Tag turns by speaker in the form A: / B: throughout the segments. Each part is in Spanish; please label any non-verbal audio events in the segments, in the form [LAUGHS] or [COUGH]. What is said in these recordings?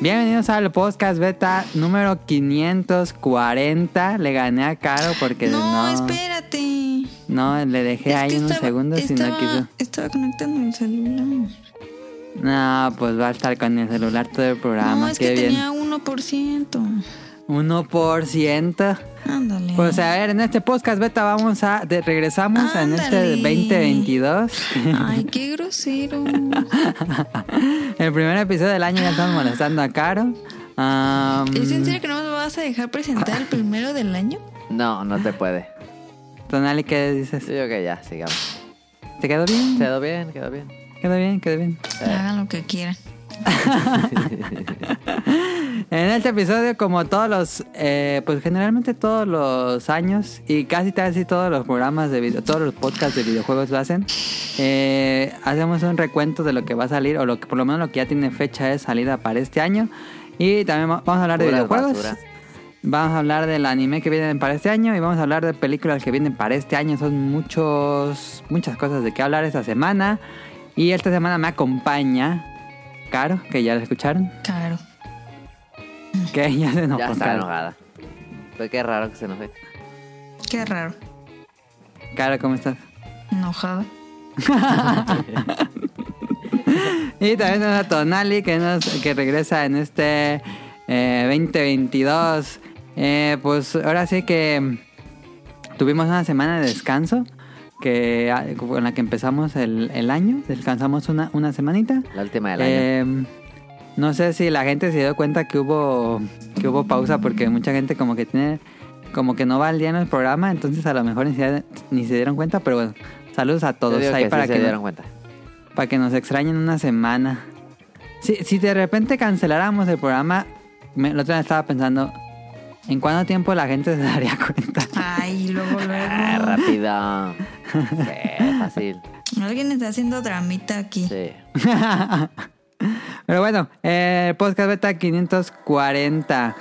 A: Bienvenidos al podcast beta número 540. Le gané a Caro porque
B: No,
A: no.
B: espérate.
A: No, le dejé
B: Es
A: ahí
B: que
A: unos
B: estaba-
A: segundos y no
B: estaba-
A: quiso.
B: Estaba conectando el celular.
A: No, pues va a estar con el celular todo el programa.
B: no, es que
A: qué bien.
B: tenía 1%.
A: 1%.
B: Ándale.
A: Pues a ver, en este podcast beta vamos a. de- regresamos en este
B: Ándale.
A: 2022.
B: Ay, qué grosero.
A: [LAUGHS] el primer episodio del año ya estamos molestando a Caro. Am,
B: ¿Es en serio que no me vas a dejar presentar el primero del año?
C: No, no te puede.
A: [LAUGHS] Tonali, ¿qué dices?
C: Yo creo que ya, sigamos.
A: ¿Te quedó bien?
C: Quedó bien, quedó bien.
A: Quedó bien, quedó bien.
B: Hagan lo que quieran.
A: En este episodio, como todos los, eh, pues generalmente todos los años y casi casi todos los programas de video, todos los podcasts de videojuegos lo hacen, eh, hacemos un recuento de lo que va a salir o lo que por lo menos lo que ya tiene fecha de salida para este año y también va- vamos a hablar de
C: Pura
A: videojuegos.
C: basura.
A: Vamos a hablar del anime que vienen para este año y vamos a hablar de películas que vienen para este año. Son muchos, muchas cosas de qué hablar esta semana. Y esta semana me acompaña Caro, que ya la escucharon.
B: Claro.
A: Que [LAUGHS] ya se enojó.
C: ya está
A: Caro.
C: enojada. Pero qué raro que se enoje.
B: Qué raro.
A: Caro, ¿cómo estás?
B: Enojada.
A: Y también tenemos a Tonali que, nos, que regresa en este eh, 2022. Eh, pues ahora sí que tuvimos una semana de descanso que, ah, con la que empezamos el, el año. Descansamos una, una semanita.
C: La última del año.
A: Eh, no sé si la gente se dio cuenta que hubo que hubo pausa porque mucha gente como que tiene como que no va al día en el programa, entonces a lo mejor ni se, ni se dieron cuenta, pero bueno, saludos a
C: Yo
A: todos
C: digo
A: ahí
C: que
A: para
C: sí
A: que
C: se
A: no-
C: dieron cuenta.
A: [LAUGHS] para que nos extrañen una semana. Si, si de repente canceláramos el programa, me, la otra vez estaba pensando, ¿en cuánto tiempo la gente se [LAUGHS] daría cuenta?
B: Ay, luego,
A: [LAUGHS]
C: Ah,
B: luego.
C: rápido. Sí, fácil.
B: Alguien está haciendo dramita aquí.
C: Sí.
A: Pero bueno, eh, podcast beta 540.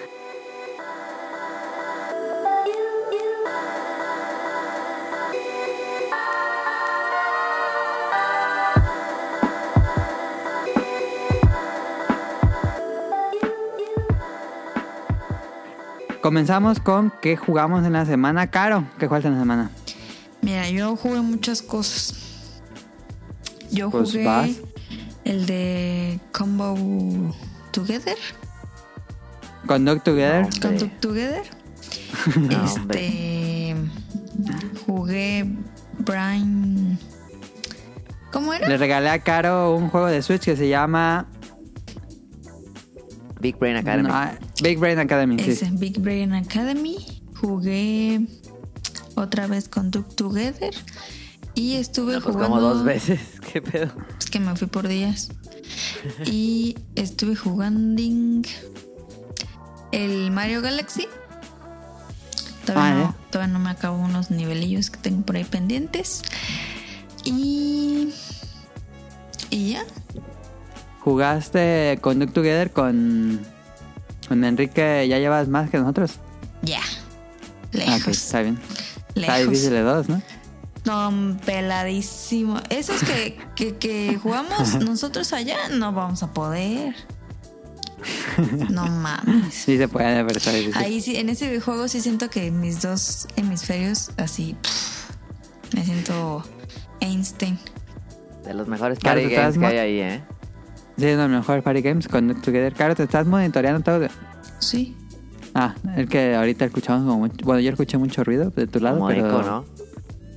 A: Comenzamos con qué jugamos en la semana. Caro, ¿qué jugaste en la semana?
B: Mira, yo jugué muchas cosas. Yo
A: Pues
B: jugué
A: vas.
B: el de Combo Together.
A: Conduct Together.
C: No.
B: Conduct
C: Sí.
B: Together.
C: [LAUGHS] No,
B: este. Jugué Brian. ¿Cómo era?
A: Le regalé a Caro un juego de Switch que se llama
C: Big Brain Academy.
A: No, ah, Big Brain Academy, sí.
B: Ese, Big Brain Academy. Jugué otra vez Conduct Together. Y estuve
C: No, pues
B: jugando.
C: como dos veces.
A: [LAUGHS]
C: ¿Qué pedo?
B: Es pues, que me fui por días. Y estuve jugando el Mario Galaxy. Todavía,
A: Ah,
B: no,
A: ¿eh?
B: todavía no me acabo unos nivelillos que tengo por ahí pendientes. Y. Y ya.
A: Jugaste Conduct Together con, con Enrique, ya llevas más que nosotros.
B: Ya.
A: Ah, ok,
B: Lejos.
A: está bien. Está
B: lejos.
A: difícil de dos, ¿no?
B: No, peladísimo. Esos que, que, que
A: [LAUGHS]
B: jugamos nosotros allá no vamos a poder. No mames.
A: Sí se puede, pero está difícil.
B: Ahí sí, en ese juego sí siento que mis dos hemisferios así pff, me siento Einstein.
C: De los mejores
A: Claro,
C: party
A: te estás
C: games que
A: mo-
C: hay ahí, ¿eh?
A: Sí, es lo mejor Party Games, Conduct Together. Caro, ¿te estás monitoreando todo?
B: Sí.
A: Ah, el que ahorita escuchamos como mucho- Bueno, yo escuché mucho ruido de tu lado,
C: Como
A: pero...
C: eco, ¿no?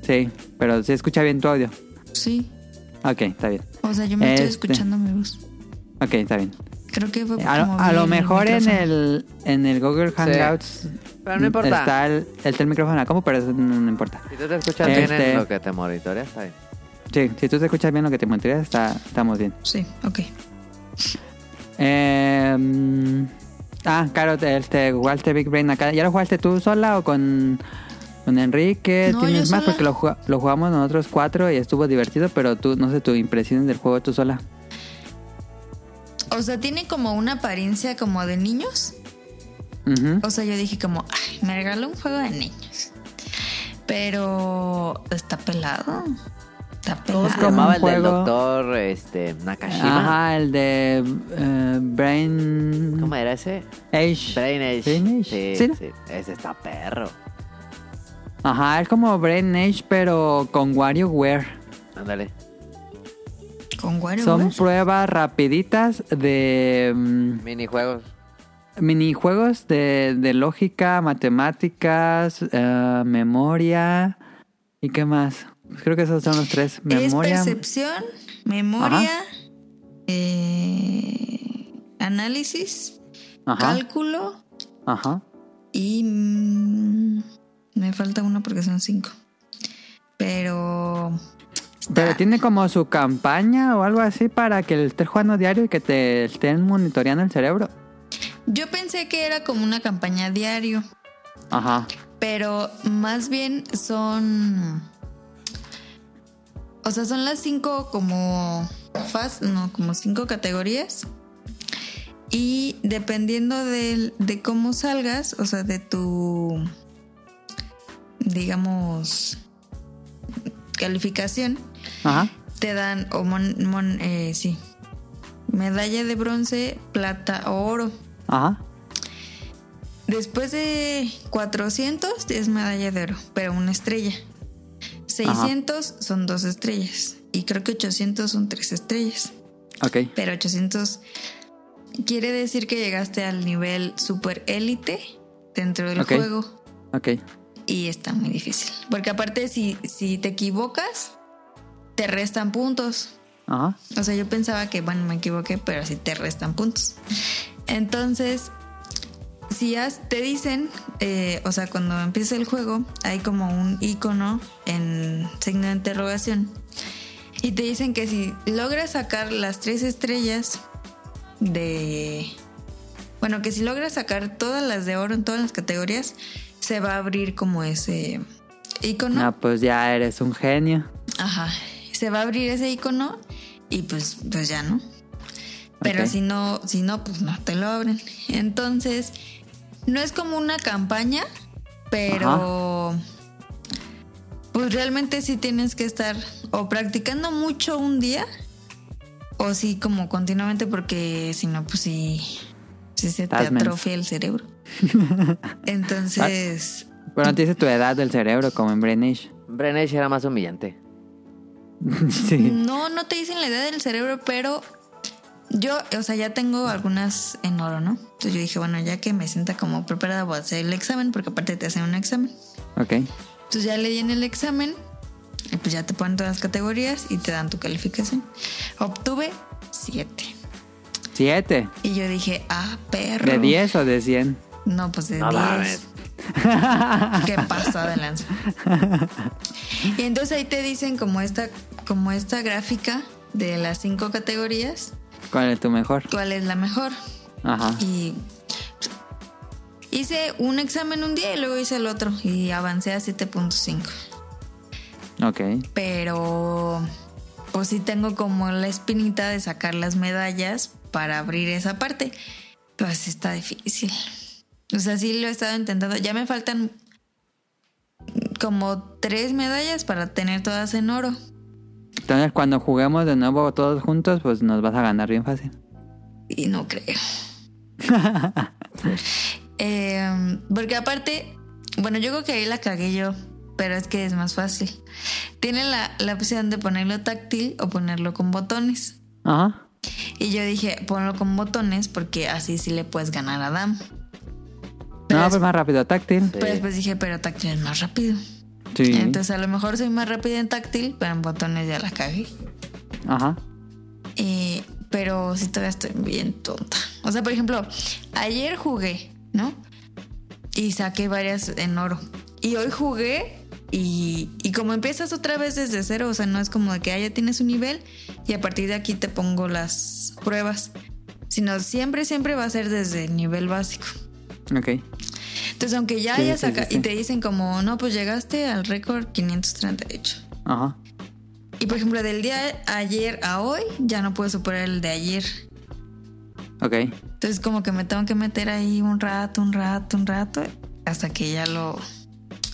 A: Sí, pero se escucha bien tu audio.
B: Sí.
A: Ok, está bien.
B: O sea, yo me estoy
A: Este.
B: escuchando mi voz.
A: Ok, está bien.
B: Creo que fue
A: A, lo-
B: como
A: a
B: vi
A: lo mejor en
B: micrófono.
A: el, en el Google Hangouts...
C: Pero no importa.
A: Está el, está el micrófono en la compu, pero eso no- no importa.
C: Si tú te escuchas bien
A: Este.
C: en lo que te monitoreas, está bien.
A: Sí, si tú te escuchas bien lo que te monitoreas, está, estamos bien.
B: Sí, ok.
A: Eh, mm, ah, claro, te, te jugaste Big Brain acá. ¿Ya lo jugaste tú sola o con, con Enrique?
B: No,
A: ¿Tienes
B: yo
A: más?
B: sola.
A: Porque lo, ju- lo jugamos nosotros cuatro y estuvo divertido, pero tú, no sé, tu impresión del juego tú sola.
B: O sea, tiene como una apariencia como de niños.
A: Ujú.
B: O sea, yo dije como, ay, me regaló un juego de niños. Pero está pelado. Está
C: ¿Cómo
A: Como
C: se
B: pelado.
A: un
C: llamaba el del
A: juego.
C: doctor este, Nakashima?
A: Ajá, el de eh, Brain.
C: ¿Cómo era ese?
A: Age.
C: Brain Age.
A: Brain Age.
C: Sí,
A: Sí, ¿no?
C: sí. Ese está perro.
A: Ajá, es como Brain Age, pero con WarioWare.
C: Ándale.
B: Con Wario
A: Son pruebas rapiditas de mm,
C: Minijuegos.
A: minijuegos de, de lógica, matemáticas, eh, memoria y qué más. Pues creo que esos son los tres.
B: Es
A: Memoria.
B: percepción, memoria, eh, análisis,
A: Ajá,
B: cálculo
A: ajá.
B: y mm, me falta uno porque son cinco. Pero
A: Pero
B: está-
A: tiene como su campaña o algo así para que le estés jugando diario y que te estén monitoreando el cerebro.
B: yo pensé que era como una campaña diario,
A: Ajá.
B: pero más bien son, o sea, son las cinco como fas, no, como cinco categorías. Y dependiendo del- de cómo salgas, o sea, de tu, digamos, calificación,
A: Ajá.
B: te dan o mon- mon- eh, sí, medalla de bronce, plata o oro.
A: Ajá.
B: Después de 400 es medalla de oro, pero una estrella. 600 son dos estrellas y creo que 800 son tres estrellas,
A: Ok.
B: pero 800 quiere decir que llegaste al nivel super élite dentro del
A: Ok.
B: juego
A: Ok.
B: y está muy difícil, porque aparte si si te equivocas te restan puntos.
A: Ajá.
B: O sea, yo pensaba que, bueno, me equivoqué, pero así te restan puntos. Entonces, si has- te dicen, eh, o sea, cuando empieza el juego, hay como un icono en signo de interrogación. Y te dicen que si logras sacar las tres estrellas de... Bueno, que si logras sacar todas las de oro en todas las categorías, se va a abrir como ese icono.
A: Ah, pues ya eres un genio.
B: Ajá. Se va a abrir ese icono y pues, pues ya no. Pero
A: Ok.
B: si no, si no, pues no te lo abren. Entonces, no es como una campaña, pero pues realmente sí tienes que estar o practicando mucho un día, o sí como continuamente, porque si no, pues sí, sí se te
A: Estás menso.
B: atrofia el cerebro.
A: [LAUGHS]
B: Entonces,
A: Pero no te dice tu edad del cerebro como en Brain Age.
C: Brain Age era más humillante.
A: sí.
B: No, no te dicen la edad del cerebro, pero yo, o sea, ya tengo algunas en oro, ¿no? Entonces yo dije, bueno, ya que me sienta como preparada, voy a hacer el examen, porque aparte te hacen un examen.
A: Ok.
B: Entonces ya le di en el examen, y pues ya te ponen todas las categorías y te dan tu calificación. Obtuve 7.
A: ¿Siete?
B: Y yo dije, ah, perro.
A: ¿De 10 o de 100?
B: No, pues de
C: No
B: 10.
C: mames.
B: [LAUGHS] Qué pasada de lanza. Y entonces ahí te dicen como esta, como esta gráfica de las cinco categorías.
A: ¿Cuál es tu mejor?
B: cuál es la mejor.
A: Ajá.
B: Y hice un examen un día y luego hice el otro y avancé a 7.5.
A: Ok.
B: Pero pues sí tengo como la espinita de sacar las medallas para abrir esa parte. Pues está difícil. O sea, sí lo he estado intentando. Ya me faltan como tres medallas para tener todas en oro.
A: Entonces cuando juguemos de nuevo todos juntos, pues nos vas a ganar bien fácil.
B: Y no creo. Eh, porque aparte, bueno, yo creo que ahí la cagué yo, pero es que es más fácil. Tiene la, la opción de ponerlo táctil o ponerlo con botones.
A: Ajá.
B: Y yo dije, ponlo con botones porque así sí le puedes ganar a Dam. Pero,
A: No,
B: des-
A: pues más rápido, táctil.
B: pero
C: Sí.
B: después dije, pero táctil es más rápido.
A: Sí.
B: Entonces a lo mejor soy más rápida en táctil, pero en botones ya la cagué.
A: Ajá.
B: Eh, pero sí todavía estoy bien tonta. O sea, por ejemplo, ayer jugué, ¿no? Y saqué varias en oro. Y hoy jugué y, y como empiezas otra vez desde cero, o sea, no es como de que ah, ya tienes un nivel y a partir de aquí te pongo las pruebas. Sino siempre, siempre va a ser desde el nivel básico.
A: Ok.
B: Entonces, aunque ya
A: Sí,
B: hayas
A: sí, sí,
B: sacado
A: sí.
B: y te dicen como, no, pues llegaste al récord 538.
A: Ajá.
B: Y por ejemplo, del día ayer a hoy, ya no puedo superar el de ayer.
A: Ok.
B: Entonces como que me tengo que meter ahí un rato, un rato, un rato, hasta que ya lo,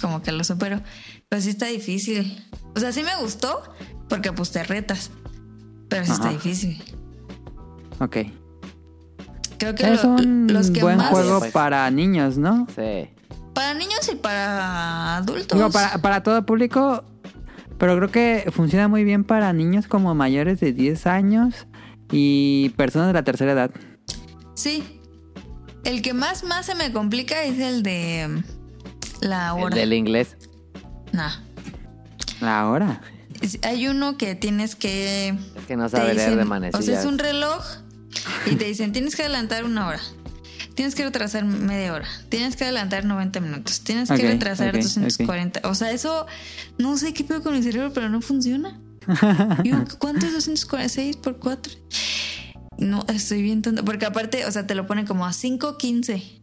B: como que lo supero. Pero sí está difícil. O sea, sí me gustó porque pues te retas. Pero sí está
A: Ajá.
B: difícil.
A: Ok.
B: Creo que
A: Es
B: lo-
A: un
B: los que
A: buen
B: más.
A: juego
C: Pues-
A: para niños, ¿no?
C: Sí.
B: Para niños y para adultos.
A: Digo, para, para todo público, pero creo que funciona muy bien para niños como mayores de 10 años y personas de la tercera edad.
B: Sí. El que más más se me complica es el de mm, la
C: El
B: hora.
C: del inglés.
B: Nah.
A: La hora.
B: Es- Hay uno que tienes que
C: Es que no
B: te
C: sabe leer de
B: dicen- O sea,
C: manecillas.
B: es un reloj y te dicen, tienes que adelantar una hora. Tienes que retrasar media hora. Tienes que adelantar 90 minutos. Tienes
A: Ok,
B: que retrasar
A: ok,
B: 240. O sea, eso no sé qué pedo con mi cerebro, pero
A: [LAUGHS]
B: no funciona. Yo, ¿Cuánto es 246 por 4? No, estoy bien tonta. Porque aparte, o sea, te lo ponen como a 5.15.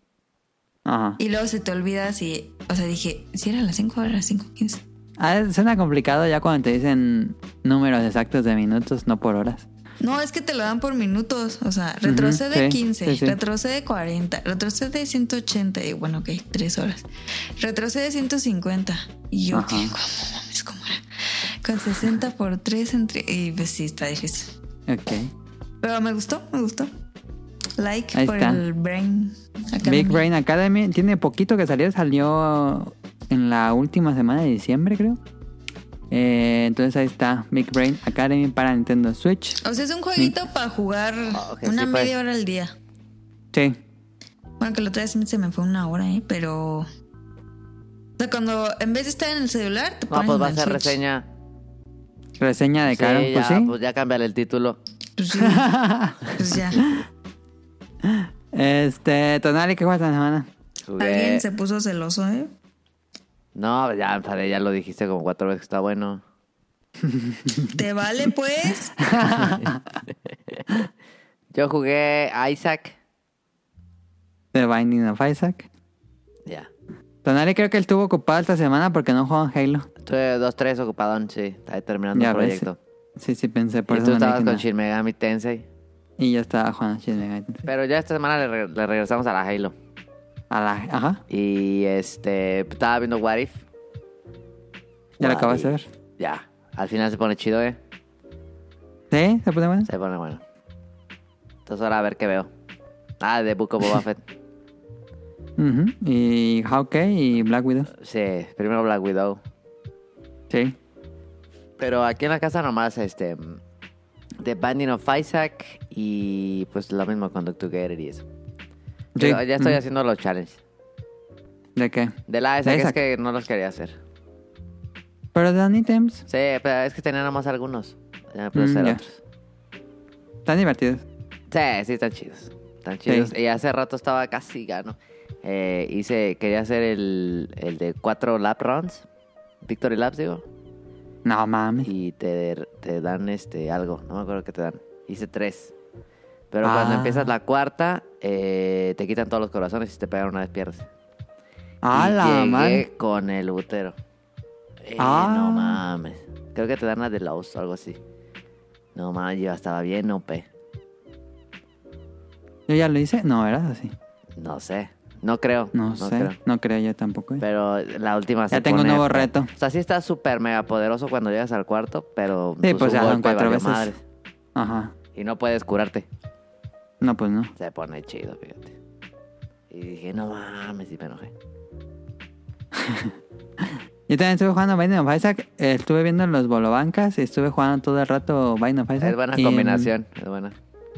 A: Ajá.
B: Y luego se te olvida si. O sea, dije, si era a las 5 ahora a las 5.15.
A: Ah, suena complicado ya cuando te dicen números exactos de minutos, no por horas.
B: No, es que te lo dan por minutos. O sea, retrocede
A: sí,
B: 15,
A: sí, sí.
B: retrocede 40, retrocede 180. Y bueno, ok, 3 horas. Retrocede 150. Y yo,
A: Ajá.
B: ¿qué? ¿Cómo mames? ¿Cómo era? Con 60 por 3 entre. Y pues sí, está difícil.
A: Ok.
B: Pero me gustó, me gustó. Like
A: Ahí
B: por
A: está.
B: el Brain Academy.
A: Big Brain Academy tiene poquito que salió, salió en la última semana de diciembre, creo. Eh, entonces ahí está, Big Brain Academy para Nintendo Switch.
B: O sea, es un jueguito para jugar
C: Ah, ok,
B: una
C: sí, pues.
B: media hora al día.
A: Sí,
B: Bueno, que la otra vez se me fue una hora, ¿eh? Pero. O sea, cuando en vez de estar en el celular, te
C: No,
B: pones
C: pues
B: en
C: va a
B: el
C: ser
B: Switch.
C: reseña.
A: reseña de
C: Sí,
A: Caro,
C: ya,
A: pues sí.
C: pues ya cámbiale el título.
B: Pues sí, pues ya.
A: Este, Tonali, ¿qué juegas la semana?
C: Jugué-
B: Alguien se puso celoso, ¿eh?
C: No, ya enfadé, ya lo dijiste como cuatro veces que está bueno.
B: ¿Te vale, pues?
C: Yo jugué Isaac.
A: The Binding of Isaac.
C: Ya.
A: Tonali creo que él estuvo ocupado esta semana porque no jugó en Halo.
C: Estuve dos, tres ocupadón, sí. Estaba terminando
A: Ya
C: un
A: ves.
C: proyecto.
A: Sí, sí, pensé por
C: Y
A: eso.
C: tú
A: no le
C: estabas
A: dije
C: con
A: nada.
C: Shin Megami Tensei.
A: Y yo estaba jugando Shin Megami Tensei.
C: Pero ya esta semana le, re- le regresamos a la Halo.
A: A la, ajá,
C: Y este, estaba viendo What If.
A: ya lo
C: What
A: acabas de
C: If.
A: ver.
C: Ya. Al final se pone chido, ¿eh?
A: ¿Sí? ¿Se pone bueno?
C: Se pone bueno. Entonces ahora a ver qué veo. Ah, de Book of Boba Fett.
A: [LAUGHS] Ujú. Y Hawkeye y Black Widow.
C: Sí, primero Black Widow.
A: Sí.
C: Pero aquí en la casa nomás, este. mm, The Banding of Isaac y pues lo mismo con Doctor Gator y eso. Pero ya estoy
A: Mm.
C: haciendo los challenges.
A: ¿De qué?
C: De la Isaac,
A: De
C: es
A: Isaac.
C: que no los quería hacer.
A: Pero dan ítems.
C: Sí, pero es que tenía nomás algunos. Ya me puse
A: Mm,
C: a hacer
A: ya.
C: otros.
A: Están divertidos.
C: Sí, sí, están chidos. Están chidos. Y hace rato estaba casi gano. Eh, hice, quería hacer el, el de cuatro lap rounds. Victory laps, digo.
A: No mames.
C: Y te, te dan este algo. No me acuerdo qué te dan. Hice tres. Pero
A: Ah.
C: cuando empiezas la cuarta, eh, te quitan todos los corazones y si te pegan una vez pierdes.
A: A
C: Y
A: la
C: llegué
A: madre.
C: con el butero. Eh,
A: Ah.
C: No mames. Creo que te dan la de la o algo así. No mames, yo estaba bien OP.
A: Yo ya lo hice. No, era así.
C: No sé. No creo.
A: No, sé.
C: creo.
A: No creo yo tampoco. ¿eh?
C: Pero la última
A: Ya tengo un nuevo
C: fea.
A: reto.
C: O sea, sí está súper mega poderoso cuando llegas al cuarto, pero.
A: Sí, pues
C: su
A: ya son
C: golpe
A: cuatro
C: valió
A: veces.
C: madre.
A: Ajá.
C: Y no puedes curarte.
A: No, pues no.
C: Se pone chido, fíjate. Y dije, no mames, y me enojé.
A: Yo también estuve jugando Binding of Isaac. eh, Estuve viendo los bolobancas. y Estuve jugando todo el rato Binding of Isaac.
C: Es buena
A: y-
C: combinación, es buena.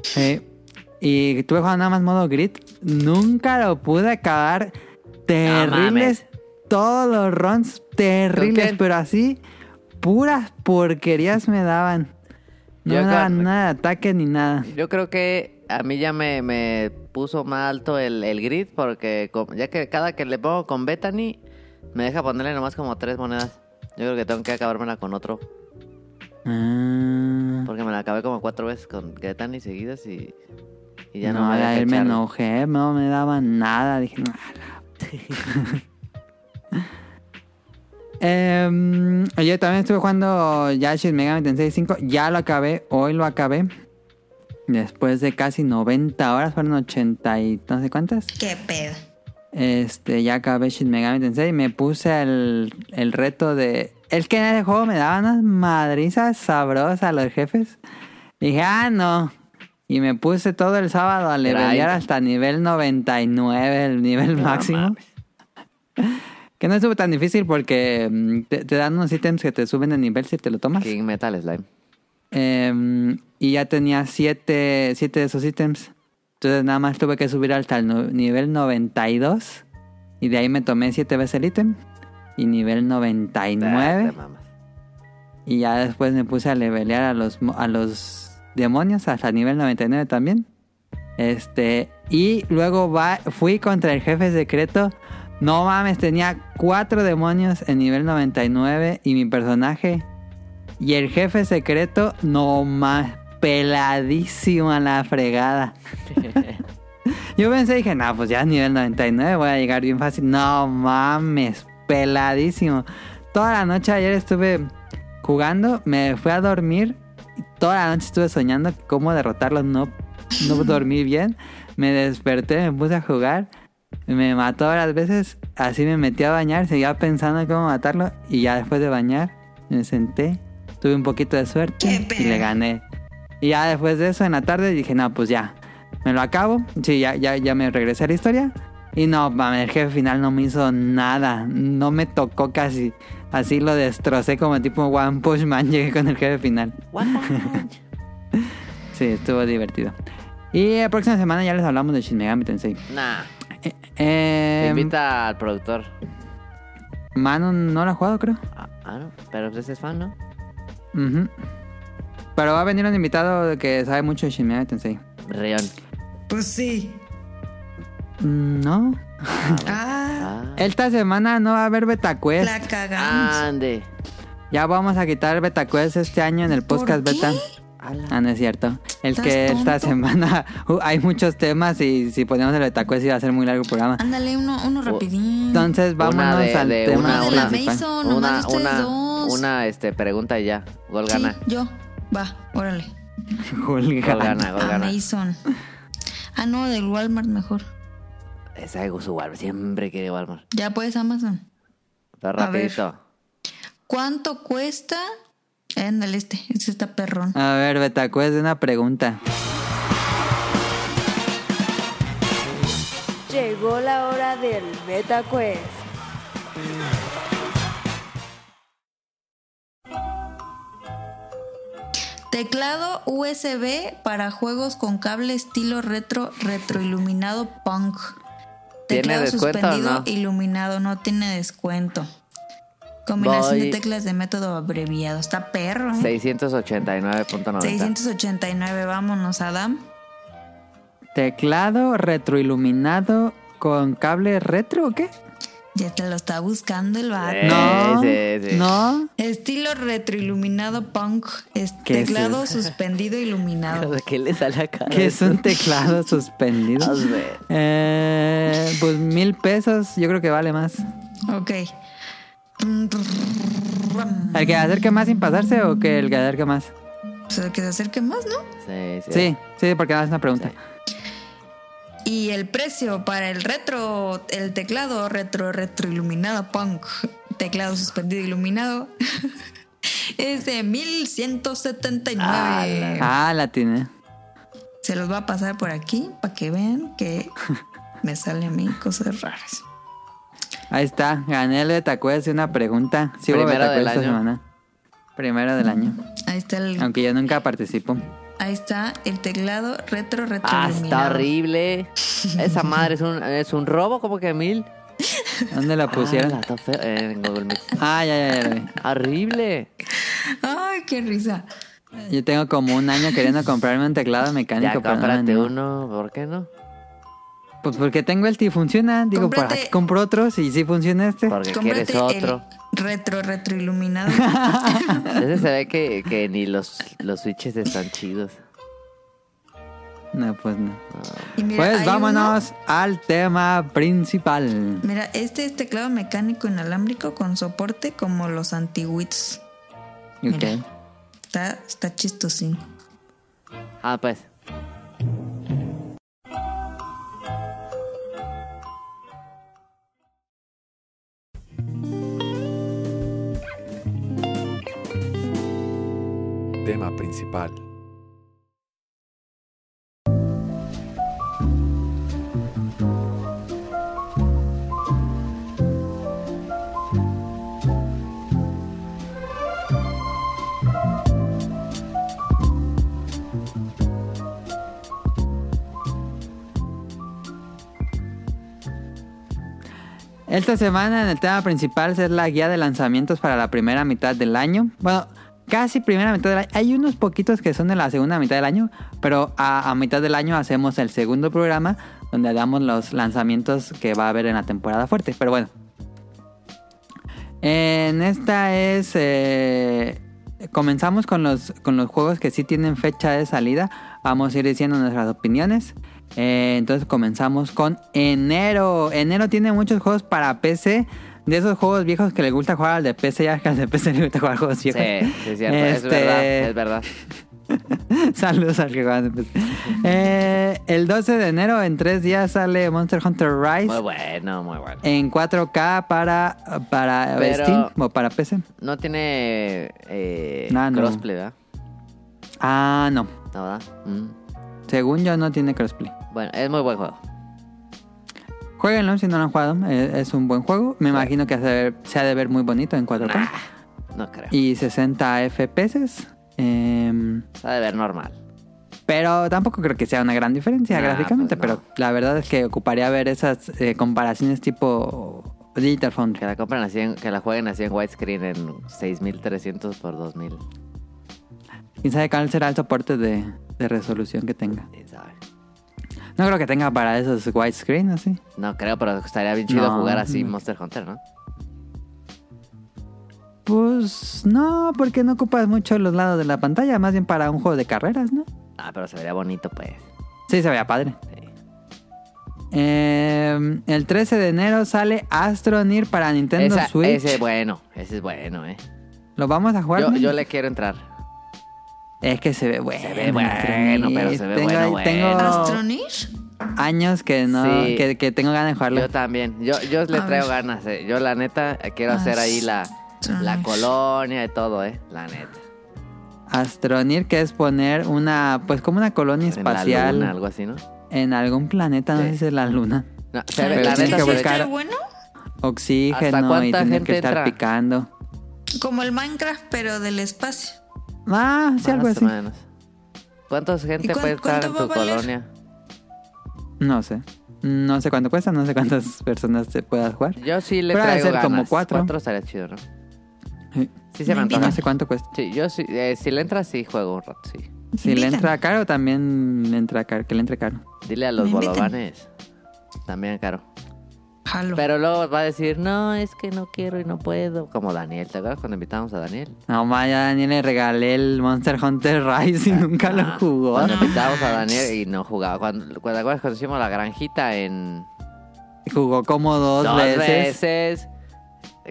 A: Sí. Y estuve jugando nada más modo grid. Nunca lo pude acabar. Terribles.
C: mames.
A: todos los runs terribles.
C: ¿Con qué?
A: Pero así, puras porquerías me daban. No
C: Yo
A: me daban
C: acá-
A: nada de ataque ni nada.
C: Yo creo que a mí ya me, me puso más alto el, el grid, porque co- ya que cada que le pongo con Bethany, me deja ponerle nomás como tres monedas. Yo creo que tengo que acabármela con otro.
A: Ah,
C: Porque me la acabé como cuatro veces con Bethany seguidas y, y ya no,
A: no,
C: me
A: a
C: deja
A: él me
C: echarle.
A: enojé. No me daban nada. Dije, "No, a la-". [LAUGHS] Em, Oye, también estuve jugando ya Shin Megami Tensei 5. Ya lo acabé. Hoy lo acabé. Después de casi 90 horas, fueron 80 y no sé cuántas.
B: Qué pedo.
A: Este, ya acabé Shin Megami Tensei. Me puse el, el reto de Es que en ese juego me daban unas madrizas sabrosas a los jefes. Dije, ah, no. Y me puse todo el sábado a levelear
C: Grind.
A: hasta nivel 99, el nivel
C: No
A: máximo.
C: mames.
A: [LAUGHS] Que no estuvo tan difícil porque mm, te, te dan unos ítems que te suben de nivel si te lo tomas.
C: King Metal Slime.
A: Eh, y ya tenía siete, siete de esos ítems. Entonces nada más tuve que subir hasta el nu- nivel 92. Y de ahí me tomé siete veces el ítem. Y nivel
C: Ah,
A: 99.
C: te mamas.
A: Y ya después me puse a levelear a los, mo- a los demonios hasta nivel 99 también. Este, y luego va, fui contra el jefe secreto. No mames, tenía cuatro demonios en nivel 99 y mi personaje. Y el jefe secreto, no más, peladísimo a la fregada. Yo pensé, dije, no, pues ya a nivel 99 voy a llegar bien fácil. No mames, peladísimo. Toda la noche ayer estuve jugando, me fui a dormir. y Toda la noche estuve soñando cómo derrotarlos, no, no dormí bien. Me desperté, me puse a jugar. Me mató varias veces, así me metí a bañar, seguía pensando cómo matarlo y ya después de bañar me senté, tuve un poquito de suerte
B: Qué
A: y le
B: pedo.
A: gané. Y ya después de eso en la tarde dije, no, pues ya, me lo acabo. Sí, ya, ya, ya me regresé a la historia. Y no, mames, el jefe final no me hizo nada. No me tocó casi. Así lo destrocé como tipo One Push Man. [LAUGHS] Llegué con el jefe final. [LAUGHS] Sí, estuvo divertido. Y la próxima semana ya les hablamos de Shin Megami Tensei.
C: Nah.
A: Eh, eh,
C: Invita al productor.
A: Manu no lo ha jugado, creo.
C: Ah, ah, no. Pero pues ese es fan, ¿no?
A: Ujú. Pero va a venir un invitado que sabe mucho de Shin Megami Tensei.
C: Rion.
B: Pues sí.
A: Mm, No.
B: Ah,
C: Ah.
A: Esta semana no va a haber BetaQuest.
B: la cagamos.
C: Ande.
A: Ya vamos a quitar BetaQuest este año en el
B: ¿Por
A: podcast
B: qué?
A: beta.
C: Ala.
A: Ah, no es cierto. El
B: ¿Estás
A: que esta
B: tonto?
A: semana [LAUGHS] uh, hay muchos temas y si ponemos el betacuest iba a ser muy largo el programa.
B: Ándale, uno, uno rapidín.
A: Entonces
C: Una
A: vámonos
C: de-
A: al
C: de
A: tema
B: una- una-
A: principal.
B: Mason. No, nomás
C: Una,
B: ustedes
C: una,
B: dos.
C: una, este, pregunta y ya. Gol
B: Sí,
C: gana.
B: yo. Va, órale.
A: [LAUGHS] Julga.
C: Gol gana, gol
B: A
C: gana.
B: Mason. Ah, no, del Walmart mejor.
C: Es algo su Walmart. Siempre quiere Walmart.
B: Ya puedes Amazon.
C: Pero
B: A ver.
C: rapidito.
B: ¿Cuánto cuesta? Eh, Ándale, este. Este está perrón.
A: A ver, betacuest, una pregunta.
D: Llegó la hora del Beta Quest.
B: Teclado USB para juegos con cable estilo retro, retroiluminado punk.
C: ¿Tiene
B: Teclado
C: descuento o
B: suspendido,
C: no?
B: iluminado, no tiene descuento. Combinación
C: Voy.
B: de teclas de método abreviado. Está perro. ¿eh?
C: 689.90.
B: 689, vámonos, Adam.
A: Teclado retroiluminado con cable retro o qué?
B: Ya te lo está buscando el vato.
C: Eh,
A: No.
C: sí, sí.
A: No.
B: Estilo retroiluminado punk. Es
A: ¿Qué es
B: teclado
A: eso?
B: suspendido
C: [LAUGHS]
B: iluminado.
C: ¿Qué le sale acá?
A: Que es
C: [LAUGHS]
A: un teclado suspendido.
C: No sé.
A: Eh, pues mil pesos, yo creo que vale más.
B: Ok.
A: ¿El que acerque más sin pasarse o que el que acerque más?
B: Pues el que se acerque más, ¿no?
C: Sí, sí.
A: Sí, sí, porque no es una pregunta.
B: Y el precio para el retro, el teclado retro, retroiluminado punk, teclado suspendido iluminado, [LAUGHS] es de 1179.
C: Ah, la-
A: Ah, la tiene.
B: Se los va a pasar por aquí para que vean que me sale a mí cosas raras.
A: Ahí está, gané el Betacuest y una pregunta. Sí, hubo
C: Primero
A: Betacuest
C: del
A: esta
C: año.
A: semana. Primero del año.
B: Ahí está
C: Ah.
B: el,
A: Aunque yo nunca participo.
B: ahí está el teclado retro,
C: Ah,
B: retroiluminado. [LAUGHS]
C: está horrible. Esa madre es un, es un robo, como que mil.
A: ¿Dónde la pusieron?
C: Ah, está feo. Eh, en Google Meet.
A: Ah, ya, ya, ya. lo vi.
C: Horrible.
B: Ay, qué risa.
A: Yo tengo como un año
C: [LAUGHS]
A: queriendo comprarme un teclado
C: Ya
A: mecánico. pero no me
C: cómprate
A: animo.
C: uno, ¿por qué no?
A: Pues porque tengo este y funciona. Digo, ¿para
B: Cómprate-
A: qué compro otros? Y si funciona este.
C: Porque
B: Cómprate
C: quieres otro.
B: el
A: [LAUGHS]
B: retro, retroiluminado.
C: Ese se ve que, que ni los, los switches están chidos.
A: No, pues no.
B: Y mira, hay
A: Pues
B: uno-
A: vámonos al tema principal.
B: Mira, este es teclado mecánico inalámbrico con soporte como los antiguitos.
A: Ok.
B: Mira. Está, está chistosín.
C: Ah, pues.
E: tema principal.
A: Esta semana en el tema principal es la guía de lanzamientos para la primera mitad del año. Bueno, casi primera mitad del año. Hay unos poquitos que son de la segunda mitad del año, pero a, a mitad del año hacemos el segundo programa donde damos los lanzamientos que va a haber en la temporada fuerte. Pero bueno. En esta es... eh, comenzamos con los, con los juegos que sí tienen fecha de salida. Vamos a ir diciendo nuestras opiniones. Eh, entonces comenzamos con enero. Enero tiene muchos juegos para PC. De esos juegos viejos que le gusta jugar al de PC, ya que al de PC le gusta jugar juegos
C: Sí,
A: viejos.
C: sí, es cierto. Es
A: Este,
C: verdad, es verdad.
A: [LAUGHS] Saludos al que juega de PC. Eh, el 12 de enero, en tres días, sale Monster Hunter Rise.
C: Muy bueno, muy bueno.
A: En 4K para, para
C: Pero-
A: Steam o para PC.
C: No tiene eh,
A: Ah, no.
C: crossplay, ¿verdad?
A: Ah, no.
C: No, ¿verdad? Mm.
A: Según yo, no tiene crossplay.
C: Bueno, es muy buen juego.
A: Jueguenlo si no lo han jugado. Eh, Es un buen juego. Me imagino que se ha de ver- se ha de ver muy bonito en 4K.
C: Nah, no creo.
A: Y 60 FPS. Em,
C: Se ha de ver normal.
A: pero tampoco creo que sea una gran diferencia
C: Nah,
A: gráficamente.
C: pues no.
A: Pero la verdad es que ocuparía ver esas eh, comparaciones tipo Digital
C: Que
A: Foundry.
C: la compren así, en- que la jueguen así en widescreen en 6300 por 2000.
A: Quién sabe cuál será el soporte de, de resolución que tenga.
C: Quién sabe.
A: No creo que tenga para esos widescreen así.
C: No creo, pero estaría bien chido
A: No,
C: jugar así
A: no.
C: Monster Hunter, ¿no?
A: Pues no, porque no ocupas mucho los lados de la pantalla. Más bien para un juego de carreras, ¿no?
C: Ah, pero se vería bonito, pues.
A: Sí, se veía padre.
C: Sí.
A: Eh, el 13 de enero sale Astroneer para Nintendo
C: Esa-
A: Switch.
C: Ese es bueno, ese es bueno, ¿eh?
A: ¿Lo vamos a jugar?
C: Yo,
A: Mimi?
C: yo le quiero entrar.
A: Es que se ve bueno.
C: Se ve bueno,
A: Astroneer.
C: pero se ve
A: tengo,
C: bueno, bueno.
A: tengo
B: ¿Astronir?
A: años que no
C: Sí.
A: que, que tengo ganas de jugarlo.
C: Yo también. Yo, yo le
B: A
C: traigo
B: ver.
C: ganas, ¿eh? Yo, la neta, eh, quiero hacer ahí la, la
B: Astronauts.
C: colonia y todo, ¿eh? La neta.
A: Astroneer que es poner una pues como una colonia
C: En la
A: espacial en,
C: luna, algo así, ¿no?
A: algún planeta, no
C: Sí.
A: sé si es la luna.
C: No, se ve,
A: Pero
C: la
A: tiene
C: neta
A: que
C: se ve
A: buscar-
B: ¿Está bueno?
C: ¿Hasta
A: Oxígeno y
C: cuánta
A: tener
C: gente
A: que estar
C: entra?
A: picando.
B: Como el Minecraft, pero del espacio.
A: Ah, sí, algo
C: más
A: así.
C: o menos. ¿Cuántos gente
B: ¿Y cuán-
C: puede estar
B: cuánto
C: en
B: va
C: tu
B: a valer?
C: colonia?
A: No sé. No sé cuánto cuesta, no sé cuántas personas se puedas jugar.
C: Yo sí le
A: Pero ha de
C: traigo
A: ser
C: ganas.
A: como cuatro.
C: Cuatro estaría chido, ¿no?
A: Sí.
C: Sí se me
B: Me
C: antoja.
A: No sé cuánto cuesta.
C: Sí, yo sí, eh, si le entras, sí juego un rato, sí.
A: Si le
B: Invitan.
A: entra caro, también le entra caro, que le entre caro.
C: Dile a los
B: Me invitan.
C: bolovanes. También caro.
B: Jalo.
C: Pero luego va a decir, no, es que no quiero y no puedo. Como Daniel, ¿te acuerdas cuando invitamos a Daniel?
A: No, ma, ya a Daniel le regalé el Monster Hunter Rise y nunca lo
C: Ah,
A: jugó.
C: Cuando invitábamos a Daniel y no jugaba. Cuando, ¿Te acuerdas cuando hicimos la granjita en
A: Jugó como dos, veces.
C: veces?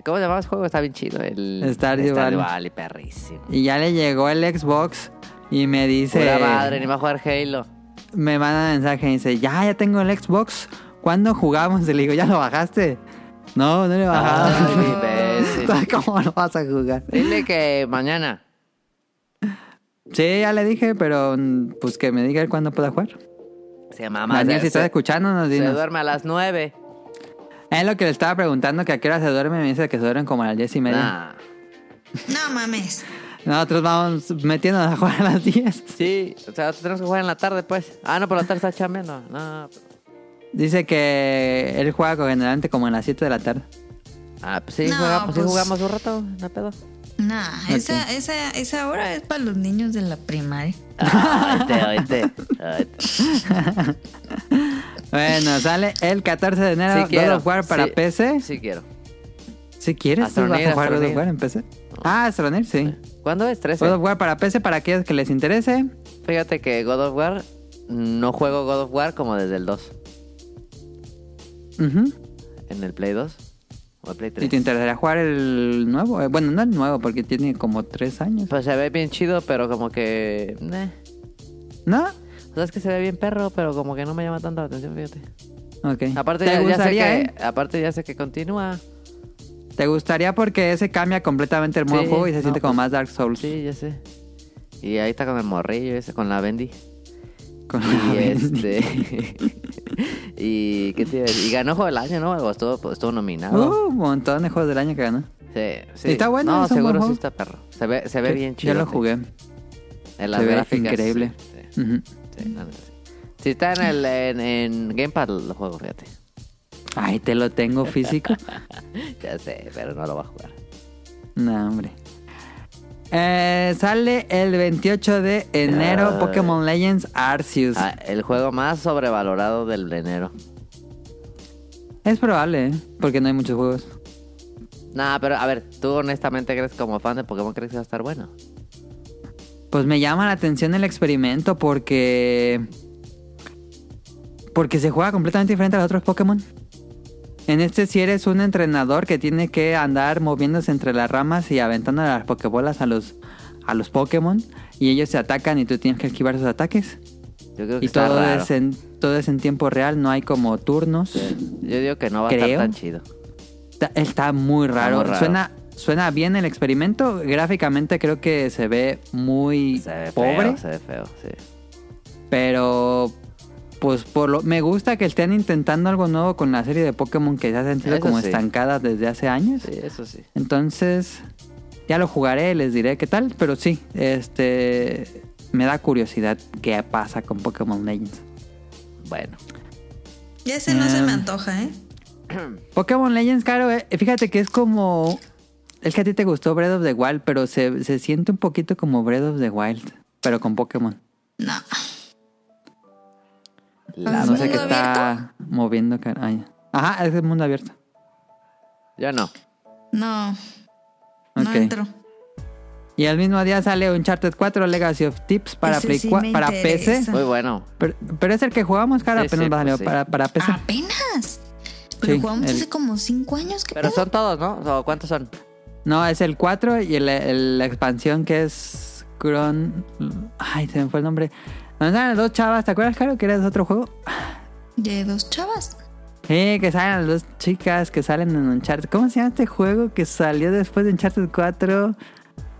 C: ¿Cómo se llamaba el juego? Está bien chido. El
A: Stardew Valley.
C: Valley, perrísimo.
A: Y ya le llegó el Xbox y me dice...
C: Pura madre, ni va a jugar Halo.
A: Me manda mensaje y dice, ya, ya tengo el Xbox. ¿Cuándo jugamos? Y le digo, ¿ya lo bajaste? No, no lo he [LAUGHS]
C: Ay,
A: bajado.
C: Ah, imbécil.
A: [LAUGHS] ¿Cómo lo vas a jugar?
C: Dile que mañana.
A: Sí, ya le dije, pero mm, pues que me diga él cuándo pueda jugar.
C: Se mamá.
A: Daniel,
C: se-
A: si estás
C: se-
A: escuchando, nos
C: se
A: dinos.
C: duerme a las nueve.
A: Es lo que le estaba preguntando, que a qué hora se duerme. Me dice que se duermen como a las 10 y media.
C: Nah.
B: No mames.
A: Nosotros vamos metiéndonos a jugar a las 10.
C: Sí, o sea, tenemos que jugar en la tarde, pues. Ah, no, por la tarde está chambeando. No.
A: Dice que él juega con- generalmente como a las 7 de la tarde.
C: Ah, pues sí,
B: No,
C: jugamos, sí
B: pues-
C: jugamos un rato, no hay
A: [LAUGHS]
C: pedo.
B: Nah, esa, esa, esa hora es para los niños de la primaria.
C: Oíte, oíte, oíte.
A: Bueno,
C: [LAUGHS]
A: sale el 14 de enero.
C: Sí quiero,
A: God of War para
C: Ah, sí.
A: PC.
C: Sí quiero.
A: Si quieres, tú vas
C: Astronir,
A: a jugar God of
C: Astronir.
A: War en PC. Ah, Astronir, sí.
C: ¿Cuándo es? 13.
A: God of War para PC para aquellos que les interese.
C: Fíjate que God of War, no juego God of War como desde el 2.
A: Ujú.
C: En el Play 2 o el Play
A: Si te
C: 3.
A: interesaría jugar el nuevo. eh, Bueno, no el nuevo, porque tiene como 3 años.
C: Pues se ve bien chido, pero como que... eh.
A: ¿No?
C: O sea, es que se ve bien perro, pero como que no me llama tanto la atención, fíjate.
A: Ok.
C: Aparte,
A: ¿Te
C: ya, ya sé
A: gustaría,
C: que,
A: eh?
C: aparte ya sé que continúa.
A: Te gustaría porque ese cambia completamente el modo
C: Sí,
A: de juego y se
C: no,
A: siente como
C: pues,
A: más Dark Souls.
C: Sí, ya sé. Y ahí está con el morrillo ese, con la Bendy.
A: Con [LAUGHS]
C: Y
A: la-
C: [LAUGHS] este. y, ¿qué te iba a decir? y ganó juego del año, ¿no? O estuvo, pues, estuvo nominado.
A: [LAUGHS] Uh, un montón de juegos del año que ganó.
C: Sí, sí.
A: Está bueno,
C: No,
A: es un buen
C: seguro sí
A: juego.
C: está perro. Se ve, se ve
A: Que-
C: bien chido.
A: Yo lo
C: sí.
A: jugué.
C: En las
A: Se ve
C: gráficas,
A: increíble.
C: sí,
A: Ujú.
C: sí, sí, la neta, sí. Sí, está en, el, en, en Game Pass el juego, fíjate. [LAUGHS]
A: Ay, te lo tengo físico.
C: Ya sé, pero no lo va a jugar.
A: no, hombre. Eh, sale el 28 de enero
C: Ay.
A: Pokémon Legends Arceus.
C: Ah, el juego más sobrevalorado del enero.
A: Es probable, ¿eh? porque no hay muchos juegos.
C: Nah, pero a ver, tú honestamente crees como fan de Pokémon crees que va a estar bueno.
A: Pues me llama la atención el experimento porque. Porque se juega completamente diferente a los otros Pokémon. En este si eres un entrenador que tiene que andar moviéndose entre las ramas y aventando las pokebolas a los a los Pokémon y ellos se atacan y tú tienes que esquivar sus ataques.
C: Yo creo que
A: Y
C: está
A: todo
C: raro.
A: es en todo es en tiempo real, no hay como turnos.
C: Yo digo que no va a
A: Creo.
C: estar tan chido.
A: Está, está muy raro.
C: muy raro.
A: Suena, suena bien el experimento. Gráficamente creo que se ve muy
C: Se ve
A: pobre.
C: feo, se ve feo, sí.
A: Pero pues por lo me gusta que estén intentando algo nuevo con la serie de Pokémon que se ha sentido
C: Eso
A: como
C: sí.
A: estancada desde hace años.
C: Sí, eso sí.
A: Entonces, ya lo jugaré, les diré qué tal, pero sí, este me da curiosidad qué pasa con Pokémon Legends.
C: Bueno.
B: Ya ese no se me
A: Em.
B: antoja, ¿eh?
A: Pokémon Legends, claro, eh, fíjate que es como es que a ti te gustó Breath of the Wild, pero se, se siente un poquito como Breath of the Wild, pero con Pokémon.
B: No.
C: La
B: Ah,
A: no
B: ¿es
A: sé qué
B: mundo
A: está moviendo, caray. Ajá, es el mundo abierto.
C: Yo no.
B: No. No
A: Ok.
B: entro.
A: Y al mismo día sale Uncharted 4 Legacy of Tips para,
B: Ese
A: Play
B: sí
A: cua-
B: me
A: para
B: interesa.
A: PC.
C: Muy bueno.
A: Pero, pero es el que jugamos, cara,
C: Sí,
A: apenas
C: sí,
A: va a salir
C: pues sí.
A: para, para PC.
B: Ah. Apenas. Pero
A: Sí,
B: jugamos
A: el-
B: hace como cinco años. ¿qué
C: Pero
B: pedo?
C: son todos, ¿no? ¿O ¿Cuántos son?
A: No, es el 4 y el- el- la expansión que es Cron... Ay, se me fue el nombre. Donde salen las dos chavas, ¿te acuerdas, Caro, que era de otro juego?
B: De dos chavas.
A: Sí, que salen las dos chicas que salen en Uncharted. ¿Cómo se llama este juego que salió después de Uncharted 4?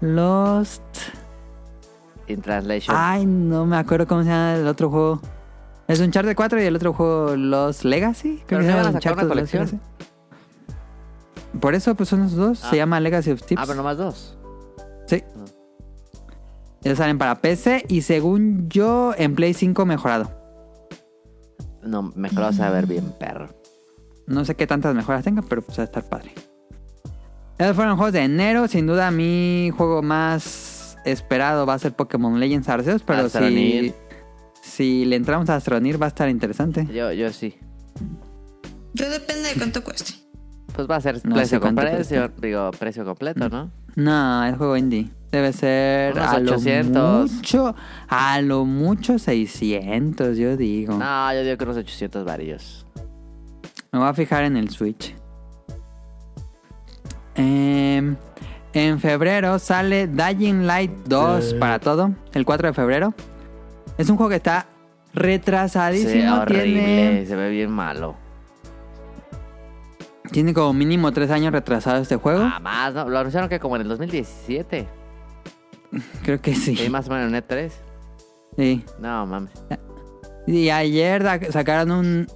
A: Lost...
C: In Translation.
A: Ay, no me acuerdo cómo se llama el otro juego. Es Uncharted 4 y el otro juego Los Legacy.
C: Pero
A: que
C: no
A: se llama
C: van a sacar
A: Uncharted
C: una
A: Lost
C: colección.
A: Legacy. Por eso, pues son los dos.
C: Ah.
A: Se llama Legacy of Tips.
C: ah, pero nomás dos.
A: Sí. Ya salen para PC y según yo, en Play 5 mejorado.
C: No, mejor vas a ver bien, perro.
A: No sé qué tantas mejoras tenga, pero pues va a estar padre. Esos fueron juegos de enero. Sin duda, mi juego más esperado va a ser Pokémon Legends Arceus. Pero si,
C: Astroneer.
A: si le entramos a Astronir, va a estar interesante.
C: Yo, yo sí.
B: Yo depende de cuánto cueste.
C: Pues va a ser
A: No sé
C: precio con
A: cuánto Mm.
C: precio. Digo, precio completo, ¿no?
A: No, es juego indie. Debe ser
C: Unos
A: a
C: 800.
A: lo mucho, a lo mucho 600, yo digo.
C: No, yo digo que unos 800 varillos.
A: Me voy a fijar en el Switch. Em, en febrero sale Dying Light 2 para todo, el 4 de febrero. Es un juego que está
C: Sí,
A: retrasadísimo.
C: horrible.
A: Tiene,
C: Se ve bien malo.
A: tiene como mínimo 3 años retrasado este juego.
C: Ah, más, ¿no? Lo anunciaron que como en el 2017.
A: Creo que sí.
C: Sí, más o menos en E3.
A: Sí.
C: No, mames.
A: Y ayer da- sacaron un,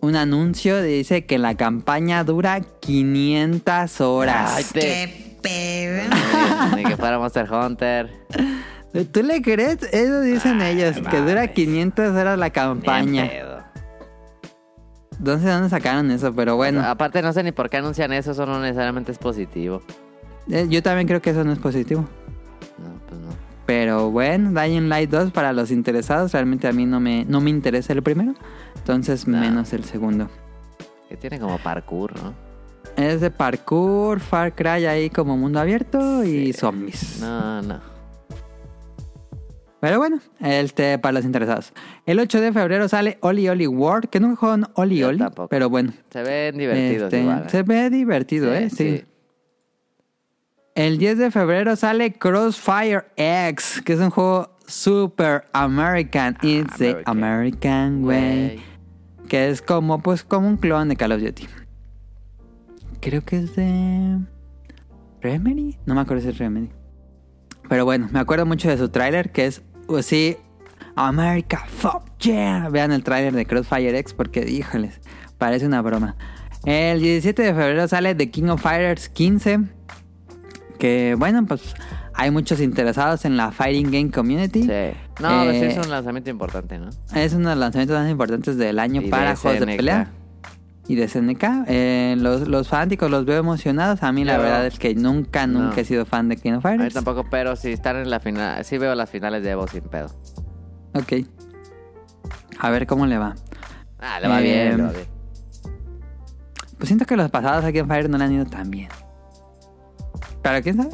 A: un anuncio que dice que la campaña dura 500 horas.
C: Ay, te...
B: Qué
A: ¿Eh?
B: pedo.
C: Ni que fuera Monster
A: [LAUGHS]
C: Hunter.
A: ¿Tú le crees? Eso dicen
C: Ay,
A: ellos, que dura
C: mames.
A: 500 horas la
C: Ni en
A: campaña.
C: pedo.
A: No sé dónde sacaron eso, pero bueno.
C: Aparte, no sé ni por qué anuncian eso. Eso no necesariamente es positivo.
A: Eh, Yo también creo que eso no es positivo.
C: No, pues no.
A: Pero bueno, Dying Light 2 para los interesados. Realmente a mí no me, no me interesa el primero. Entonces
C: No.
A: menos el segundo.
C: Que tiene como parkour, ¿no?
A: Es de parkour, Far Cry ahí como mundo abierto y
C: Sí.
A: zombies.
C: No, no.
A: Pero bueno, este para los interesados. El 8 de febrero sale Oli Oli World, que nunca juego Oli
C: Yo
A: Oli,
C: tampoco.
A: pero bueno.
C: Se ven divertidos
A: Este,
C: igual. ¿eh?
A: Se ve divertido,
C: Sí,
A: ¿eh? Sí. El 10 de febrero sale Crossfire X, que es un juego super American. It's the
C: Ah, American.
A: American way.
C: Güey.
A: Que es como, pues, como un clon de Call of Duty. Creo que es de. Remedy. No me acuerdo si es Remedy. Pero bueno, me acuerdo mucho de su tráiler que es pues sí America Fuck Yeah. Vean el tráiler de Crossfire X porque híjoles, parece una broma. El 17 de febrero sale The King of Fighters 15. Que bueno, pues hay muchos interesados en la Fighting Game Community.
C: Sí. No, pues
A: Eh,
C: sí es un lanzamiento importante, ¿no?
A: Es uno de los lanzamientos más importantes del año
C: Y de
A: para juegos de
C: SNK.
A: pelea. Y de SNK. Eh, los, los fanáticos los veo emocionados. A mí la
C: Yo-
A: verdad es que nunca,
C: No.
A: nunca he sido fan de King of
C: A mí
A: Fighters.
C: tampoco, pero si están en la final, sí veo las finales de Evo sin pedo.
A: Ok. A ver cómo le va.
C: Ah, le va
A: Eh,
C: bien, le va bien.
A: Pues siento que los pasados aquí en Fire no le han ido tan bien. Pero quién sabe.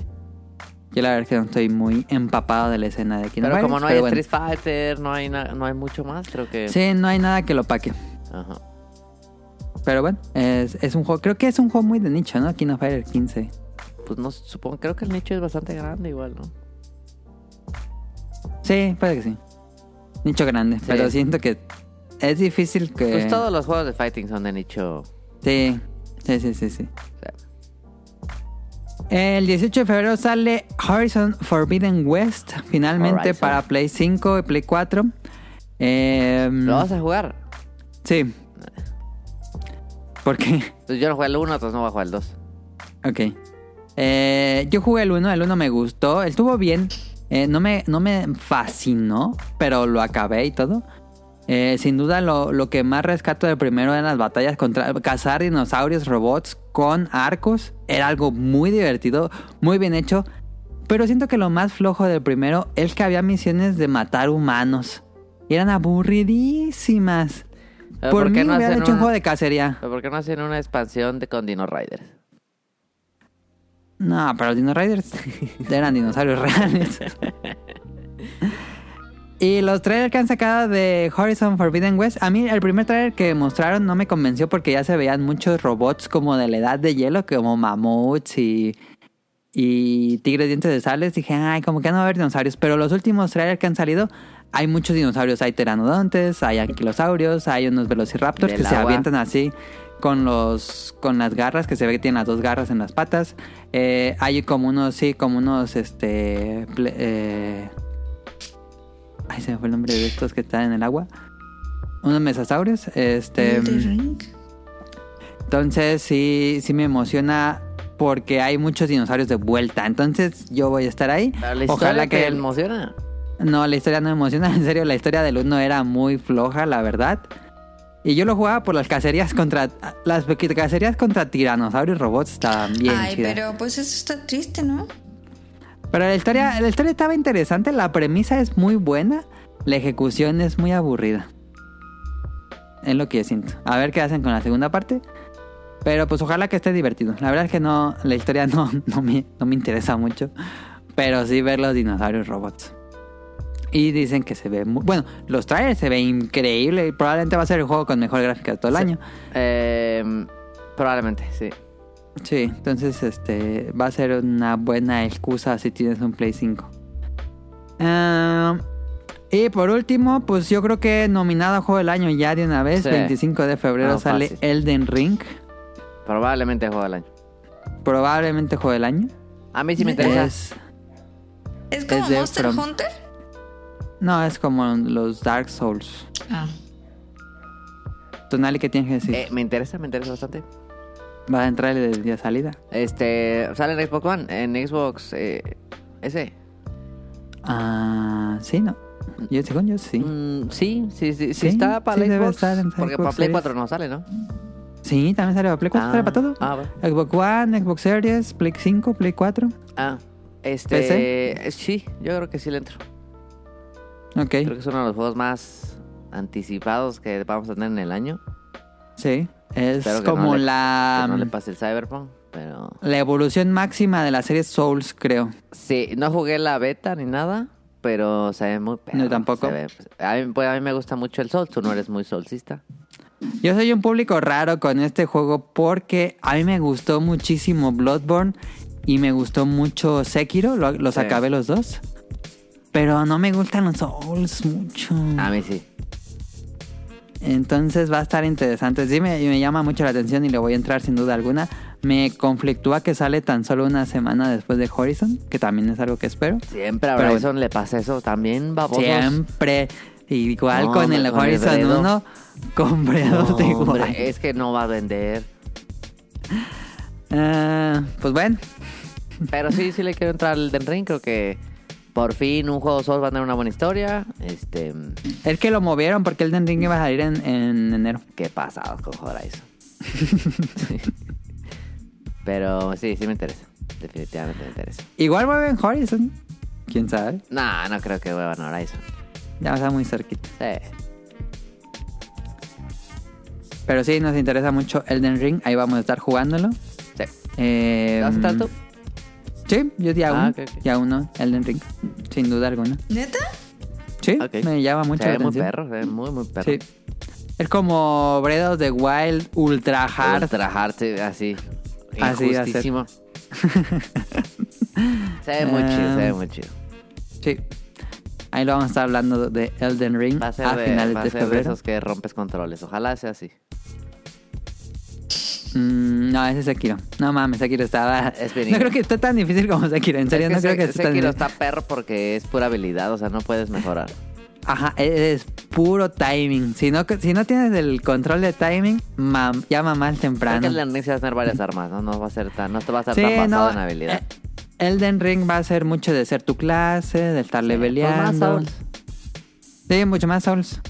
A: Yo la verdad es que no estoy muy empapado de la escena de King of
C: Pero
A: Fighters,
C: como no hay
A: bueno.
C: Street Fighter, no hay, na- no hay mucho más, creo que...
A: Sí, no hay nada que lo paque.
C: Ajá.
A: Pero bueno, es, es un juego. Creo que es un juego muy de nicho, ¿no? King of Fighters 15.
C: Pues no, supongo, creo que el nicho es bastante grande igual, ¿no?
A: Sí, puede que sí. Nicho grande, pero siento que es difícil que.
C: Pues todos los juegos de fighting son de nicho.
A: Sí, sí, sí, sí. sí.
C: o sea,
A: El 18 de febrero sale Horizon Forbidden West, finalmente
C: Horizon.
A: para Play 5 y Play 4. Em,
C: ¿Lo vas a jugar?
A: Sí. ¿Por qué?
C: Pues yo no jugué el 1, entonces no voy a jugar el 2.
A: Ok. Eh, yo jugué el 1, el 1 me gustó, estuvo bien. Eh, no, me, no me fascinó, pero lo acabé y todo. Eh, sin duda lo, lo que más rescato del primero eran las batallas contra cazar dinosaurios, robots con arcos. Era algo muy divertido, muy bien hecho. Pero siento que lo más flojo del primero es que había misiones de matar humanos. Y eran aburridísimas.
C: Pero
A: Por,
C: ¿por qué
A: mí
C: no
A: hubieran
C: hacen
A: hecho un
C: una-
A: juego de cacería.
C: Pero ¿Por qué no hacen una expansión de con Dino Riders?
A: No, pero los Dino Riders eran dinosaurios reales. y los trailers que han sacado de Horizon Forbidden West, a mí el primer trailer que mostraron no me convenció porque ya se veían muchos robots como de la edad de hielo, como mamuts y, y tigres dientes de sales. Dije, ay, como que no va a haber dinosaurios. Pero los últimos trailers que han salido, hay muchos dinosaurios. Hay teranodontes, hay anquilosaurios, hay unos velociraptors
C: Del
A: que se
C: agua.
A: avientan así con los con las garras que se ve que tienen las dos garras en las patas Eh, hay como unos sí como unos este ple- eh, ay se me fue el nombre de estos que están en el agua unos mesasaurios este
B: Elden Ring.
A: entonces sí sí me emociona porque hay muchos dinosaurios de vuelta entonces yo voy a estar ahí
C: Pero la
A: ojalá
C: historia te
A: que el-
C: emociona.
A: no, la historia no me emociona. [LAUGHS] En serio, la historia del 1 era muy floja, la verdad. Y yo lo jugaba por las cacerías contra. Las pequi- cacerías contra tiranosaurios y robots estaban bien.
B: Ay,
A: chidas.
B: pero pues eso está triste, ¿no?
A: Pero la historia, la historia estaba interesante, la premisa es muy buena, la ejecución es muy aburrida. Es lo que yo siento. A ver qué hacen con la segunda parte. Pero pues ojalá que esté divertido. La verdad es que no, la historia [LAUGHS] no, no, me, no me interesa mucho. Pero sí ver los dinosaurios robots. Y dicen que se ve muy... Bueno, los trailers se ve increíble. y Probablemente va a ser el juego con mejor gráfica de todo el
C: Sí.
A: año.
C: Eh, probablemente, sí.
A: Sí, entonces este va a ser una buena excusa si tienes un Play 5. Ah, y por último, pues yo creo que nominado a juego del año ya de una vez,
C: Sí.
A: 25 de febrero
C: Ah,
A: sale
C: fácil.
A: Elden Ring,
C: Probablemente juego del año.
A: probablemente juego del año.
C: A mí sí me interesa.
A: Es-
B: ¿Es como
A: Es de
B: Monster
A: From-
B: Hunter?
A: no, es como los Dark Souls.
B: Ah.
A: Tonali, ¿qué tienes que decir?
C: Eh, me interesa, me interesa bastante.
A: Va a entrar el día de salida.
C: Este, sale en Xbox One, en Xbox eh, ese.
A: Ah, sí, no. Yo según yo sí.
C: Mm, sí, sí, sí, sí,
A: Sí,
C: está para
A: sí
C: la
A: debe
C: Xbox.
A: estar en
C: porque
A: Xbox
C: para Play
A: Series.
C: 4 no sale, ¿no?
A: Sí, también sale para Play 4,
C: Ah,
A: sale para todo.
C: Ah, bueno.
A: Xbox One, Xbox Series, Play 5, Play 4.
C: Ah, este,
A: ¿PC?
C: sí, yo creo que sí le entro.
A: Ok,
C: Creo que es uno de los juegos más anticipados que vamos a tener en el año.
A: sí. Es
C: Espero que
A: como
C: no le-
A: la, mm,
C: que no le pase el Cyberpunk, pero
A: la evolución máxima de la serie Souls, creo.
C: sí, no jugué la beta ni nada, pero se ve muy perro,
A: No, tampoco.
C: se ve- a, mí, pues, a mí me gusta mucho el Sol, tú no eres muy solcista.
A: Yo soy un público raro con este juego porque a mí me gustó muchísimo Bloodborne y me gustó mucho Sekiro, lo- los
C: Sí.
A: acabé los dos. Pero no me gustan los Souls mucho.
C: A mí sí.
A: Entonces va a estar interesante. Sí, me, me llama mucho la atención y le voy a entrar sin duda alguna. Me conflictúa que sale tan solo una semana después de Horizon, que también es algo que espero.
C: Siempre a
A: Pero
C: Horizon le pasa eso también, babosos.
A: Siempre. [LAUGHS] Igual
C: No,
A: con
C: hombre,
A: el
C: con el
A: Horizon
C: dedo.
A: 1, compré
C: No,
A: dos de
C: hombre,
A: igual.
C: es que no va a vender.
A: Ah, pues bueno,
C: Pero sí, sí le quiero entrar al Den Ring. Creo que por fin un juego Souls va a tener una buena historia. Este,
A: es que lo movieron porque el Den Ring iba a salir en, en enero.
C: qué pasados con
A: [LAUGHS]
C: Horizon. Sí. Pero sí, sí me interesa. Definitivamente me interesa.
A: Igual mueven Horizon. Quién sabe.
C: No, no creo que vuelvan a Horizon.
A: Ya va a estar muy cerquita.
C: Sí.
A: Pero sí, nos interesa mucho Elden Ring. Ahí vamos a estar jugándolo.
C: sí.
A: Eh,
C: ¿Vas a estar tú?
A: Sí, yo día
C: Ah,
A: uno.
C: ok, ok.
A: Día uno, Elden Ring. Sin duda alguna.
B: ¿Neta?
A: Sí,
C: Ok.
A: me llama mucho
C: se
A: la
C: ve muy
A: atención.
C: perro, se ve muy, muy perro.
A: Sí. Es como Breath of the Wild Ultra Hard.
C: Ultra hard, sí, así.
A: Así va a ser. [LAUGHS]
C: Injustísimo. se ve muy chido, se
A: Em,
C: ve muy chido.
A: Sí. Ahí lo vamos a estar hablando de Elden Ring
C: Va a ser,
A: ¿mm? a
C: de,
A: finales
C: va a
A: de
C: ser de
A: febrero.
C: esos que rompes controles. Ojalá sea así.
A: Mm, no, ese es Sekiro. No mames, Sekiro
C: [LAUGHS]
A: estaba.
C: Es
A: no
C: Benigno.
A: creo que esté tan difícil como Sekiro. En serio,
C: Es
A: no creo que
C: ese-
A: esté tan
C: Sekiro
A: difícil.
C: está perro porque es pura habilidad, o sea, no puedes mejorar.
A: Ajá, e-, es puro timing. Si no, si no tienes el control de timing, mam- ya mamás
C: Creo que
A: temprano.
C: el Enrique va a tener varias armas, ¿no? No va a ser tan, no te va a estar
A: Sí,
C: tan
A: no,
C: basado en habilidad.
A: eh, Elden Ring va a ser mucho de ser tu clase, de estar
C: Pues más
A: leveleando.
C: Souls.
A: Sí, mucho más Souls.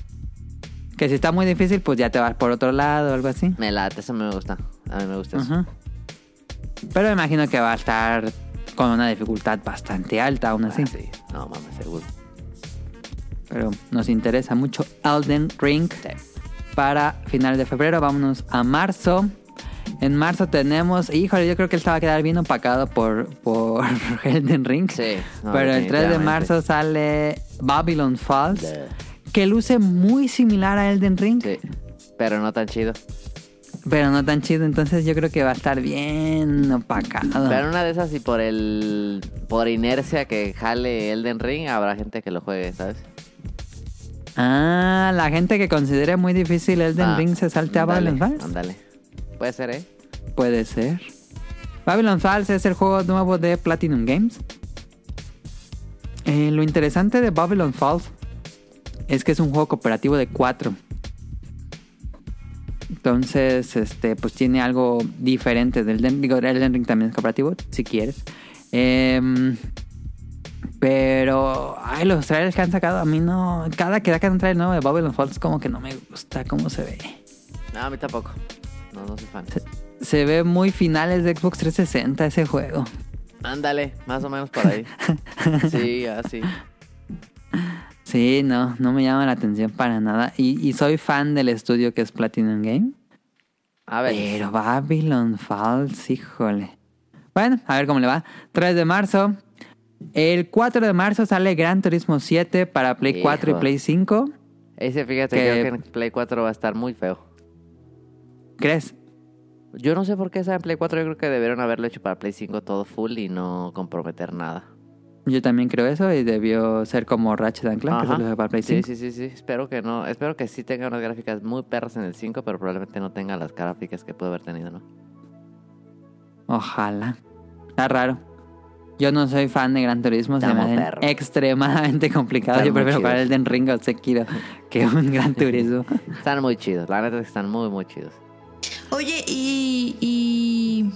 A: Que si está muy difícil, pues ya te vas por otro lado o algo así.
C: Me late, eso me gusta. A mí me gusta eso.
A: Ajá. Pero me imagino que va a estar con una dificultad bastante alta aún así.
C: Ah, sí. No mames, seguro.
A: Pero nos interesa mucho Elden Ring. Para final de febrero, vámonos a marzo. En marzo tenemos, híjole, yo creo que él se va a quedar bien opacado por, por [LAUGHS] Elden Ring.
C: Sí, no,
A: Pero el 3 de
C: definitivamente.
A: marzo sale Babylon Falls,
C: De-
A: que luce muy similar a Elden Ring,
C: Sí. Pero no tan chido.
A: pero no tan chido. Entonces yo creo que va a estar bien opacado.
C: Pero en una de esas y por el por inercia que jale Elden Ring habrá gente que lo juegue, ¿sabes?
A: Ah, la gente que considere muy difícil Elden
C: Ah,
A: Ring se salte a
C: ándale,
A: Babylon Falls.
C: Ándale. Puede ser, ¿eh?
A: Puede ser. Babylon Falls es el juego nuevo de Platinum Games. Eh, lo interesante de Babylon Falls es que es un juego cooperativo de cuatro. Entonces, este, pues tiene algo diferente del Den- digo, Elden Ring también es cooperativo, si quieres. Em, pero, ay, los trailers que han sacado, a mí no. Cada que sacan un trailer nuevo de Babylon Falls, como que no me gusta cómo se ve.
C: No, a mí tampoco. No, no soy fan.
A: Se ve muy finales de Xbox 360 ese juego.
C: Ándale, más o menos
A: [LAUGHS]
C: por ahí. Sí, así.
A: Sí, no, no me llama la atención para nada. Y, y soy fan del estudio que es Platinum Game.
C: A ver.
A: Pero Babylon Falls, híjole. Bueno, a ver cómo le va. 3 de marzo. El 4 de marzo sale Gran Turismo 7 para Play 4 y
C: Hijo.
A: Play 5.
C: Ese, fíjate,
A: Que-
C: creo que en Play 4 va a estar muy feo.
A: ¿Crees?
C: Yo no sé por qué esa en Play 4. Yo creo que debieron haberlo hecho para Play 5 todo full y no comprometer nada.
A: Yo también creo eso y debió ser como Ratchet and Clank, que
C: Ajá.
A: solo fue para Play 5.
C: Sí, sí, sí, sí. Espero que no. Espero que sí tenga unas gráficas muy perras en el 5, pero probablemente no tenga las gráficas que pudo haber tenido, ¿no?
A: Ojalá. Está raro. Yo no soy fan de Gran Turismo, se
C: Está
A: me
C: muy
A: hacen
C: perro.
A: extremadamente [LAUGHS] complicado.
C: Está
A: Yo
C: muy
A: prefiero
C: chido.
A: jugar el Den Ring o
B: [LAUGHS]
A: Sekiro que un Gran Turismo.
C: Están muy chidos. La neta es que están muy, muy chidos.
B: Oye, y, y.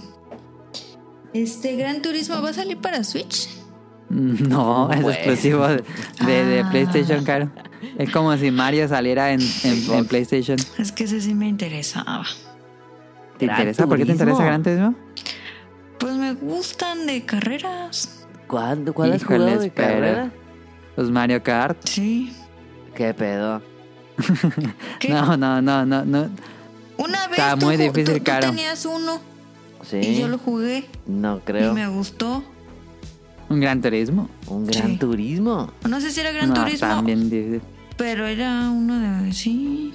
B: Este Gran Turismo va a salir para Switch.
A: No, es
C: Güey.
A: exclusivo de, de
B: Ah.
A: PlayStation, claro. Es como si Mario saliera en, en- en PlayStation.
B: Es que ese sí me interesaba.
A: ¿Te
C: Gran
A: interesa? ¿Por qué te
C: Turismo.
A: interesa Gran Turismo?
B: Pues me gustan de carreras.
C: ¿Cuándo, ¿Cuál has
A: Híjole,
C: jugado de
A: espera.
C: carrera?
A: Pues Mario Kart.
B: Sí.
C: ¿Qué pedo?
B: ¿Qué?
A: No, no, no, no, no.
B: Una vez
A: Está
B: tú,
A: muy
B: ju-
A: difícil,
B: tú- tú
A: Caro.
B: tenías uno
C: Sí.
B: y yo lo jugué
C: No
B: y
C: creo.
B: me gustó.
A: Un Gran Turismo.
C: Un gran
B: Sí.
C: turismo.
B: No sé si era Gran
A: no,
B: Turismo,
A: también difícil.
B: pero era uno
A: [LAUGHS]
B: de sí.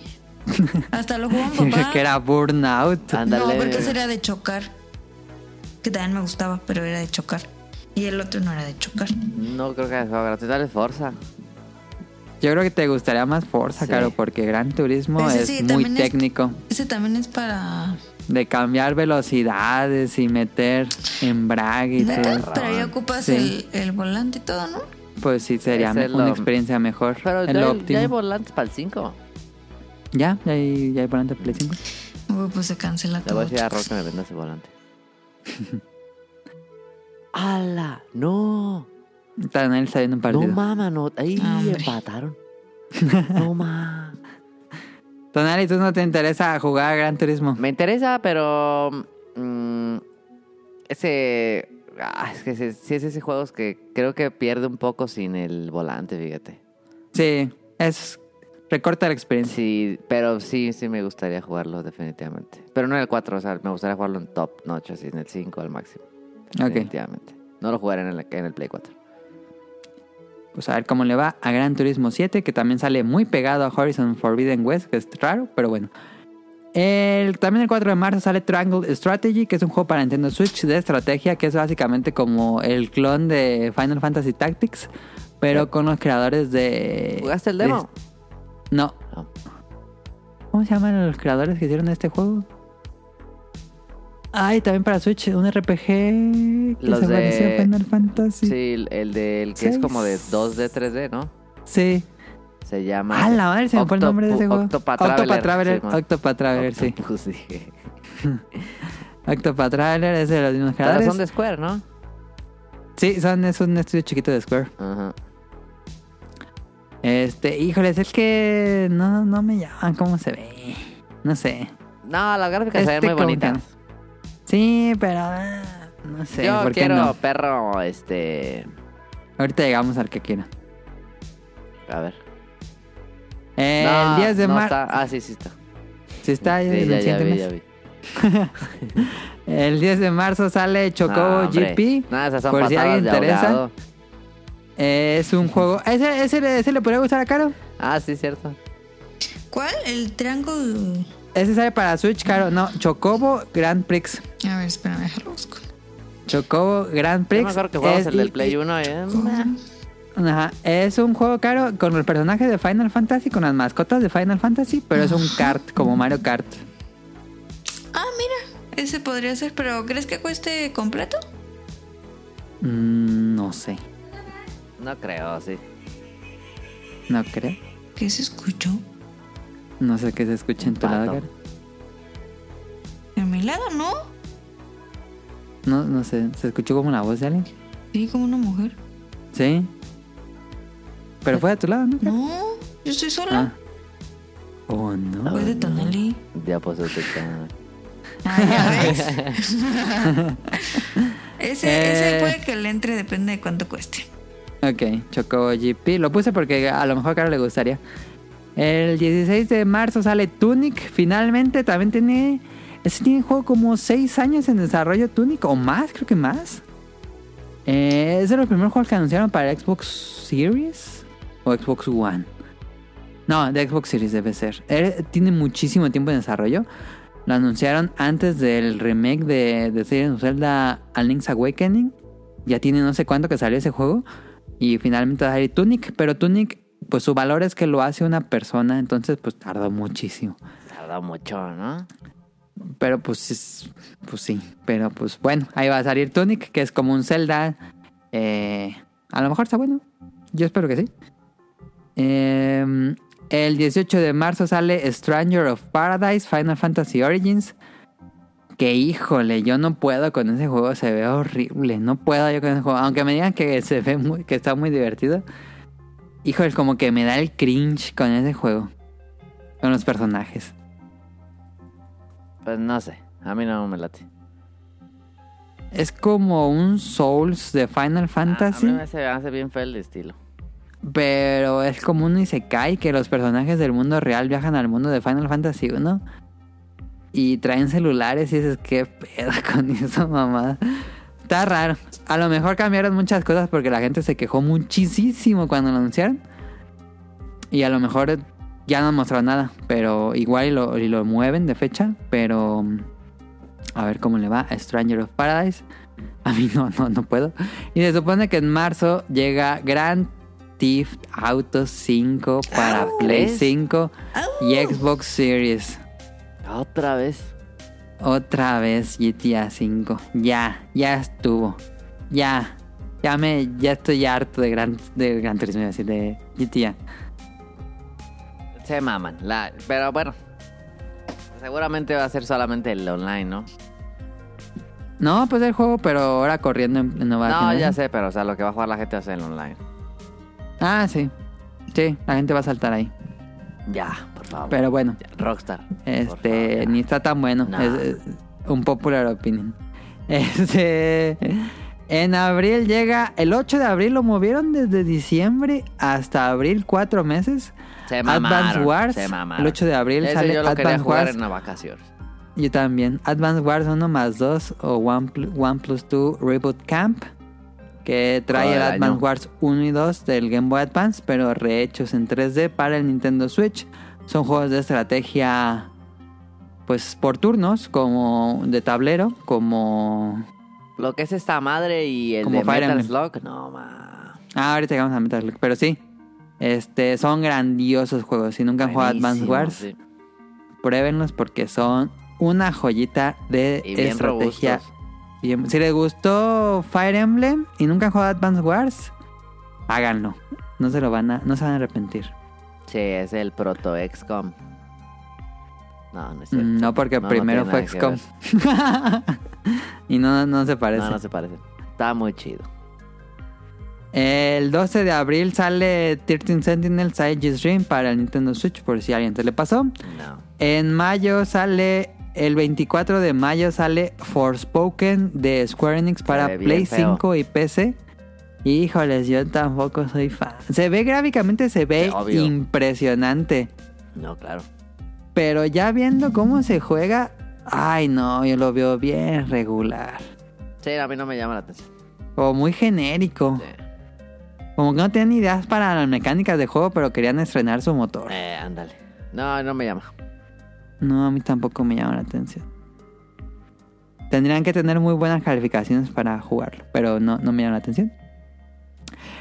B: Hasta lo jugó
A: Yo
B: mi
A: creo
B: papá.
A: que era Burnout.
C: Ándale.
B: No, porque ese era de chocar. Que también me gustaba, pero era de chocar. Y el otro no era de chocar.
C: No creo que haya jugado gratis. Dale Forza.
A: Yo creo que te gustaría más Forza,
C: Sí.
A: claro, porque Gran Turismo
B: Ese
A: es
B: sí,
A: muy
B: también es-
A: técnico.
B: Ese también es para
A: de cambiar velocidades y meter embrague y todo.
B: Neta,
A: eso.
B: pero ahí ocupas
A: Sí.
B: el, el volante y todo, ¿no?
A: Pues sí, sería
C: Ese es
A: una
C: lo-
A: experiencia mejor.
C: Pero
A: es
C: ya
A: lo
C: hay, ya hay
A: óptimo.
C: volantes para el 5.
A: Ya, ya hay, ya hay volante para el 5.
B: Uy, pues se cancela
C: Le voy a
B: todo.
C: decir a Rock que me venda ese volante. [LAUGHS] ¡Hala! ¡No!
A: Está él saliendo un partido.
C: No mama, no. Ahí
B: Hombre.
C: empataron. No mama.
A: Tonali, ¿tú no te interesa jugar a Gran Turismo?
C: Me interesa, pero. mm, ese. ah, es que sí sí es ese juego que creo que pierde un poco sin el volante, fíjate.
A: Sí, es... Recorta la experiencia.
C: Sí, pero sí, sí me gustaría jugarlo, definitivamente. Pero no en el 4, o sea, me gustaría jugarlo en top notch, así en el 5 al máximo. Definitivamente. No lo jugaré en el, en el Play 4.
A: Pues a ver cómo le va a Gran Turismo 7, que también sale muy pegado a Horizon Forbidden West, que es raro, pero bueno. El, también el 4 de marzo sale Triangle Strategy, que es un juego para Nintendo Switch de estrategia, que es básicamente como el clon de Final Fantasy Tactics, pero con los creadores de...
C: ¿Jugaste el demo?
A: de- no.
C: No.
A: ¿Cómo se llaman los creadores que hicieron este juego? Ay, también para Switch, un RPG que
C: Los
A: se
C: de-
A: pareció a Final Fantasy. Sí.
C: Sí, el, el del que es como de 2D, 3D, ¿no? Se llama.
A: Ah, la madre, se me fue el nombre de ese
C: Octopu-
A: juego.
C: Octopath
A: Octopath
C: Traveler.
A: Traveler.
C: Simón.
A: Octopath Traveler, sí.
C: Octopus, [LAUGHS] dije.
A: Octopath Traveler es de los mismos
C: Pero
A: creadores.
C: son de Square, ¿no?
A: Sí, son, es un estudio chiquito de Square.
C: Ajá.
A: Este, híjoles, es que no, no me llaman cómo se ve. No sé.
C: No, las gráficas se
A: Este
C: ven muy
A: como
C: bonitas.
A: que- Sí, pero ah, no sé.
C: Yo
A: ¿por qué
C: quiero
A: no?
C: perro, este.
A: Ahorita llegamos al que quiera.
C: A ver.
A: El
C: No,
A: 10 de
C: no
A: marzo.
C: está. Ah, sí, sí está.
A: Sí, está ahí
C: Sí,
A: en
C: ya,
A: el
C: ya
A: siguiente
C: vi,
A: mes.
C: ya vi.
A: El 10 de marzo sale Chocobo
C: No, hombre.
A: GP.
C: No, esas son
A: por si
C: patadas
A: alguien
C: de
A: interesa.
C: ahogado.
A: Eh, es un juego. ¿Ese, ese, ese le podría gustar a Caro?
C: Ah, sí, cierto.
B: ¿Cuál? El Triangle.
A: Ese sale para Switch, Caro. No, Chocobo Grand Prix.
B: A ver, espérame, déjalo busco.
A: Chocobo Grand
C: Yo
A: Prix.
C: me acuerdo que jugamos
A: es-
C: el del Play 1. eh,
A: Ajá, es un juego caro con los personajes de Final Fantasy, con las mascotas de Final Fantasy, pero es un
C: Ah.
A: kart, como Mario Kart.
B: Ah, mira, ese podría ser, pero ¿crees que cueste completo?
A: Mm, no sé,
C: No creo, sí.
A: no creo.
B: ¿Qué se escuchó?
A: No sé qué se escucha en tu lado,
C: Pato.
A: Caro.
B: A mi lado, ¿no?
A: No, no sé, se escuchó como la voz de alguien.
B: Sí, como una mujer.
A: Sí. Pero fue a tu lado, ¿no? Caro?
B: No, yo estoy
A: Ah.
B: sola.
A: Oh, no.
B: Fue de Tonali.
C: Ya puso tu cámara.
B: Ah, ya ves.
A: [LAUGHS]
B: ese, ese
A: Eh.
B: puede que le entre, depende de cuánto cueste.
A: Ok, Chocobo GP. Lo puse porque a lo mejor a Caro le gustaría. El 16 de marzo sale Tunic. Finalmente también tiene. Ese tiene juego como 6 años en desarrollo Tunic o más, creo que más. Eh, es de los primeros juegos que anunciaron para Xbox Series o Xbox One. No, de Xbox Series debe ser. Eh, tiene muchísimo tiempo en desarrollo. Lo anunciaron antes del remake de, de Series of Zelda A Link's Awakening. Ya tiene no sé cuánto que salió ese juego. Y finalmente va a salir Tunic. Pero Tunic, pues su valor es que lo hace una persona. Entonces, pues tardó muchísimo.
C: Tardó mucho, ¿no?
A: Pero pues, es- pues sí. Pero pues bueno, ahí va a salir Tunic, que es como un Zelda. Eh, a lo mejor está bueno. Yo espero que sí. Eh, el 18 de marzo sale Stranger of Paradise Final Fantasy Origins. Que híjole, yo no puedo con ese juego, se ve horrible. No puedo yo con ese juego. Aunque me digan que se ve muy, que está muy divertido. Híjole, como que me da el cringe con ese juego. Con los personajes.
C: Pues no sé. A mí no me late.
A: Es como un Souls de Final Fantasy,
C: Ah, A, a mí me hace, me hace bien feo el estilo.
A: pero es como un Isekai que los personajes del mundo real viajan al mundo de Final Fantasy 1 y traen celulares y dices, ¿qué pedo [LAUGHS] con eso, mamada? Está raro. A lo mejor cambiaron muchas cosas porque la gente se quejó muchísimo cuando lo anunciaron. Y a lo mejor ya no mostraron nada, pero igual y lo, y lo mueven de fecha, pero... mm, A ver cómo le va a Stranger of Paradise. [LAUGHS] A mí no, no, no puedo. Y se supone que en marzo llega Grand Theft Auto 5 para
B: Au.
A: Play
C: ¿Ves?
A: 5
B: Au.
A: y Xbox Series.
C: Otra vez.
A: Otra vez GTA 5. Ya, ya estuvo. Ya. Ya me, ya estoy harto de Gran, de gran Turismo, iba a decir, de GTA.
C: Se maman. la- pero bueno. Seguramente va a ser solamente el online, ¿no?
A: No, pues el juego, pero ahora corriendo en, en nueva
C: No, ya
A: generación.
C: sé, pero o sea, lo que va a jugar la gente es el online.
A: Ah, sí. Sí, la gente va a saltar ahí.
C: Ya, por favor.
A: Pero bueno,
C: Ya, Rockstar. por
A: este,
C: favor, ya.
A: ni está tan bueno.
C: No.
A: Es, es un popular opinion. [LAUGHS] Este, en abril llega, el 8 de abril lo movieron desde diciembre hasta abril, cuatro meses.
C: se mamaron,
A: Advance Wars,
C: se mamaron.
A: el 8 de abril
C: Ese
A: sale
C: yo lo quería
A: Advance
C: jugar
A: Wars.
C: en las vacaciones.
A: Yo también. Advance Wars 1 más 2 o 1 pl- 1 plus 2 Reboot Camp. Que trae
C: Todo
A: el
C: el
A: Advance
C: año.
A: Wars 1 y 2 del Game Boy Advance, pero rehechos en 3D para el Nintendo Switch. Son juegos de estrategia, pues por turnos, como de tablero, como.
C: Lo que es esta madre y el
A: Como
C: de
A: Fire
C: Metal
A: Emblem.
C: Slug, no, ma.
A: Ah, ahorita llegamos a Metal Slug, pero sí. Este, son grandiosos juegos. Si nunca han jugado Advance
C: Buenísimo,
A: Wars,
C: sí.
A: pruébenlos porque son una joyita de
C: Y bien
A: estrategia
C: robustos.
A: Bien, em, si les gustó Fire Emblem y nunca han jugado Advance Wars, háganlo. No se lo van a, no se van a arrepentir.
C: Sí, es el proto XCOM. No, no es cierto.
A: Mm, No, porque
C: No, no
A: primero
C: tiene
A: fue
C: nada que ver.
A: XCOM. [LAUGHS] y no, no se parece.
C: No, no se parece. Está muy chido.
A: El 12 de abril sale 13 Sentinels Aegis Dream para el Nintendo Switch, por si a alguien se le pasó.
C: No.
A: En mayo sale. El 24 de mayo sale Forspoken de Square Enix para
C: ve bien
A: Play
C: feo.
A: 5 y PC. Híjoles, yo tampoco soy fan. Se ve gráficamente, se ve
C: Sí, obvio.
A: impresionante.
C: No, claro.
A: Pero ya viendo cómo se juega, ay no, yo lo veo bien regular.
C: Sí, a mí no me llama la atención.
A: O muy genérico.
C: Sí.
A: Como que no tienen ideas para las mecánicas de juego, pero querían estrenar su motor.
C: Eh, ándale. No, no me llama.
A: No, a mí tampoco me llama la atención. Tendrían que tener muy buenas calificaciones para jugarlo, pero no, no me llama la atención.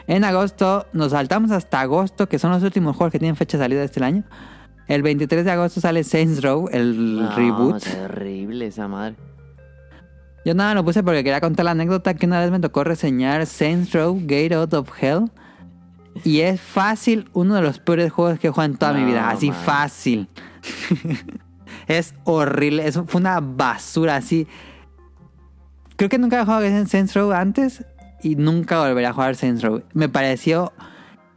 A: En agosto, nos saltamos hasta agosto, que son los últimos juegos que tienen fecha de salida este año. El 23 de agosto sale Saints Row, el
C: No,
A: reboot.
C: Es horrible esa madre.
A: Yo nada, lo puse porque quería contar la anécdota que una vez me tocó reseñar Saints Row Gate Out of Hell. Y es fácil, uno de los peores juegos que he jugado en toda mi
C: No,
A: vida. Así
C: man.
A: fácil. [LAUGHS] es horrible. Es, fue una basura así. Creo que nunca había jugado Saints Row antes y nunca volveré a jugar Saints Row. Me pareció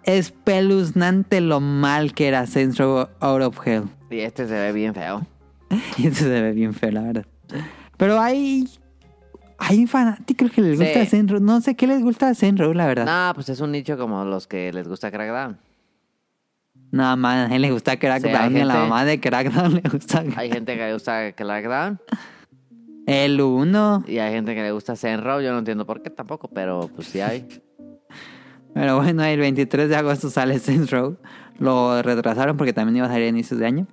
A: espeluznante lo mal que era Saints Row Out of Hell.
C: Y este se ve bien feo.
A: Y [LAUGHS] eso se ve bien feo, la verdad. Pero hay. Hay fanáticos que les gusta
C: Sí.
A: Saints Row. No sé qué les gusta de Saints Row, la verdad.
C: No, pues es un nicho como los que les gusta Crackdown.
A: Nada más, a él le gusta
C: Sí, hay
A: Crackdown. y a la
C: gente-
A: mamá de Crackdown le gusta.
C: Hay gente que le gusta Crackdown
A: El 1.
C: y hay gente que le gusta Zenro. Yo no entiendo por qué tampoco, pero pues
A: [LAUGHS]
C: sí hay.
A: Pero bueno, el 23 de agosto sale Saints Row. Lo retrasaron porque también iba a salir a inicios de año.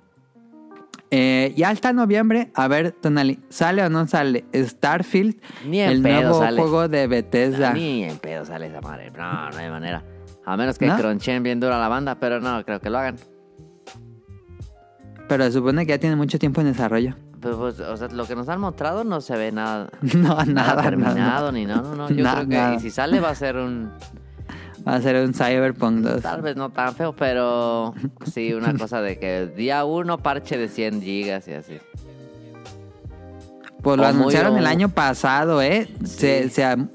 A: Eh, y hasta noviembre, a ver, Tonali, ¿sale o no sale Starfield?
C: Ni en
A: el
C: pedo
A: nuevo
C: sale.
A: juego de Bethesda.
C: Ni en pedo sale esa madre. No, no hay manera. A menos que
A: ¿No?
C: cronchen bien duro a la banda, pero no, creo que lo hagan.
A: Pero se supone que ya tiene mucho tiempo en desarrollo. [LAUGHS]
C: Pues, pues, o sea, lo que nos han mostrado no se ve nada,
A: No, nada,
C: nada
A: nada,
C: terminado
A: nada.
C: ni no, no, no. Yo
A: Nada,
C: creo que
A: nada.
C: y si sale va a ser un
A: Va a ser un Cyberpunk 2.
C: tal vez no tan feo, pero
A: [LAUGHS]
C: sí una cosa de que día uno parche de 100 gigas y así.
A: Pues lo
C: o muy
A: anunciaron
C: o-
A: el año pasado, ¿eh? Se, se am-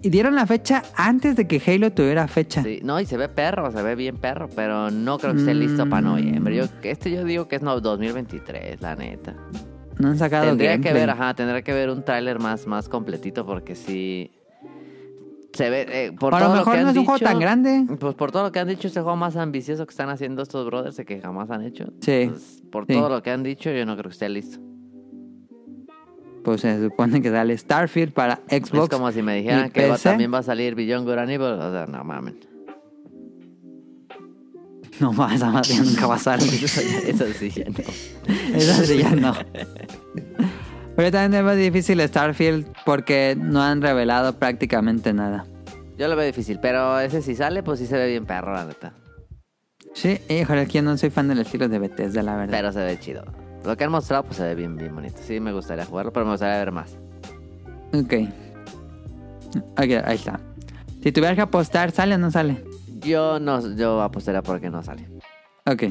A: y dieron la fecha antes de que Halo tuviera fecha.
C: Sí, no, y se ve perro, se ve bien perro, pero no creo que
A: Mm.
C: esté listo para noviembre. Yo, este yo digo que es no, 2023, la neta.
A: No han sacado
C: Tendría que
A: gameplay.
C: ver, ajá, tendría que ver un tráiler más, más completito porque sí se ve eh, por
A: A lo
C: todo
A: mejor
C: que han
A: no es un juego
C: dicho-
A: tan grande.
C: Pues por todo lo que han dicho, es el juego más ambicioso que están haciendo estos brothers y que jamás han hecho.
A: Sí,
C: Pues, por
A: sí.
C: todo lo que han dicho, yo no creo que esté listo.
A: Pues se supone que sale Starfield para
C: Es
A: Xbox.
C: como si me dijeran
A: y
C: que va-
A: PC.
C: también va a salir Beyond Good and Evil. O sea, no
A: [LAUGHS]
C: mamen.
A: [LAUGHS] No más, esa madre nunca va a salir.
C: [LAUGHS] Eso, eso sí, ya no.
A: Eso sí, ya
C: [LAUGHS]
A: no. Pero también es más difícil Starfield porque no han revelado prácticamente nada.
C: Yo lo veo difícil, pero ese si sale, pues sí se ve bien perro, la neta.
A: Sí, híjole, es que yo no soy fan del estilo de Bethesda, la verdad.
C: Pero se ve chido. Lo que han mostrado pues se ve bien, bien bonito. Sí, me gustaría jugarlo, pero me gustaría ver más.
A: Ok. Ok, ahí está. Si tuvieras que apostar, ¿sale o no sale?
C: Yo no, yo apostaría porque no sale.
A: Ok.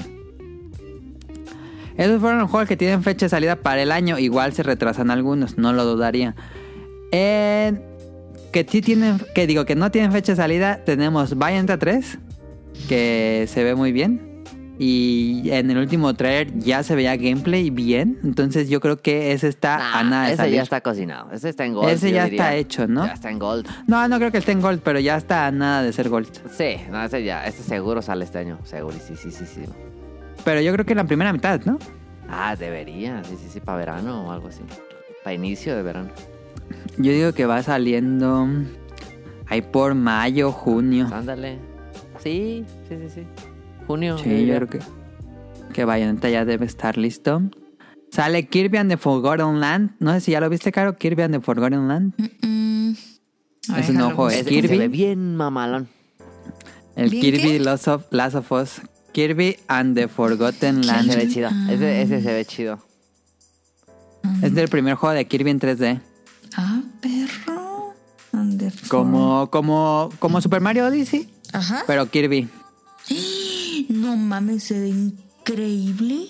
A: Esos fueron los juegos que tienen fecha de salida para el año. Igual se retrasan algunos, no lo dudaría. Eh, que sí tienen, que digo que no tienen fecha de salida, tenemos Bayonetta 3, que se ve muy bien. Y en el último trailer ya se veía gameplay bien. Entonces yo creo que ese está a Ah, nada de
C: ese
A: salir.
C: ya está cocinado. Ese está en gold.
A: Ese
C: yo
A: ya
C: diría.
A: está hecho, ¿no?
C: Ya está en gold.
A: No, no creo que esté en Gold, pero ya está a nada de ser Gold.
C: Sí, no, ese ya, ese seguro sale este año. Seguro, sí, sí, sí, sí.
A: Pero yo creo que en la primera mitad, ¿no?
C: Ah, debería, sí, sí, sí, para verano o algo así. Para inicio de verano.
A: Yo digo que va saliendo ahí por mayo, junio.
C: Ándale. Sí, sí, sí, sí. Junio.
A: Sí, yo creo que, que Bayonetta ya debe estar listo. Sale Kirby and the Forgotten Land. No sé si ya lo viste, Caro. Kirby and the Forgotten Land.
B: Mm, a ver,
A: Es un
B: déjalo
A: ojo,
B: busco.
A: es
C: Pues Ese que
A: Kirby.
C: se ve bien mamalón.
A: El
B: ¿Bien
A: Kirby
B: qué?
A: Last of, Last of Us. Kirby and the Forgotten
C: Ah, se ve
A: Land.
C: chido. Ese, ese se ve chido.
A: Es el primer juego de Kirby en 3D.
B: Ah, perro. And the form-
A: Como, como, como Super Mario Odyssey,
B: Ajá.
A: pero
B: [LAUGHS]
A: Kirby.
B: No mames, se ve increíble.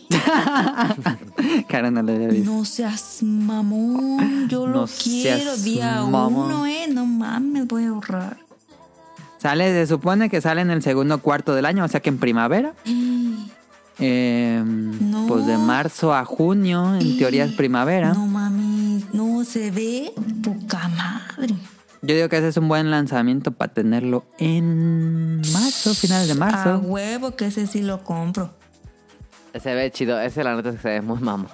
A: Caro no lo había visto.
B: No seas mamón. Yo
A: No
B: lo
A: seas
B: quiero. Día
A: mamón.
B: uno, eh. No mames, voy a ahorrar.
A: Sale, se supone que sale en el segundo cuarto del año, o sea que en
B: [GASPS]
A: primavera. Eh,
B: No.
A: Pues de marzo a junio, en teoría es primavera.
B: No mames. No se ve poca madre.
A: Yo digo que ese es un buen lanzamiento para tenerlo en marzo, finales de
B: A
A: marzo.
B: huevo que ese sí lo compro.
C: Se ve chido. Ese, la neta, es que se ve muy mamón.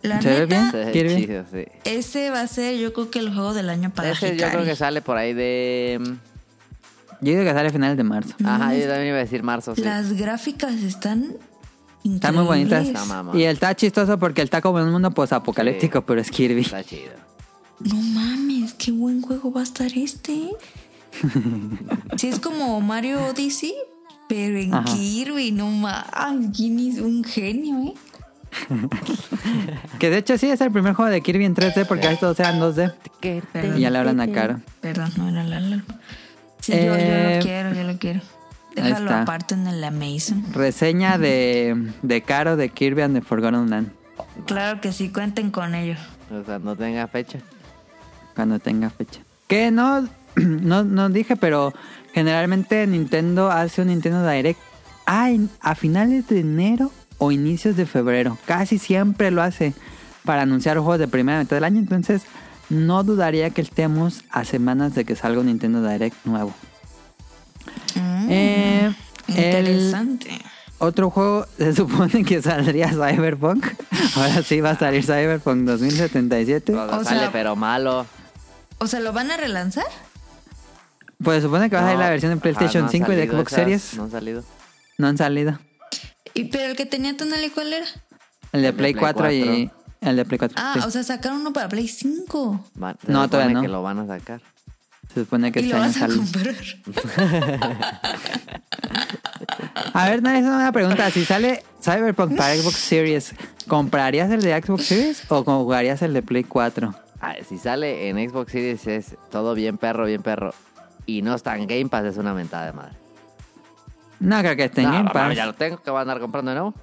B: La
A: ¿Se ve
B: neta,
C: Se ve
A: Kirby.
C: chido, sí.
B: ese va a ser, yo creo que el juego del año para
C: Ese yo
B: Hikari.
C: creo que sale por ahí de... mm,
A: Yo digo que sale a finales de marzo.
C: Ajá, yo también iba a decir marzo, sí.
B: Las gráficas están increíbles.
A: Están muy bonitas.
C: Está mamón.
A: Y él está chistoso porque él está como en un mundo posapocalíptico, pero es Kirby.
C: Está chido.
B: No mames, qué buen juego va a estar
A: [LAUGHS]
B: este. Si es como Mario Odyssey, pero en
A: Ajá.
B: Kirby, no mames. Jimmy es un genio, ¿eh?
A: Que de hecho sí es el primer juego de Kirby en 3D porque casi todos eran 2D.
C: ¿Qué?
B: Perdón.
A: Y ya le hablan a Caro.
B: Perdón, no era la alarma. Sí, yo, yo
A: Eh,
B: lo quiero, yo lo quiero.
A: ahí
B: Déjalo
A: está.
B: aparte en el Amazon.
A: Reseña de, de Caro de Kirby and the Forgotten Land.
B: Claro que sí, cuenten con ello.
C: O sea, no tenga fecha.
A: cuando tenga fecha. Que no, [CLEARS THROAT] no, no dije, pero generalmente Nintendo hace un Nintendo Direct ah, en- a finales de enero o inicios de febrero. Casi siempre lo hace para anunciar juegos de primera mitad del año. Entonces, no dudaría que estemos a semanas de que salga un Nintendo Direct nuevo.
B: Mm,
A: Eh, el-
B: Interesante.
A: otro juego [LAUGHS] se supone que saldría Cyberpunk. [LAUGHS] Ahora sí va a salir Cyberpunk 2077.
C: Cuando
B: O
C: sale,
B: sea-
C: pero malo.
B: O sea, ¿lo van a relanzar?
A: Pues se supone que va a salir
C: No,
A: la versión de
C: ajá,
A: PlayStation
C: no han
A: 5 y de
C: salido
A: Xbox
C: esas,
A: Series.
C: No han salido.
A: No han salido.
B: ¿Y pero el que tenía Tonali cuál era?
A: El de
C: El de
A: Play
C: Play
A: 4 y. El de Play 4.
B: Ah,
A: sí.
B: o sea, sacaron uno para Play 5.
C: Van- se
A: No,
C: supone
A: todavía no.
C: que lo van a sacar.
A: Se supone que
B: y
A: este
B: lo
A: año
B: vas a
A: sale.
B: comprar.
A: A ver, Nari, es una pregunta. Si sale Cyberpunk para Xbox Series, ¿comprarías el de Xbox Series o jugarías el de Play 4?
C: Ah, si sale en Xbox Series es todo bien perro, bien perro. Y no está en Game Pass, es una mentada de madre.
A: No creo que esté en
C: No,
A: Game
C: no,
A: Pass.
C: ya lo tengo, que van a andar comprando de nuevo.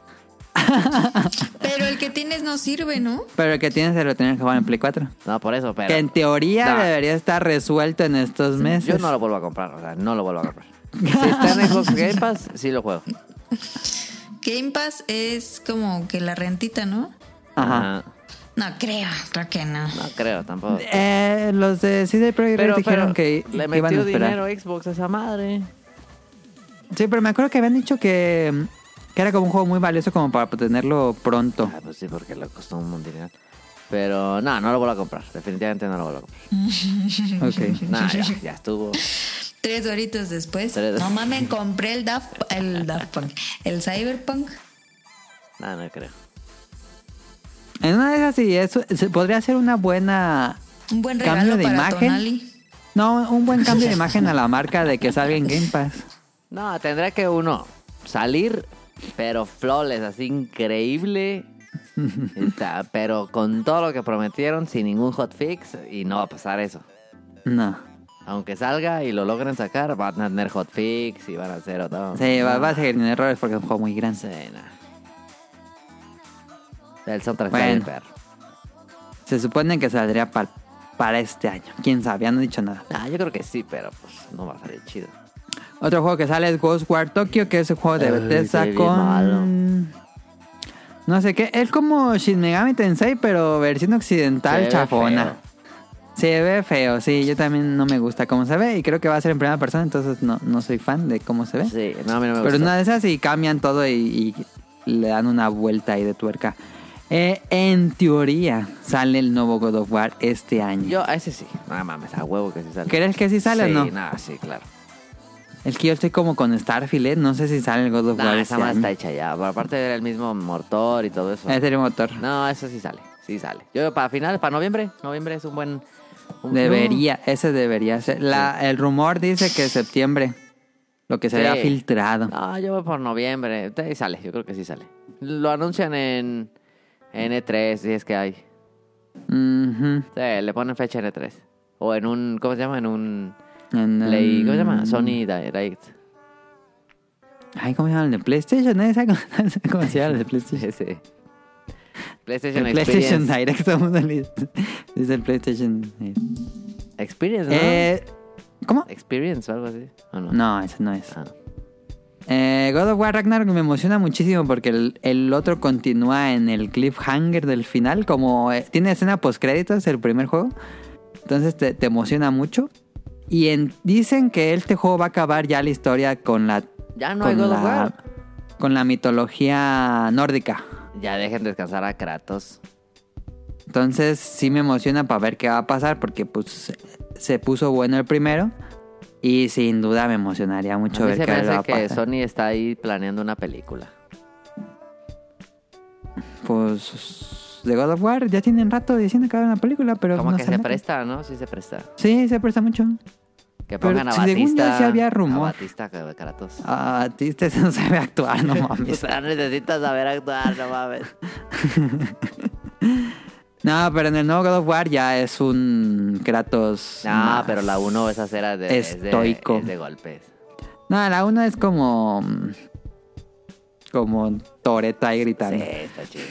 B: Pero el que tienes no sirve, ¿no?
A: Pero el que tienes se lo tienes que jugar en Play 4.
C: No, por eso, pero...
A: que en teoría
C: No.
A: debería estar resuelto en estos meses.
C: Yo no lo vuelvo a comprar, o sea, no lo vuelvo a
A: [LAUGHS]
C: comprar. si está en Xbox Game Pass, sí lo juego.
B: Game Pass es como que la rentita, ¿no?
A: Ajá.
C: Ah,
B: No creo, creo que no.
C: No creo, tampoco.
A: Eh, los de CD Projekt Red
C: Pero,
A: dijeron
C: pero
A: que
C: le
A: que iban a
C: metió
A: esperar.
C: dinero Xbox a esa madre.
A: Sí, pero me acuerdo que habían dicho que, que era como un juego muy valioso como para tenerlo
C: [LAUGHS]
A: pronto.
C: Ah, pues sí, porque le costó un montón. Pero no, no lo vuelvo a comprar. Definitivamente no lo vuelvo a
A: [LAUGHS]
C: comprar.
A: Ok.
C: Nah, ya, ya estuvo.
B: Tres horitos después.
C: Tres-
B: No mames, compré el Daft, el Daft Punk, el Cyberpunk.
C: No, no creo.
A: En una de esas sí, eso se- podría ser una buena...
B: Un buen
A: Cambio
B: regalo
A: de
B: para
A: imagen. [LAUGHS]
B: Tonali.
A: No, un buen cambio de imagen a la marca de que salga en Game Pass. [LAUGHS]
C: No, tendrá que uno salir, pero flawless, así increíble. Y está- pero con todo lo que prometieron, sin ningún hotfix, y no va a pasar eso.
A: No.
C: Aunque salga y lo logren sacar, van a tener hotfix y van a hacer otro.
A: Sí, va, va a seguir en errores porque es un juego muy grande.
C: Sí, no. El soundtrack está
A: Bueno.
C: bien perro.
A: Se supone que saldría pa- para este año. Quién sabe, ya no he dicho nada.
C: Ah, yo creo que sí, pero pues no va a salir chido.
A: Otro juego que sale es Ghostwire Tokyo, que es un juego de
C: Ay,
A: Bethesda
C: qué bien
A: con.
C: malo.
A: No sé qué. Es como Shin Megami Tensei, pero versión occidental
C: Se ve
A: chafona.
C: feo.
A: Se ve feo, sí. Yo también no me gusta cómo se ve. Y creo que va a ser en primera persona, entonces no, no soy fan de cómo se ve.
C: Sí, no, a mí no me
A: ¿Eh? Pero
C: gustó.
A: una de esas y cambian todo y, y le dan una vuelta ahí de tuerca. Eh, en teoría sale el nuevo God of War este año.
C: Yo, a ese sí. No mames, a huevo que sí sale.
A: ¿Crees que sí sale o no?
C: Sí, no, sí, claro.
A: Es que yo estoy como con Starfield, ¿eh? no sé si sale el God of
C: No,
A: War
C: esa
A: este
C: madre
A: año.
C: está hecha ya. Pero aparte era el mismo motor y todo eso.
A: Ese era el motor.
C: No, eso sí sale. Sí sale. Yo para finales, para noviembre. Noviembre es un buen... un-
A: Debería, ese debería ser. La- El rumor dice que septiembre, lo que se
C: Mm, Sí.
A: había filtrado.
C: No, yo voy por noviembre. Sí, sale, yo creo que sí sale. Lo anuncian en, en E3, si es que hay.
A: Ujú.
C: Sí, le ponen fecha en E3. O en un... ¿Cómo se llama? En un...
A: En el-
C: Play... ¿Cómo se llama? Sony Direct.
A: Ay, ¿cómo se llama el de PlayStation? Nadie [LAUGHS] sabe cómo, nadie sabe cómo se llama el
C: [LAUGHS]
A: de PlayStation.
C: Ese. PlayStation
A: El
C: Experience.
A: PlayStation Direct, [LAUGHS] todo el mundo le dice- dice el PlayStation. eh.
C: Experience, ¿no?
A: Eh, ¿Cómo?
C: Experience o algo así. ¿O no?
A: No, ese no es.
C: Ah.
A: Eh, God of War Ragnarok me emociona muchísimo porque el, el otro continúa en el cliffhanger del final, como eh, tiene escena post créditos el primer juego, entonces te, te emociona mucho. Y en- dicen que este juego va a acabar ya la historia con la
C: Ya no hay
A: con,
C: God of
A: la,
C: War.
A: con la mitología nórdica.
C: Ya dejen descansar a Kratos.
A: Entonces sí me emociona para ver qué va a pasar porque pues se puso bueno el primero y sin duda me emocionaría mucho
C: a mí
A: ver
C: se
A: qué
C: me
A: va a
C: hace que
A: pasar.
C: Sony está ahí planeando una película.
A: Pues de God of War ya tienen rato diciendo que va a haber una película, pero
C: Como
A: no
C: que
A: se
C: se
A: nota.
C: presta, ¿no? Sí se presta.
A: Sí, se presta mucho.
C: Que
A: Pero
C: pongan a
A: si según yo
C: Batista.
A: sí había rumor.
C: A Batista que- Kratos.
A: Ah, [LAUGHS] Tiste no sabe actuar, no mames.
C: [LAUGHS] Pues, ah, necesitas saber actuar, no mames.
A: No, pero en el nuevo God of War ya es un Kratos.
C: No,
A: [LAUGHS] más.
C: pero la 1 esa era de, es de-
A: Estoico.
C: es de golpes.
A: No, la 1 es como. Como Toreto ahí gritando.
C: Sí, está chido.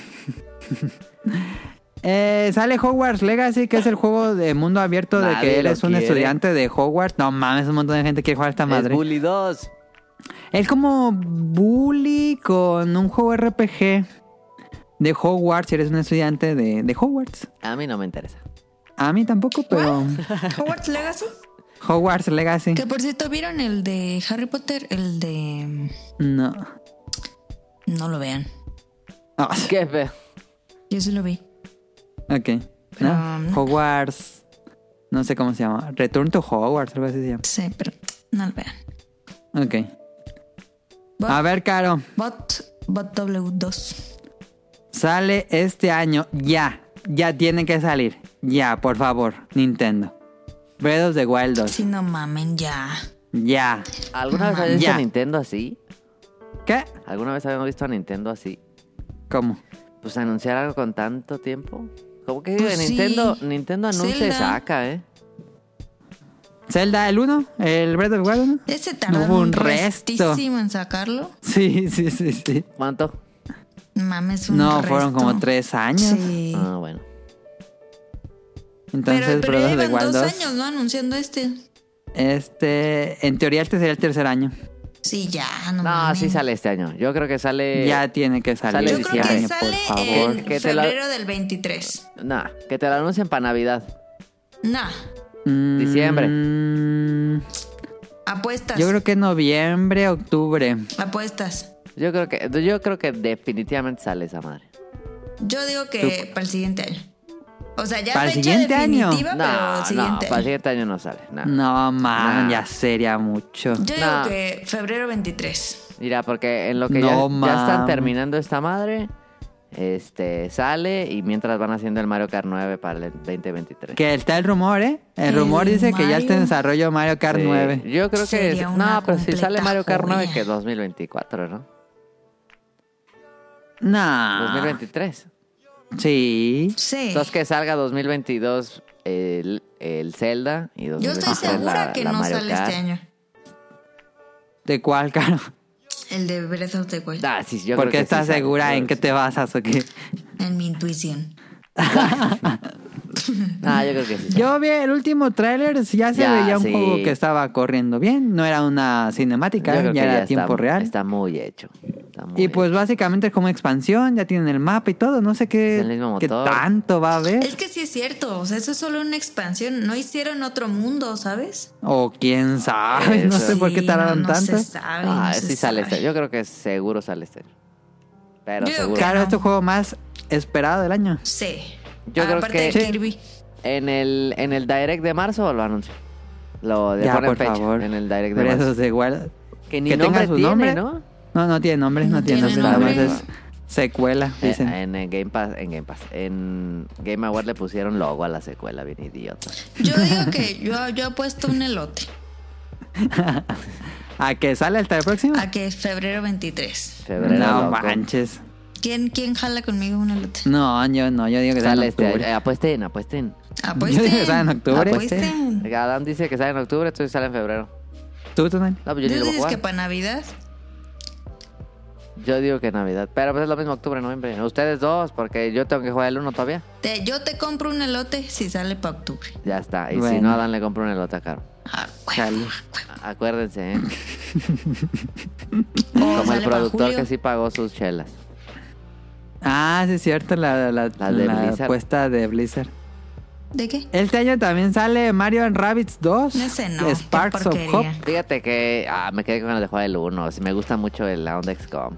A: Eh, sale Hogwarts Legacy, que es el juego de mundo abierto de
C: Nadie
A: que
C: lo
A: eres un
C: quiere.
A: estudiante de Hogwarts. No mames, un montón de gente quiere jugar a esta
C: Es
A: madre.
C: Bully 2.
A: Es como bully con un juego RPG de Hogwarts. Eres un estudiante de, de Hogwarts.
C: A mí no me interesa.
A: A mí tampoco, pero
B: Hogwarts Legacy.
A: [LAUGHS] Hogwarts Legacy.
B: Que por cierto, ¿vieron el de Harry Potter? El de... mm,
A: No.
B: No lo vean.
A: Ah,
C: Qué feo.
B: Yo sí lo vi.
A: ok.
B: Ah,
A: No.
C: um,
B: no.
A: Hogwarts. No sé cómo se llama. Return to Hogwarts, algo así se llama.
B: Sí, pero no lo vean.
A: Ok.
B: Bot,
A: A ver, Caro.
B: bot, bot W2.
A: Sale este año. Ya. Ya tiene que salir. Ya, por favor. Nintendo. Breath of the Wild 2.
B: Si no mamen, ya.
A: Ya.
C: ¿Alguna vez habías
A: Ya.
C: visto a Nintendo así?
A: ¿Qué?
C: Ah, ¿Alguna vez habíamos visto a Nintendo así?
A: ¿Cómo?
C: Pues anunciar algo con tanto tiempo. Como que
B: Pues
C: digo,
B: sí.
C: Nintendo, Nintendo anuncia y
B: Zelda.
C: saca, ¿eh?
A: Zelda, el 1, el Breath of the Wild 1.
B: Ese tardó
A: Hubo un
B: un
A: resto.
B: restísimo en sacarlo.
A: Sí, sí, sí, sí.
C: ¿Cuánto?
B: Mames, un
A: No, fueron
B: resto.
A: como tres años.
B: Sí.
C: Ah, bueno.
A: Entonces,
B: pero, pero
A: Breath
B: ya
A: of the
B: llevan
A: Wild
B: dos
A: 2.
B: años, ¿no? Anunciando este.
A: Este, en teoría este sería el tercer año.
B: Sí, ya, no
C: No,
B: mames.
C: sí sale este año. Yo creo que sale.
A: ya tiene que salir
C: sale
B: Yo
A: este
B: creo que
A: año,
C: diciembre,
B: sale
A: por favor.
B: en
C: Que te la-
B: febrero del 23.
C: Nah, que te lo anuncien para Navidad.
B: Nah,
A: Mm,
C: diciembre.
B: apuestas.
A: Yo creo que noviembre, octubre.
B: Apuestas.
C: Yo creo que, yo creo que definitivamente sale esa madre.
B: Yo digo que para el siguiente año. O sea, ya
A: ¿Para el
B: fecha
A: siguiente año?
B: definitiva, pero
C: No,
B: el
C: no,
B: siguiente
C: para el
B: año.
C: siguiente año no sale. nah.
A: No, man,
C: Nah.
A: ya sería mucho.
B: Yo
C: No.
B: digo que febrero 23.
C: Mira, porque en lo que
A: No,
C: ya- ya,
A: mam.
C: están terminando esta madre, este sale y mientras van haciendo el Mario Kart 9 para el 2023.
A: Que está el rumor, ¿eh? El
B: El
A: rumor dice que ya está en
B: Mario.
A: desarrollo Mario Kart
C: Sí,
A: 9.
C: Yo creo que.
B: Sería
C: No,
B: una
C: pero si sale
B: completa
C: Mario Kart 9,
B: joya.
C: que 2024, ¿no?
A: No. Ah.
C: 2023.
A: Sí.
B: Sí.
C: Entonces que salga 2022 el, el Zelda y 2023
B: Yo estoy segura
C: la-
B: que
C: la
B: no
C: Mario
B: sale
C: Kart.
B: este año.
A: ¿De cuál, Caro?
B: El de Breath of the Wild.
C: Ah, sí, yo creo
A: ¿Por
C: que
A: qué
C: sí
A: estás
C: sale.
A: segura en qué te basas o qué?
B: En mi intuición.
C: Ah, yo creo que sí. sale.
A: Yo vi el último tráiler, ya se
C: Ya,
A: veía un
C: sí.
A: juego que estaba corriendo bien, no era una
C: Yo creo
A: cinemática,
C: que
A: ya era
C: está-
A: tiempo real.
C: Está muy hecho. Está muy
A: Y pues
C: hecho.
A: básicamente es como expansión, ya tienen el mapa y todo, no sé
C: Es el
A: qué,
C: mismo
A: qué
C: motor.
A: tanto va a haber.
B: Es que sí es cierto, o sea, eso es solo una expansión. No hicieron otro mundo, ¿sabes?
A: O quién sabe, [LAUGHS] no
C: Eso.
A: sé por qué
B: Sí,
A: tardaron
B: no, no
A: tanto.
B: Se sabe,
C: Ah,
B: no se
C: sí sale
B: sabe.
C: este. Yo creo que seguro sale este. Pero
B: Yo
C: seguro.
A: Claro,
B: no.
A: es tu juego más esperado del año.
B: Sí.
C: Yo creo
B: Aparte
C: que-
B: de Kirby.
C: En el, en el direct de marzo lo anuncio. Lo de
A: Ya,
C: ponen
A: por
C: fecha
A: favor.
C: En el direct de
A: Pero
C: marzo.
A: eso es igual.
C: Que ni
A: que tenga
C: nombre
A: su
C: tiene,
A: nombre.
C: ¿no?
A: No, no tiene nombre, no,
B: No
A: tiene nombre,
B: tiene
A: nada más
B: nombre.
A: es secuela,
C: Eh,
A: dicen.
C: en el Game Pass, en Game Pass. En Game Award le pusieron logo a la secuela, bien idiota.
B: Yo digo que yo, yo apuesto un elote
A: ¿A que sale hasta el próximo?
B: a que es febrero 23.
C: Febrero
A: no
C: loco.
A: manches.
B: ¿Quién, quién jala conmigo un elote?
A: No, yo no, yo digo que sale
C: Sale
A: en
C: este
A: octubre.
C: año. Eh, apuesten, apuesten.
B: Apuesten.
A: digo que sale en octubre. Mm.
B: Apuesten.
C: Adán dice que sale en octubre, entonces sale en febrero.
A: ¿Tú, Tonali?
C: No, pues yo
B: ¿Tú
C: ni lo voy a
B: dices
C: jugar.
B: que para Navidad?
C: Yo digo que Navidad. Pero pues es lo mismo octubre, noviembre. Ustedes dos, porque yo tengo que jugar el uno todavía.
B: Te- yo te compro un elote si sale para octubre.
C: Ya está. Y si
A: Bueno.
C: no, Adán le compro un elote caro.
B: Ah, huevo.
A: Chale.
C: Acuérdense,
A: [LAUGHS]
C: ¿eh?
B: O
C: Como el
B: sale pa'
C: productor
B: julio.
C: que sí pagó sus chelas.
A: Ah, sí es cierto, la, la,
C: La de
A: la
C: Blizzard.
A: apuesta de Blizzard.
B: ¿De qué?
A: Este año también sale Mario and Rabbids 2.
B: Ese no, qué
A: Sparks of
B: porquería.
A: Hope.
C: Fíjate que ah, me quedé con ganas de jugar el 1. Sí, me gusta mucho el la onda XCOM.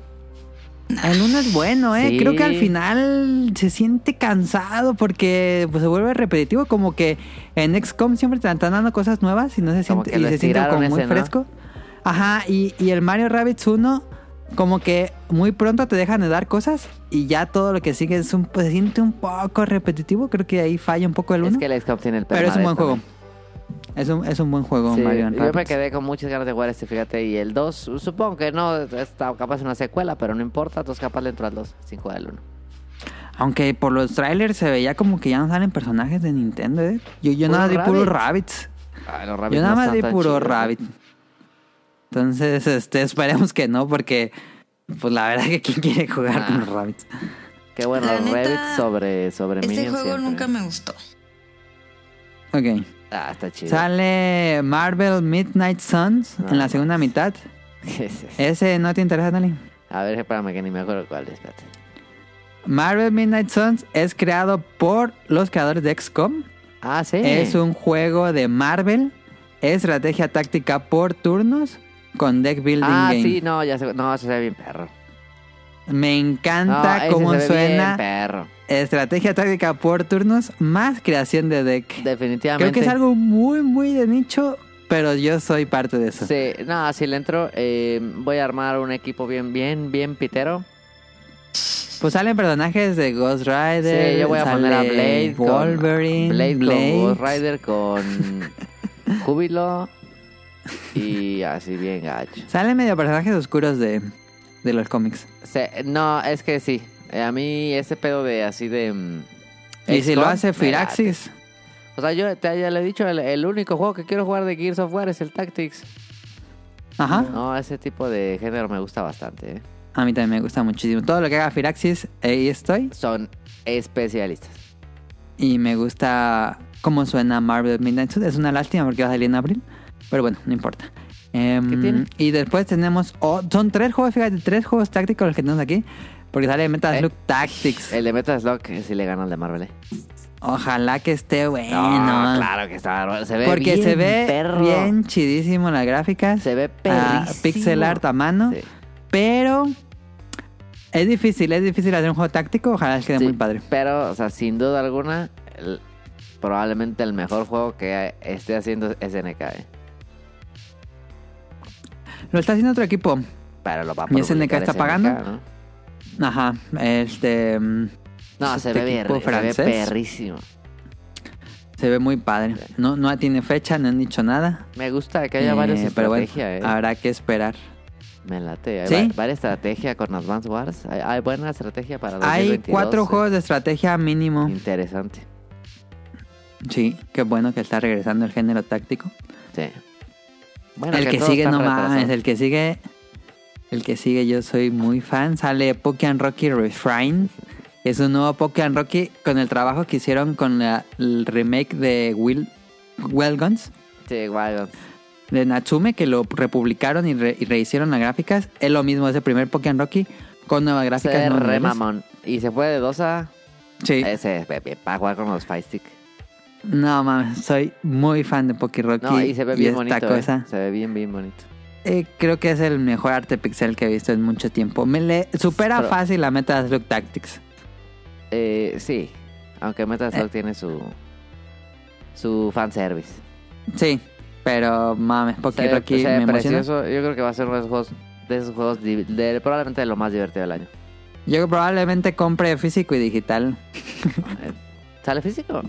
A: El uno es bueno, ¿eh?
C: Sí.
A: Creo que al final se siente cansado porque pues, se vuelve repetitivo. Como que en XCOM siempre te están dando cosas nuevas y no se
C: Como
A: siente,
C: que
A: y
C: lo
A: se siente como
C: estiraron
A: muy
C: ese, ¿no?
A: fresco. Ajá, y, y el Mario Rabbids 1, como que muy pronto te dejan de dar cosas y ya todo lo que sigue es un, pues, se siente un poco repetitivo. Creo que ahí falla un poco el
C: Es
A: uno.
C: que el XCOM tiene el
A: Pero es un buen
C: permadeath
A: juego.
C: también.
A: Es un, es un buen juego,
C: Sí,
A: Mario and
C: yo me
A: Rabbids.
C: quedé con muchas ganas de jugar este, fíjate. Y el 2, supongo que no, está capaz una secuela, pero no importa. Entonces capaz le entro al 2 sin jugar el 1.
A: Aunque por los trailers se veía como que ya no salen personajes de Nintendo, ¿eh? Yo, yo nada más vi
C: Puro
A: puros
C: Rabbids.
A: Rabbids.
C: Ah, los Rabbids
A: Yo
C: no
A: nada más
C: están
A: vi
C: tan
A: puro
C: chidos.
A: Rabbit. Entonces, este, esperemos que no, porque pues la verdad es que quién quiere jugar
C: Ah.
A: con los Rabbits.
C: Qué bueno,
B: La
C: los
B: neta,
C: Rabbids sobre, sobre
B: Ese
C: Minions
B: Este juego
C: siempre.
B: nunca me gustó.
A: Ok.
C: Ah, está chido. [LAUGHS]
A: Sale Marvel Midnight Suns
C: No
A: en la
C: más.
A: segunda mitad.
C: ¿Qué es eso?
A: ¿Ese no te interesa, Nali?
C: A ver, espérame que ni me acuerdo cuál es. espérate.
A: Marvel Midnight Suns es creado por los creadores de XCOM.
C: Ah, sí.
A: Es un juego de Marvel. Es estrategia táctica por turnos con deck building
C: Ah,
A: game.
C: sí, no, ya se... No, eso se ve bien perro.
A: Me encanta
C: no,
A: cómo
C: ese se ve bien
A: suena
C: perro.
A: estrategia táctica por turnos más creación de deck. Creo
C: Definitivamente.
A: que es algo muy, muy de nicho, pero yo soy parte de eso.
C: Sí, no, si le entro, eh, voy a armar un equipo bien, bien, bien pitero.
A: Pues salen personajes de Ghost Rider.
C: Sí, yo voy a poner a
A: sale
C: Blade con-
A: Wolverine,
C: Blade,
A: Blade.
C: con Ghost
A: [LAUGHS]
C: Rider, con Júbilo y así bien gacho.
A: Salen medio personajes oscuros de, de los cómics.
C: Se- no, es que sí, eh, a mí ese pedo de así de... mm,
A: Y si
C: XCOM,
A: lo hace
C: me late.
A: Firaxis,
C: O sea, yo te, ya le he dicho, el, el único juego que quiero jugar de Gears of War es el Tactics.
A: ajá.
C: No, ese tipo de género me gusta bastante. ¿eh?
A: A mí también me gusta muchísimo. Todo lo que haga Firaxis, ahí estoy.
C: Son especialistas.
A: Y me gusta cómo suena Marvel Midnight Suns. Es una lástima porque va a salir en abril. Pero bueno, no importa. Em,
C: ¿Qué tiene?
A: Y después tenemos... o- son tres juegos, fíjate, tres juegos tácticos los que tenemos aquí. Porque sale Metal
C: Eh.
A: Slug Tactics.
C: El de Metal Slug eh, sí le gana al de Marvel. ¿eh?
A: Ojalá que esté bueno.
C: No, claro que está bárbaro. Se ve
A: Eh, porque
C: bien
A: se ve
C: perro.
A: bien chidísimo las gráficas.
C: Se ve
A: Ah,
C: perrísimo.
A: pixel art a mano.
C: Sí.
A: Pero... Es difícil, es difícil hacer un juego táctico. Ojalá les quede
C: Sí,
A: muy padre.
C: Pero, o sea, sin duda alguna, el- probablemente el mejor juego que esté haciendo SNK. ¿eh?
A: Lo está haciendo otro equipo.
C: Pero lo va a
A: ¿Y SNK
C: publicar
A: está pagando?
C: ¿no?
A: Ajá. Este... mm,
C: No,
A: Es
C: se,
A: este
C: ve bien,
A: equipo
C: se ve
A: francés.
C: perrísimo.
A: Se ve muy padre. No, no tiene fecha, no han dicho nada.
C: Me gusta que haya
A: Eh,
C: varios varias
A: pero bueno,
C: estrategias. ¿eh?
A: habrá que esperar.
C: Me late. Hay
A: ¿Sí?
C: va- varias estrategia con Advance Wars. Hay, hay buena estrategia para 2022.
A: Hay cuatro
C: eh.
A: juegos de estrategia mínimo.
C: Interesante.
A: Sí, qué bueno que está regresando el género táctico.
C: Sí. Bueno,
A: el que,
C: todos
A: sigue
C: están
A: no mames,
C: retrasados.
A: el que sigue. El que sigue, yo soy muy fan. Sale Pokémon Rocky Refine. Es un nuevo Pokémon Rocky con el trabajo que hicieron con la- el remake de Will Well Guns
C: Sí, Wagons.
A: de Natsume, que lo republicaron y, re- y rehicieron las gráficas. Es lo mismo, es el primer Pokémon Rocky con nuevas gráficas.
C: Se
A: nuevos
C: re
A: niveles.
C: mamón. Y se fue de 2 a...
A: Sí.
C: Ese, ve bien, para jugar con los Fight Stick.
A: No mames, soy muy fan de Poké Rocky.
C: No, y se ve bien bonito.
A: esta
C: eh.
A: cosa.
C: Se ve bien, bien bonito.
A: Eh, creo que es el mejor arte pixel que he visto en mucho tiempo. Me le supera
C: Pero-
A: fácil la meta de Slug Tactics.
C: Eh, sí. Aunque
A: Eh.
C: Metaslog tiene su... Su fanservice.
A: Sí, pero mames, Poké
C: Se ve-
A: Rocky
C: se ve
A: me emociona.
C: precioso. Yo creo que va a ser uno de esos juegos... De esos juegos... di- de- probablemente de lo más divertido del año.
A: Yo probablemente compre físico y digital.
C: ¿Sale físico?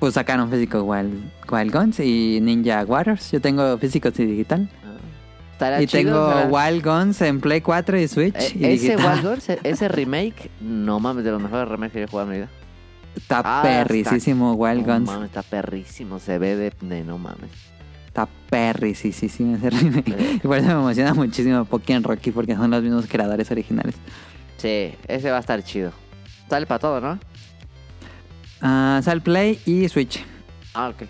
A: Pues sacaron físico Wild, Wild Guns y Ninja Warriors. Yo tengo físicos y digital.
C: Ah. Estaría
A: y
C: chido,
A: tengo
C: ojalá.
A: Wild Guns en Play 4 y Switch.
C: Eh,
A: y
C: ese
A: digital.
C: Wild Guards, ese remake, no mames, de los mejores remakes que yo he jugado en mi vida.
A: Está
C: Ah,
A: perricísimo Wild
C: no
A: Guns.
C: mames, está perrísimo, se ve de, de no mames.
A: Está perricísimo ese remake. [LAUGHS] Y por eso me emociona muchísimo Pokémon Rocky porque son los mismos creadores originales.
C: Sí, ese va a estar chido. Sale para todo, ¿no?
A: Ah, sale Play y Switch.
C: Ah, ok.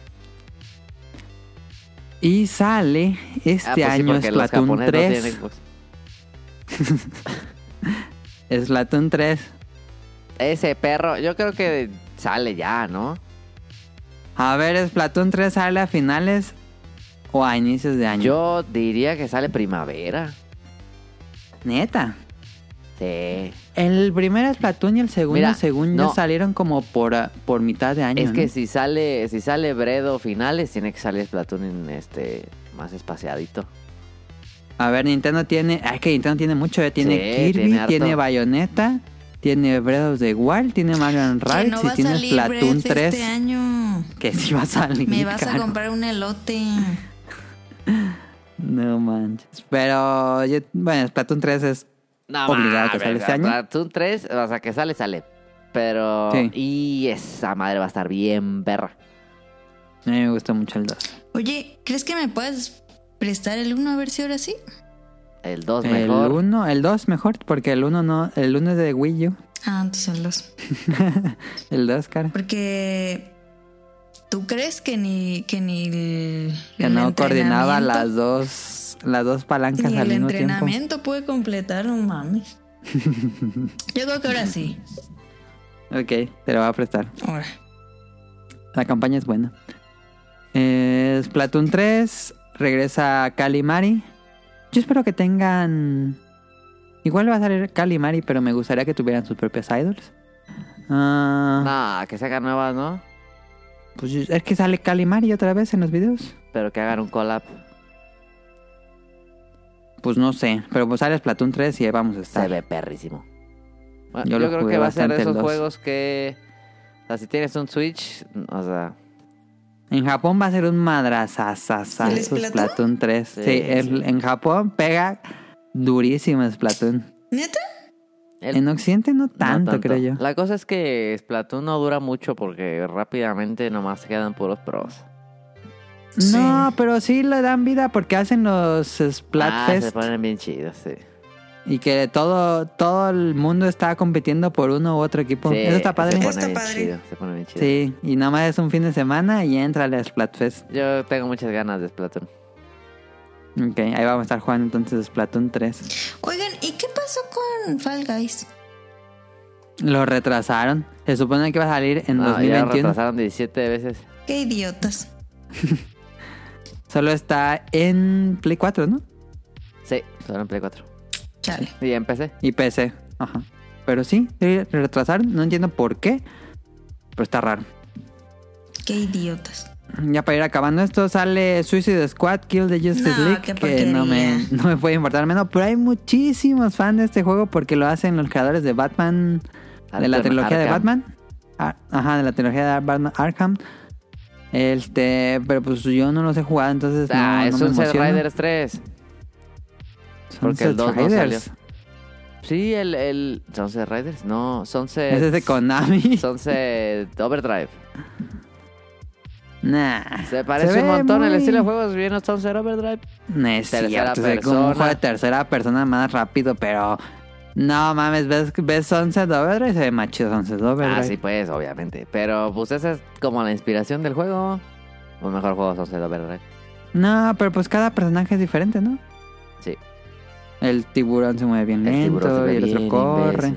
A: Y sale este
C: Ah, pues sí,
A: año
C: porque los
A: Splatoon
C: japoneses no
A: 3.
C: tienen Xbox.
A: Splatoon 3.
C: Ese perro, yo creo que sale ya, ¿no?
A: A ver, Splatoon 3 sale a finales o a inicios de año.
C: Yo diría que sale primavera.
A: Neta.
C: Sí.
A: El primer Splatoon y el segundo,
C: Mira,
A: según yo,
C: no.
A: salieron como por, ah, por mitad de año.
C: Es que
A: ¿no?
C: si sale, si sale Bredo finales, tiene que salir Splatoon en este más espaciadito.
A: A ver, Nintendo tiene. ah, Es que Nintendo tiene mucho. eh. Tiene
C: Sí,
A: Kirby,
C: tiene
A: tiene,
C: harto.
A: Bayonetta, tiene Breath of the Wild, tiene Mario and
B: Que
A: Rabbids
B: no
A: y
B: va a
A: tiene
B: salir
A: Splatoon
B: Breath
A: 3. [LAUGHS]
B: este año.
A: Que sí va a salir.
B: Me vas a
A: caro.
B: comprar un elote.
A: No manches. Pero, yo- bueno, Splatoon 3 es
C: No,
A: obligado que
C: mames,
A: sale este año.
C: Splatoon 3, o sea, que sale, sale. Pero...
A: Sí.
C: Y esa madre va a estar bien perra.
A: A mí me gusta mucho el 2.
B: Oye, ¿crees que me puedes prestar el uno a ver si ahora sí?
C: El 2
A: El
C: Pues mejor.
A: 1, el 2 mejor, porque el 1 no, el 1 es de Wii U.
B: Ah, entonces el dos.
A: El 2, cara.
B: Porque tú crees que ni que ni el,
A: Que
B: el
A: no coordinaba
B: entrenamiento-
A: las dos, las dos palancas
B: ni
A: al
B: el
A: mismo tiempo.
B: entrenamiento puede completar,
A: [LAUGHS]
B: no mames. Yo creo que ahora sí.
A: Ok, te lo voy a prestar.
B: Ahora.
A: La campaña es buena. Eh, Splatoon 3, regresa Calimari. Yo espero que tengan... Igual va a salir Calimari, pero me gustaría que tuvieran sus propios idols. Ah,
C: No, que sacan nuevas, ¿no?
A: Pues es que sale Calimari otra vez en los videos.
C: Pero que hagan un collab.
A: Pues no sé, pero pues sale Splatoon 3 y ahí vamos a
C: Se
A: estar.
C: ve perrísimo. Bueno,
A: Yo
C: yo
A: lo
C: creo
A: jugué
C: que va a ser de
A: bastante el
C: esos
A: dos.
C: juegos que... O sea, si tienes un Switch, o sea...
A: En Japón va a ser un madrazazazazo
B: ¿El Splatoon?
A: Splatoon 3. Sí,
C: Sí,
A: el-
C: sí.
A: en Japón pega durísimo Splatoon.
B: ¿Neta?
C: el-
A: En Occidente no
C: no
A: tanto, creo yo.
C: La cosa es que Splatoon no dura mucho porque rápidamente nomás se quedan puros pros.
B: Sí.
A: No, pero sí le dan vida porque hacen los
C: Ah, se
A: Splatfest
C: ponen bien chidos, sí.
A: y que todo, todo el mundo está compitiendo por uno u otro equipo.
C: Sí,
A: Eso está padre.
C: Se pone
B: Está
C: bien
B: padre.
C: chido, se pone bien chido.
A: Sí, y nada más es un fin de semana y entra al Splatfest.
C: Yo tengo muchas ganas de Splatoon.
A: Ok, ahí vamos a estar jugando entonces Splatoon 3.
B: Oigan, ¿y qué pasó con Fall Guys?
A: Lo retrasaron. Se supone que iba a salir en
C: No, ya lo
A: 2021.
C: retrasaron 17 veces.
B: Qué idiotas.
A: Solo está en Play 4, ¿no?
C: Sí, solo en Play 4.
B: Chale.
C: Y ya empecé.
A: Y PC. Ajá. Pero sí, sí, lo retrasaron. No entiendo por qué. Pero está raro.
B: Qué idiotas.
A: Ya para ir acabando esto, sale Suicide Squad, Kill the Justice
B: No,
A: League.
B: qué
A: que no me,
B: porquería.
A: no me puede importar menos. Pero hay muchísimos fans de este juego porque lo hacen los creadores de Batman. de la
C: Arkham-
A: trilogía de
C: Arkham.
A: Batman. Ar- Ajá, de la trilogía de Batman Arkham. Este, pero pues yo no los he jugado, entonces.
C: Ah,
A: no,
C: es
A: no me
C: un Set
A: emociona.
C: Riders 3. Porque el 2 no salió.
A: Riders.
C: Sí, el, el... Sunset Riders, no, Sunset...
A: Ese es de
C: [LAUGHS]
A: Konami.
C: Sunset Overdrive.
A: [LAUGHS] Nah.
C: Se parece
A: ve
C: un montón el
A: muy-
C: estilo de juego, es bien a Sunset Overdrive.
A: No es
C: Tercera
A: cierto, se ve como un juego de
C: persona.
A: tercera persona más rápido, pero... No mames, ves, ves Sunset Overdrive y se ve más chido Sunset Overdrive.
C: Ah, sí, pues, obviamente. Pero, pues, esa es como la inspiración del juego. Un mejor juego Sunset Overdrive.
A: No, pero pues cada personaje es diferente, ¿no?
C: Sí.
A: El tiburón se mueve bien lento
C: tiburón se ve
A: y el otro
C: bien
A: corre.
C: imbécil.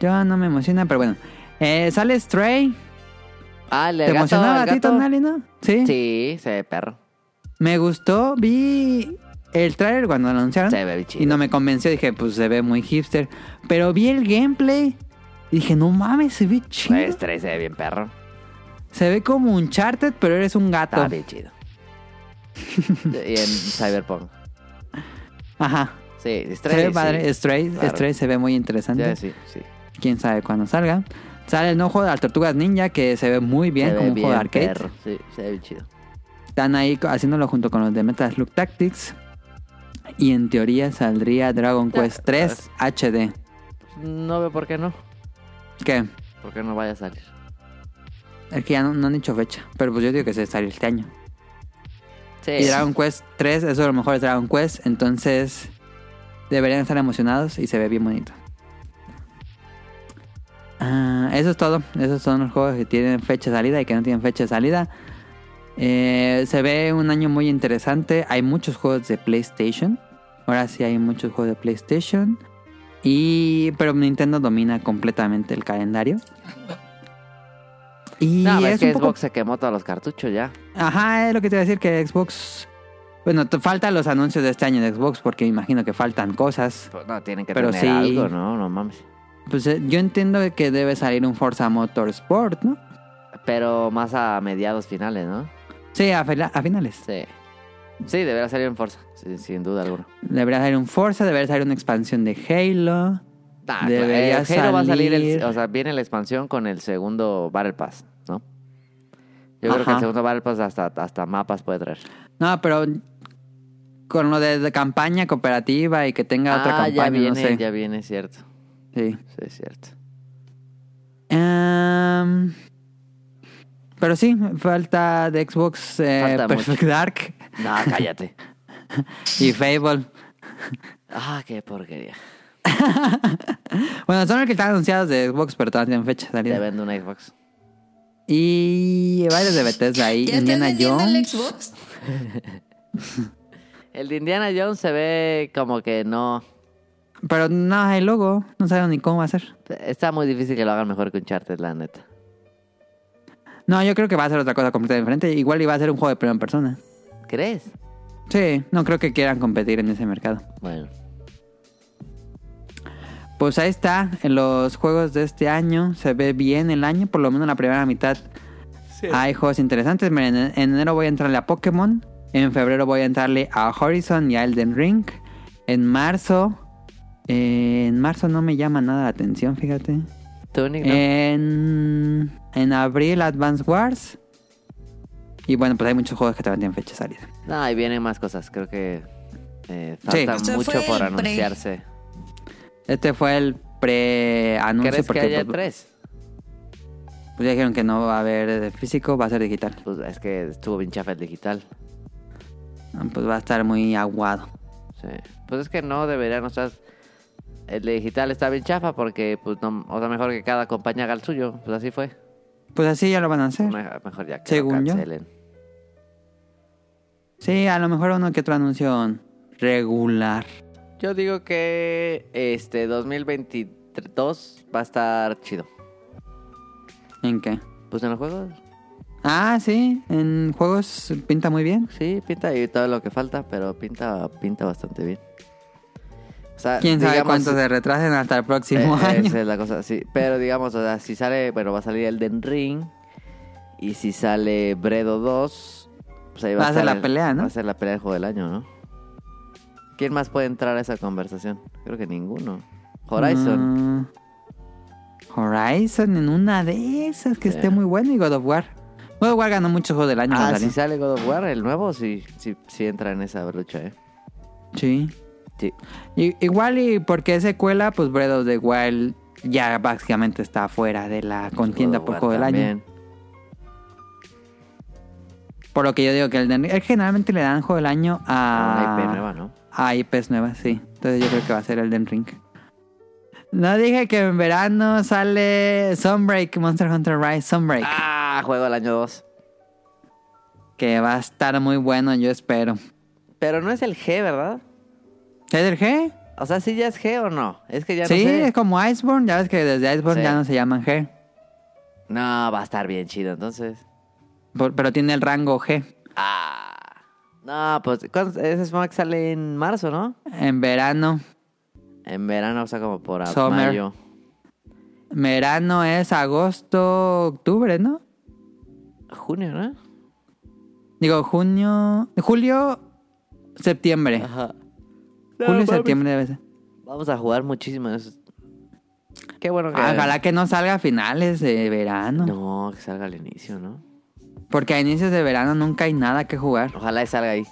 A: Yo no me emociona, pero bueno. Eh, sale Stray.
C: Ah, el
A: ¿Te
C: del gato,
A: emocionaba a
C: el
A: ti,
C: gato.
A: Tonali, no? ¿Sí?
C: Sí, se ve perro.
A: Me gustó. Vi el trailer cuando lo anunciaron.
C: Se ve chido.
A: y no me convenció. Dije, pues se ve muy hipster. Pero vi el gameplay. Y dije, no mames, se ve chido.
C: Pues, tres se ve bien perro.
A: Se ve como un charted, pero eres un gato.
C: Está bien chido. y en Cyberpunk.
A: Ajá.
C: Sí,
A: se ve
C: Stray,
A: padre.
C: sí.
A: Stray,
C: Claro.
A: Stray se ve muy interesante.
C: Ya, sí, sí.
A: quién sabe cuándo salga. Sale el nuevo juego de las tortugas ninja que se ve muy bien
C: Se ve
A: como un juego de arcade.
C: perro. Sí, se ve bien chido.
A: Están ahí co- haciéndolo junto con los de Metal Slug Tactics. Y en teoría saldría Dragon
C: Ya,
A: Quest 3 HD.
C: No veo por qué no.
A: ¿Qué?
C: Por qué no vaya a salir.
A: Es que ya no, no han dicho fecha. Pero pues yo digo que se sale este año.
C: Sí.
A: Y Dragon Quest 3 eso a lo mejor es Dragon Quest. Entonces deberían estar emocionados y se ve bien bonito. Ah, eso es todo. Esos son los juegos que tienen fecha de salida y que no tienen fecha de salida. Eh, se ve un año muy interesante. Hay muchos juegos de PlayStation. Ahora sí hay muchos juegos de PlayStation. Y pero Nintendo domina completamente el calendario. Y
C: No, es,
A: es,
C: que
A: un poco
C: Xbox se quemó todos los cartuchos ya.
A: Ajá, es lo que te iba a decir que Xbox. Bueno, te faltan los anuncios de este año de Xbox porque me imagino que faltan cosas.
C: Pues, no, tienen que
A: Pero
C: tener
A: sí.
C: algo, ¿no? No mames.
A: Pues eh, yo entiendo que debe salir un Forza Motorsport, ¿no?
C: Pero más a mediados finales, ¿no?
A: Sí, a, fila- a finales.
C: Sí. Sí, deberá salir en Forza, sí, sin duda alguna.
A: Debería salir un Forza, debería salir una expansión de Halo.
C: Nah,
A: Debería
C: eh, Halo va a salir, el-
A: salir.
C: o sea, viene la expansión con el segundo Battle Pass, ¿no? Yo creo que
A: Ajá.
C: el segundo Battle Pass hasta, hasta mapas puede traer.
A: No, pero con lo de, de campaña cooperativa y que tenga otra
C: ah,
A: campaña,
C: ya viene,
A: no sé.
C: ya viene, cierto.
A: Sí.
C: Sí, es cierto.
A: Em, pero sí, falta de Xbox eh,
C: Falta mucho.
A: Perfect Dark [LAUGHS]
C: No, cállate.
A: y Fable.
C: ah, qué porquería.
A: Bueno, son los que están anunciados de Xbox, pero todavía tienen fecha de
C: Te
A: salida.
C: vendo un Xbox.
A: Y varios de Bethesda ahí.
B: [LAUGHS] ¿Ya estás
A: Indiana
B: vendiendo el
A: Jones.
B: Xbox?
C: El de Indiana Jones se ve como que no...
A: Pero no el logo. No saben ni cómo va a ser.
C: Está muy difícil que lo hagan mejor que Uncharted, la neta.
A: No, yo creo que va a ser otra cosa completamente diferente. Igual iba a ser un juego de primera persona.
C: ¿Crees?
A: Sí, no creo que quieran competir en ese mercado.
C: Bueno.
A: Pues ahí está, en los juegos de este año. Se ve bien el año, por lo menos la primera mitad. Hay juegos interesantes. Miren, en en enero voy a entrarle a Pokémon. En febrero voy a entrarle a Horizon y a Elden Ring. En marzo. eh, en marzo no me llama nada la atención, fíjate.
C: Tú, Nick, no?
A: En, en abril, Advance Wars. Y bueno, pues hay muchos juegos que todavía tienen fecha de salida.
C: No, ahí vienen más cosas. Creo que eh,
A: Sí.
C: falta
B: O sea,
C: mucho
B: fue
C: por
B: el pre.
C: anunciarse.
A: Este fue el pre-anuncio.
C: ¿Crees que
A: porque,
C: haya
A: pues,
C: tres?
A: pues ya dijeron que no va a haber eh, físico, va a ser digital.
C: Pues es que estuvo bien chafa el digital.
A: Ah, Pues va a estar muy aguado.
C: Sí. Pues es que no deberían, o sea, el de digital está bien chafa porque, pues, no, o sea, mejor que cada compañía haga el suyo. Pues así fue.
A: Pues así ya lo van a hacer.
C: Me- Mejor ya que
A: Según
C: lo
A: yo.
C: cancelen.
A: Sí, a lo mejor uno que otro anuncio regular.
C: Yo. digo que este 2022 va a estar chido.
A: ¿En qué?
C: Pues en los juegos,
A: Ah, sí, en juegos pinta muy bien.
C: sí, pinta y todo lo que falta, pero pinta, pinta bastante bien. O sea,
A: Quién sabe
C: digamos,
A: cuánto se retrasen hasta el próximo
C: Eh,
A: año.
C: Esa es la cosa, sí. Pero digamos, o sea, si sale, bueno, va a salir Elden Ring. Y si sale Bredo 2, pues ahí va,
A: Va a ser
C: estar
A: la
C: el-
A: pelea, ¿no?
C: Va a ser la pelea del juego del año, ¿no? ¿Quién más puede entrar a esa conversación? Creo que ninguno.
A: Mm,
C: Horizon.
A: Ah, Horizon en una de esas que
C: Sí.
A: esté muy bueno y God of War. God of War ganó muchos juegos del año.
C: ah,
A: cuando
C: si
A: salió.
C: sale God of War, el nuevo, sí, sí, sí entra en esa lucha, ¿eh?
A: sí.
C: Sí.
A: Y- igual y porque es secuela, pues Breath of the Wild ya básicamente está fuera de la contienda
C: Pues
A: por pues, juego del año. Por lo que yo digo que el de- generalmente le dan juego del año a...
C: Una IP nueva, ¿no?
A: Ah, IPs nuevas, sí. Entonces yo creo que va a ser el Den Ring. No dije que en verano sale Sunbreak, Monster Hunter Rise Sunbreak.
C: Ah, juego del año 2.
A: Que va a estar muy bueno, yo espero.
C: Pero no es el G, ¿verdad?
A: ¿Es el G?
C: O sea, sí ya es G o no. Es que ya
A: sí,
C: no sé.
A: es como Iceborne. Ya ves que desde Iceborne
C: Sí.
A: ya no se llaman G.
C: No, va a estar bien chido, entonces.
A: Por- pero tiene el rango G.
C: Ah. No, pues ¿cuándo- ese es que sale en marzo, ¿no?
A: En verano.
C: En verano, o sea, como por a-
A: Summer.
C: mayo.
A: Verano es agosto, octubre, ¿no?
C: Junio, ¿no?
A: Digo, junio. Julio, septiembre.
C: Ajá.
A: julio,
C: mames.
A: septiembre debe ser.
C: Vamos a jugar muchísimo. eso. Qué bueno que.
A: Ojalá que no salga a finales de verano.
C: No, que salga al inicio, ¿no?
A: Porque a inicios de verano nunca hay nada que jugar.
C: Ojalá y salga ahí.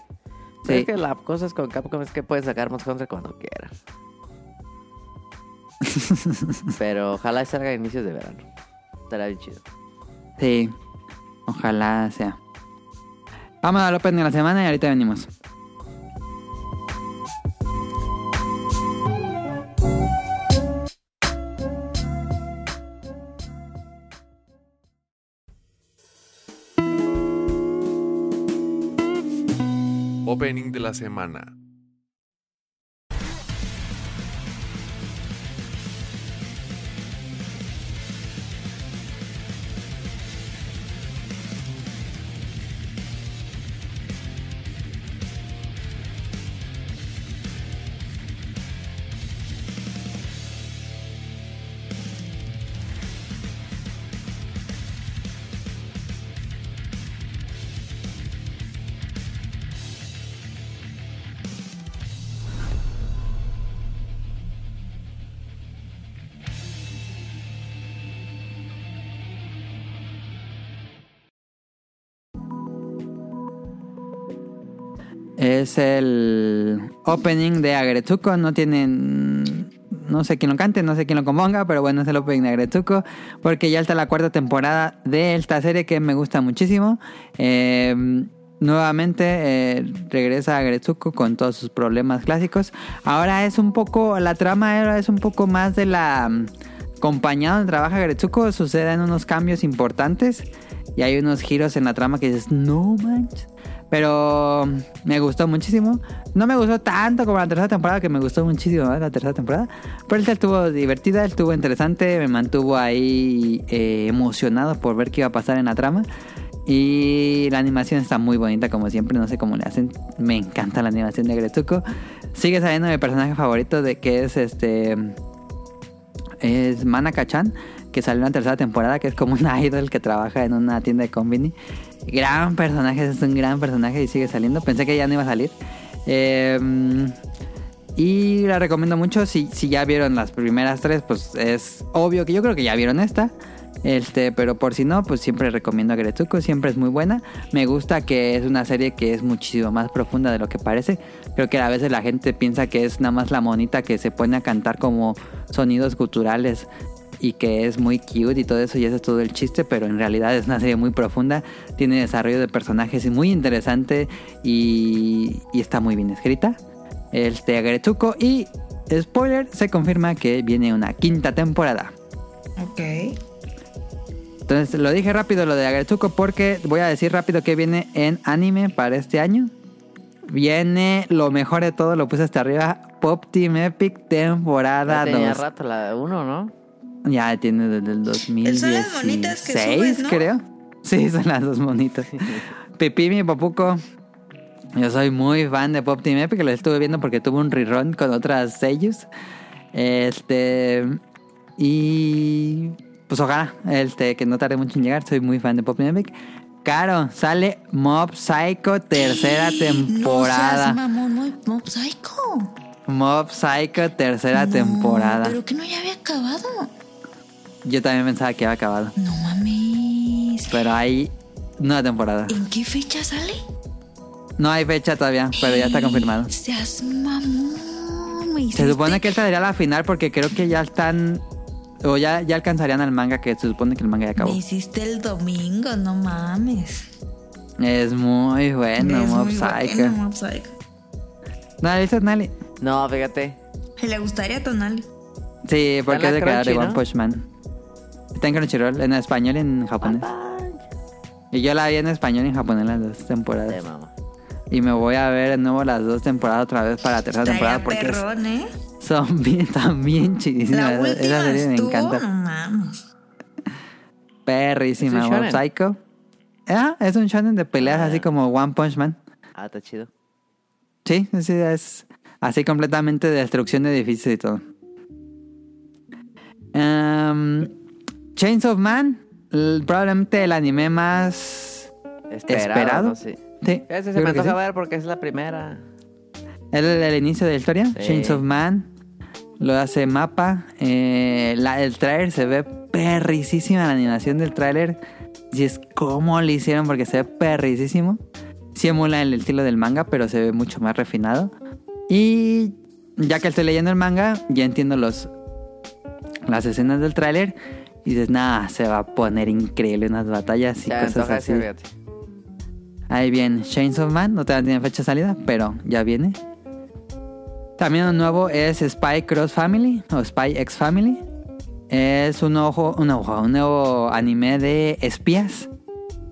A: Sí.
C: Es que la cosa es con Capcom es que pueden sacar Monster Hunter cuando quieran.
A: [LAUGHS]
C: Pero ojalá y salga a inicios de verano. Estará bien chido.
A: Sí. Ojalá sea. Vamos al Open de la semana y ahorita venimos.
E: Opening de la semana.
A: Es el opening de Agretsuko. No tienen. No sé quién lo cante, no sé quién lo componga, pero bueno, es el opening de Agretsuko. Porque ya está la cuarta temporada de esta serie que me gusta muchísimo. Eh, nuevamente eh, regresa Agretsuko con todos sus problemas clásicos. Ahora es un poco. La trama ahora es un poco más de la mm, compañía donde trabaja Agretsuko. Suceden unos cambios importantes. Y hay unos giros en la trama que dices, no manches. Pero me gustó muchísimo. No me gustó tanto como la tercera temporada, que me gustó muchísimo ¿verdad? la tercera temporada. Pero esta estuvo divertida, estuvo interesante, me mantuvo ahí eh, emocionado por ver qué iba a pasar en la trama. Y la animación está muy bonita, como siempre, no sé cómo le hacen. Me encanta la animación de Gretuco. Sigue saliendo mi personaje favorito, de que es este. Es Manaka-chan, que salió en la tercera temporada, que es como una [LAUGHS] idol que trabaja en una tienda de combini. Gran personaje, es un gran personaje y sigue saliendo. Pensé que ya no iba a salir. Eh, y la recomiendo mucho. Si, si ya vieron las primeras tres, pues es obvio que yo creo que ya vieron esta. Este, pero por si no, pues siempre recomiendo a Gretsuko, siempre es muy buena. Me gusta que es una serie que es muchísimo más profunda de lo que parece. Creo que a veces la gente piensa que es nada más la monita que se pone a cantar como sonidos culturales y que es muy cute y todo eso, y ese es todo el chiste, pero en realidad es una serie muy profunda, tiene desarrollo de personajes muy interesante y, y está muy bien escrita. Este Agretsuko y spoiler, se confirma que viene una quinta temporada.
B: Ok.
A: Entonces lo dije rápido lo de Agretsuko porque voy a decir rápido que viene en anime para este año. Viene lo mejor de todo, lo puse hasta arriba, Pop Team Epic temporada
C: Ya tenía
A: 2.
C: rato la 1, ¿no?
A: Ya tiene desde el 2016,
B: Son las monitas que subes, ¿no?
A: creo. Sí, son las dos monitas. Pipimi, Papuco. Yo soy muy fan de Pop Team Epic, lo estuve viendo porque tuvo un rerun con otras sellos. Este. Y. Pues ojalá, este, que no tarde mucho en llegar. Soy muy fan de Pop Team Epic. Caro, sale Mob Psycho, tercera temporada.
B: No seas mamón, muy Mob Psycho.
A: Mob Psycho, tercera
B: No,
A: temporada.
B: Pero que no ya había acabado.
A: Yo también pensaba que había acabado.
B: No mames.
A: Pero hay nueva temporada.
B: ¿En qué fecha sale?
A: No hay fecha todavía, pero ya está confirmado.
B: Seas mamón. me hiciste?
A: Se supone que él saldría a la final porque creo que ya están. O ya, ya alcanzarían al manga, que se supone que el manga ya acabó.
B: Me hiciste el domingo, no mames.
A: Es muy bueno,
B: Es
A: Mob
B: muy
A: Psycho.
B: bueno, Mob Psycho.
A: ¿No viste Tonali?
C: No, fíjate.
B: Le gustaría a Tonali.
A: Sí, porque es
C: en la
A: de crear de
C: Crunchy,
A: One
C: ¿no?
A: Punch Man. Está en Crunchyroll, en español y en japonés. Y yo la vi en español y en japonés las dos
C: De
A: temporadas.
C: mamá.
A: Y me voy a ver de nuevo las dos temporadas otra vez para la tercera temporada
B: Estaría
A: porque es-
B: perrón, ¿eh?
A: son [LAUGHS] bien, también
B: La
A: chidísimas.
B: última
A: Esa serie me
B: estuvo, no
A: encanta.
B: mames.
A: Perrísima,
C: ¿Es un
A: Mob
C: shonen?
A: Psycho. Ah, es un shonen de peleas
C: Ah.
A: así como One Punch Man.
C: Ah, está chido.
A: Sí, sí, es así completamente de destrucción de edificios y todo. Em, Chains of Man, l- probablemente el anime más
C: Esperado.
A: esperado.
C: no sé.
A: Sí,
C: Ese
A: yo
C: se
A: creo
C: me
A: que
C: antoja
A: sí.
C: ver porque es la primera.
A: El, el inicio de la historia,
C: Sí.
A: Chains of Man, lo hace Mapa. eh, la- el trailer se ve perricísima, la animación del trailer. Y es como lo hicieron porque se ve perricísimo. Sí emula el estilo del manga, pero se ve mucho más refinado. Y ya que estoy leyendo el manga, ya entiendo los, las escenas del tráiler. Y dices, nada, se va a poner increíble unas batallas y
C: Se me
A: cosas
C: antoja
A: así.
C: ese, fíjate.
A: Ahí viene Chains of Man, no todavía tiene fecha de salida, pero ya viene. También un nuevo es Spy Cross Family o Spy X Family. Es un ojo, un ojo, un nuevo anime de espías.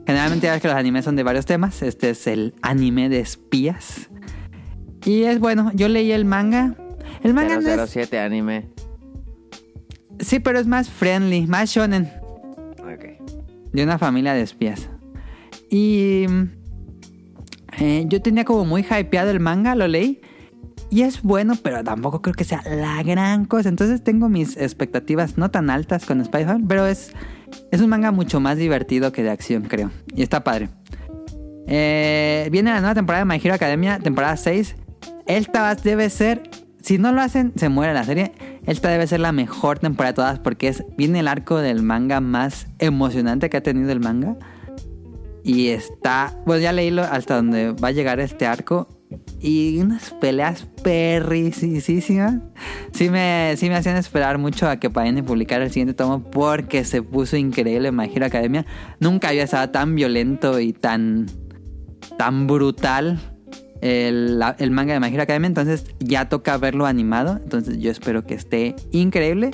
A: Generalmente ya ves que los animes son de varios temas. Este es el anime de espías. Y es bueno, yo leí el manga. El manga no es,
C: 007 anime.
A: sí, pero es más friendly, más shonen.
C: Ok.
A: de una familia de espías. Y mm, eh, yo tenía como muy hypeado el manga, lo leí. Y es bueno, pero tampoco creo que sea la gran cosa. Entonces tengo mis expectativas no tan altas con Spider-Man, pero es, es un manga mucho más divertido que de acción, creo. Y está padre. Eh, viene la nueva temporada de My Hero Academia, temporada 6. Esta va- debe ser, si no lo hacen, se muere la serie. Esta debe ser la mejor temporada de todas porque es, viene el arco del manga más emocionante que ha tenido el manga. Y está, bueno, ya leí lo- hasta donde va a llegar este arco. Y unas peleas perricísimas. Sí me, sí me hacían esperar mucho a que vayan a publicar el siguiente tomo porque se puso increíble My Hero Academia. Nunca había estado tan violento y tan tan brutal el, la- el manga de My Hero Academia, entonces ya toca verlo animado, entonces yo espero que esté increíble.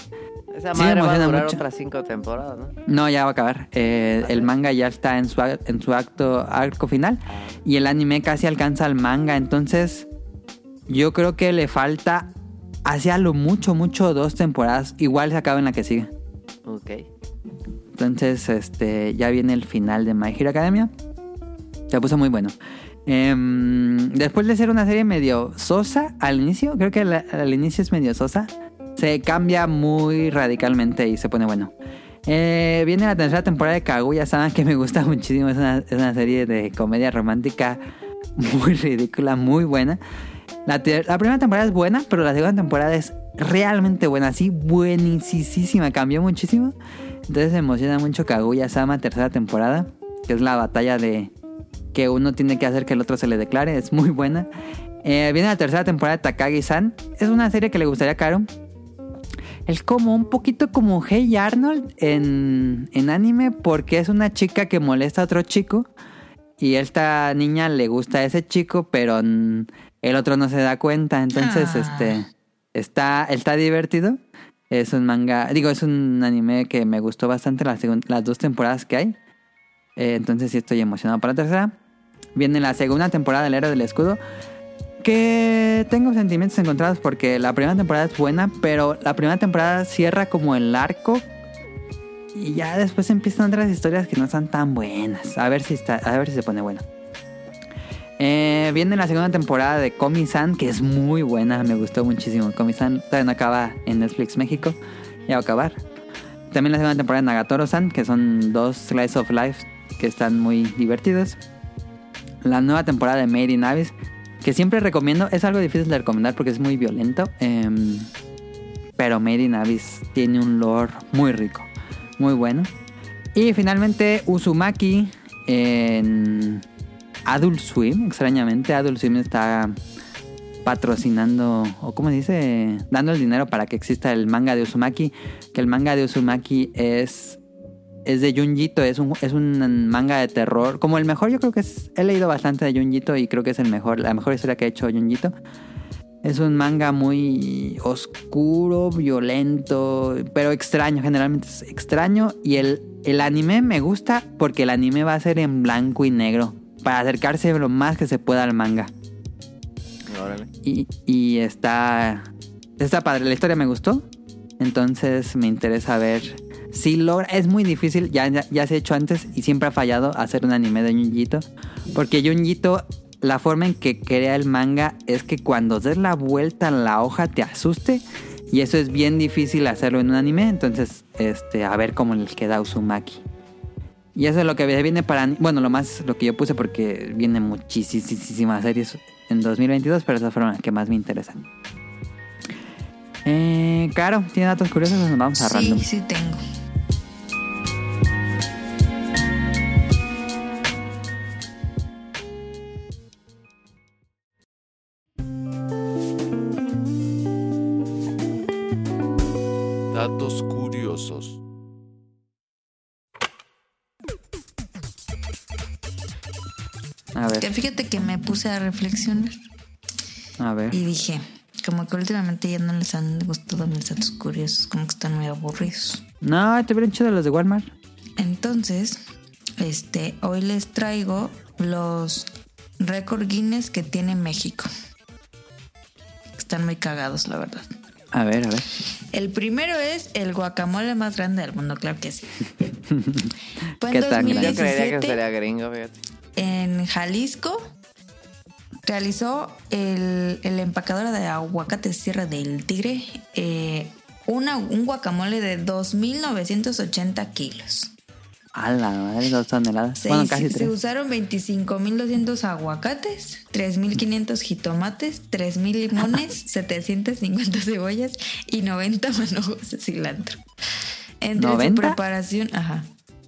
C: Esa
A: Sí, me
C: madre va a
A: emociona
C: durar
A: mucho.
C: otras cinco temporadas, ¿no?
A: No, ya va a acabar. Eh, el manga ya está en su, ar- en su acto arco final y el anime casi alcanza al manga, entonces yo creo que le falta hacia lo mucho, mucho dos temporadas, igual se acaba en la que sigue.
C: Ok.
A: Entonces, este, ya viene el final de My Hero Academia. Se puso muy bueno. Em, después de ser una serie medio sosa al inicio, creo que la- al inicio es medio sosa, se cambia muy radicalmente y se pone bueno. Eh, viene la tercera temporada de Kaguya, saben que me gusta muchísimo, es una, es una serie de comedia romántica muy ridícula, muy buena. La, te- la primera temporada es buena, pero la segunda temporada es realmente buena, así buenísima, cambió muchísimo. Entonces me emociona mucho Kaguya Sama, tercera temporada, que es la batalla de que uno tiene que hacer que el otro se le declare, es muy buena. Eh, viene la tercera temporada de Takagi-san, es una serie que le gustaría a Karo. Es como un poquito como Hey Arnold en, en anime, porque es una chica que molesta a otro chico. Y esta niña le gusta a ese chico, pero mm, el otro no se da cuenta. Entonces,
B: Ah.
A: este está, está divertido. Es un manga, digo, es un anime que me gustó bastante las, segun- las dos temporadas que hay. Eh, entonces sí estoy emocionado para la tercera. Viene la segunda temporada del Héroe del Escudo. Que tengo sentimientos encontrados porque la primera temporada es buena, pero la primera temporada cierra como el arco. Y ya después empiezan otras historias que no están tan buenas. A ver si, está, a ver si se pone bueno. Eh, viene la segunda temporada de Comi-san, que es muy buena, me gustó muchísimo. Comi-san todavía no acaba en Netflix México, ya va a acabar. También la segunda temporada de Nagatoro-san, que son dos slice of life que están muy divertidos. La nueva temporada de Made in Abyss, que siempre recomiendo, es algo difícil de recomendar porque es muy violento. em, pero Made in Abyss tiene un lore muy rico, muy bueno. Y finalmente Uzumaki en Adult Swim, extrañamente Adult Swim está patrocinando, o como dice, dando el dinero para que exista el manga de Uzumaki, que el manga de Uzumaki es es de Junjito, es un, es un manga de terror. Como el mejor, yo creo que es. He leído bastante de Junjito y creo que es el mejor, la mejor historia que ha hecho Junjito. Es un manga muy oscuro, violento, pero extraño, generalmente es extraño. Y el, el anime me gusta porque el anime va a ser en blanco y negro, para acercarse lo más que se pueda al manga.
C: Órale.
A: Y, y está, está padre, la historia me gustó, entonces me interesa ver si logra, es muy difícil, ya, ya, ya se ha hecho antes y siempre ha fallado hacer un anime de Junjito, porque Junjito, la forma en que crea el manga es que cuando des la vuelta en la hoja te asuste y eso es bien difícil hacerlo en un anime, entonces este, a ver cómo les queda a Uzumaki. Y eso es lo que viene para... Bueno, lo más, lo que yo puse porque vienen muchísimas series en 2022, pero esas fueron las que más me interesan. Eh, claro, ¿tiene datos curiosos? Nos vamos a random.
B: Sí, sí tengo.
E: Datos curiosos.
A: A
B: Que
A: ver,
B: fíjate que me puse a reflexionar
A: a ver.
B: y dije, como que últimamente ya no les han gustado mis datos curiosos, como que están muy aburridos.
A: No, te hubieran chido los de Walmart.
B: Entonces, este, hoy les traigo los récord Guinness que tiene México. Están muy cagados, la verdad.
A: A ver, a ver.
B: El primero es el guacamole más grande del mundo, claro
A: [LAUGHS]
B: que sí. Fue en
A: ¿Qué tan grande?
C: Yo creería
B: 2017,
C: que sería gringo, fíjate.
B: en Jalisco realizó el, el empacador de aguacate Sierra del Tigre eh, una- un guacamole de 2.980 kilos.
A: A la madre, dos toneladas.
B: Se,
A: bueno,
B: hizo-
A: casi
B: se
A: tres.
B: usaron 25.200 aguacates, 3.500 jitomates,
A: [LAUGHS]
B: 3.000 limones, 750 cebollas y 90 manojos de cilantro. Entre su
A: ¿90?
B: preparación, ajá,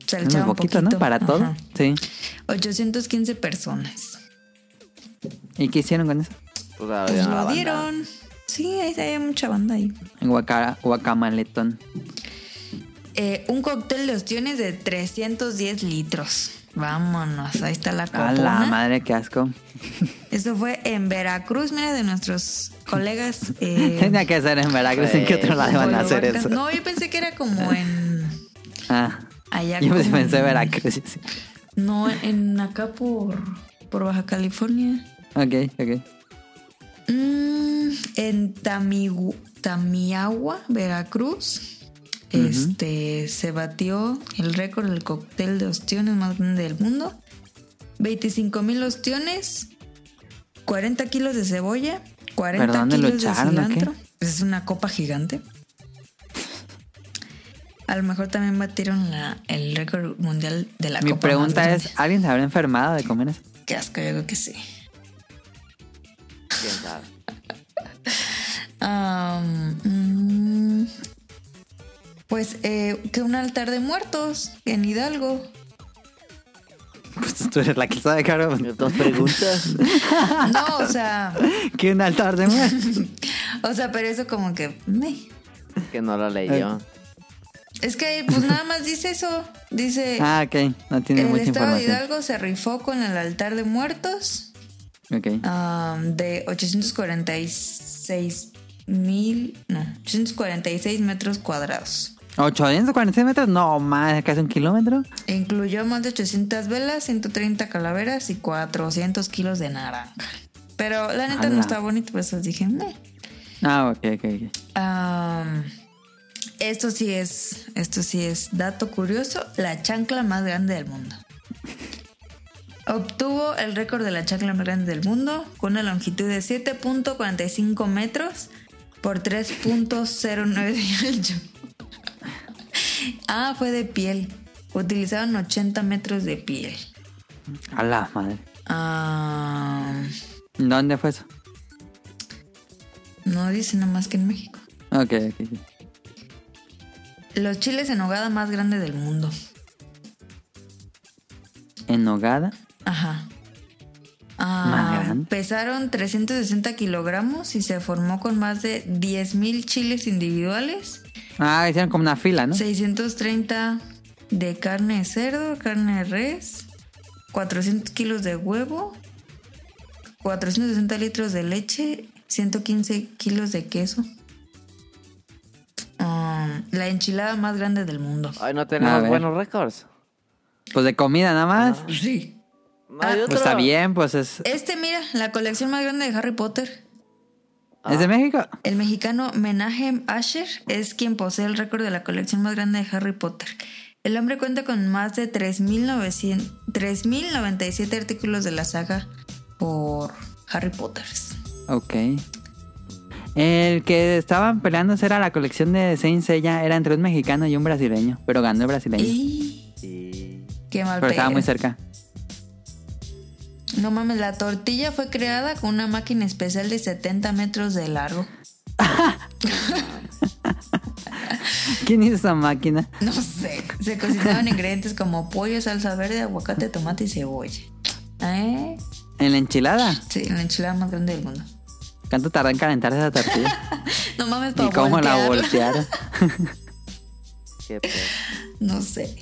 B: se le
A: Muy
B: echaba un
A: poquito, ¿no? Para
B: ajá.
A: todo. Sí.
B: 815 personas.
A: ¿Y qué hicieron con eso?
C: Pues,
A: Ah,
C: la
B: Pues
C: verdad,
B: lo
C: la banda.
B: dieron. Sí, ahí había mucha banda ahí.
A: Guacara, guacamaletón.
B: Eh, un cóctel de ostiones de 310 litros. Vámonos, ahí está la
A: A la
B: copona.
A: madre, qué asco.
B: Eso fue en Veracruz, mira, de nuestros colegas. eh,
A: [LAUGHS] Tenía que ser en Veracruz. ¿En qué otro lado van a hacer
B: Boyovaca.
A: eso?
B: No, yo pensé que era como en.
A: Ah, [LAUGHS]
B: Allá
A: yo
B: como
A: pensé
B: en-
A: Veracruz. sí.
B: No, en acá por, por Baja California.
A: Ok, ok.
B: Mm, en Tamigu- Tamiagua, Veracruz, este se batió el récord del cóctel de ostiones más grande del mundo. 25 mil ostiones, 40 kilos de cebolla, 40
A: ¿Pero dónde lo
B: kilos de
A: echaron o qué?
B: cilantro. Pues Es una copa gigante. A lo mejor también batieron la- el récord mundial de la
A: Mi
B: copa. más
A: pregunta
B: grande.
A: es: ¿alguien se habrá enfermado de comer eso? [LAUGHS]
B: Qué asco, yo creo que sí.
C: ¿Quién
A: [LAUGHS]
C: sabe?
B: Am, mm, pues eh, que un altar de muertos en Hidalgo.
A: Pues tú eres la que sabe, caro.
C: Dos preguntas.
B: No, o sea,
A: Que un altar de
B: [LAUGHS]
A: muertos.
B: o sea, pero eso como que meh.
C: [LAUGHS] que no lo leyó.
B: es que pues nada más dice eso, dice
A: Ah, ok. No tiene
B: el
A: mucha
B: estado de
A: información.
B: Hidalgo se rifó con el altar de muertos
A: Ok.
B: am, de 846 mil, no, 846 metros cuadrados.
A: 846 metros, no más, casi un kilómetro.
B: Incluyó más de 800 velas, 130 calaveras y 400 kilos de naranja. Pero la neta
A: Ala.
B: no está bonito, por eso dije, "Meh".
A: Ah, ok, ok, ok.
B: Am, esto sí es, esto sí es dato curioso, la chancla más grande del mundo. Obtuvo el récord de la chancla más grande del mundo con una longitud de 7.45 metros por 3.09 de ancho. Ah, fue de piel. Utilizaron 80 metros de piel.
A: A la madre.
B: Ah,
A: ¿Dónde fue eso?
B: no dice nada más que en México.
A: Ok, ok. ok.
B: Los chiles en hogada más grande del mundo.
A: En Nogada.
B: Ajá.
A: Más
B: Ah,
A: grande.
B: pesaron 360 kilogramos y se formó con más de 10.000 chiles individuales,
A: Ah, hicieron como una fila, ¿no?
B: 630 de carne de cerdo, carne de res, 400 kilos de huevo, 460 litros de leche, 115 kilos de queso. Ah, la enchilada más grande del mundo.
C: Hoy no
A: A
C: tenemos
A: ver.
C: buenos récords.
A: Pues de comida nada más.
B: Sí.
C: No hay
B: Ah,
C: otro.
A: Pues está bien, pues es.
B: Este, mira, la colección más grande de Harry Potter.
A: ¿Es de México?
B: El mexicano Menahem Asher es quien posee el récord de la colección más grande de Harry Potter. El hombre cuenta con más de 3.900 3.097 artículos de la saga por Harry Potter.
A: Ok. El que estaban peleándose era la colección de Saint Seiya. Era entre un mexicano y un brasileño. Pero ganó el brasileño.
B: Y
C: Y-
B: qué mal
A: pero estaba
B: pedo.
A: muy cerca.
B: No mames, la tortilla fue creada con una máquina especial de 70 metros de largo.
A: ¿Quién hizo esa máquina?
B: No sé. Se cocinaban ingredientes como pollo, salsa verde, aguacate, tomate y cebolla. ¿Eh?
A: ¿En la enchilada?
B: Sí, la enchilada más grande del mundo.
A: ¿Cuánto tardó en calentarse esa tortilla?
B: No mames, para
A: ¿Y cómo la
B: voltearla.
A: voltearon?
C: qué pedo.
B: No sé.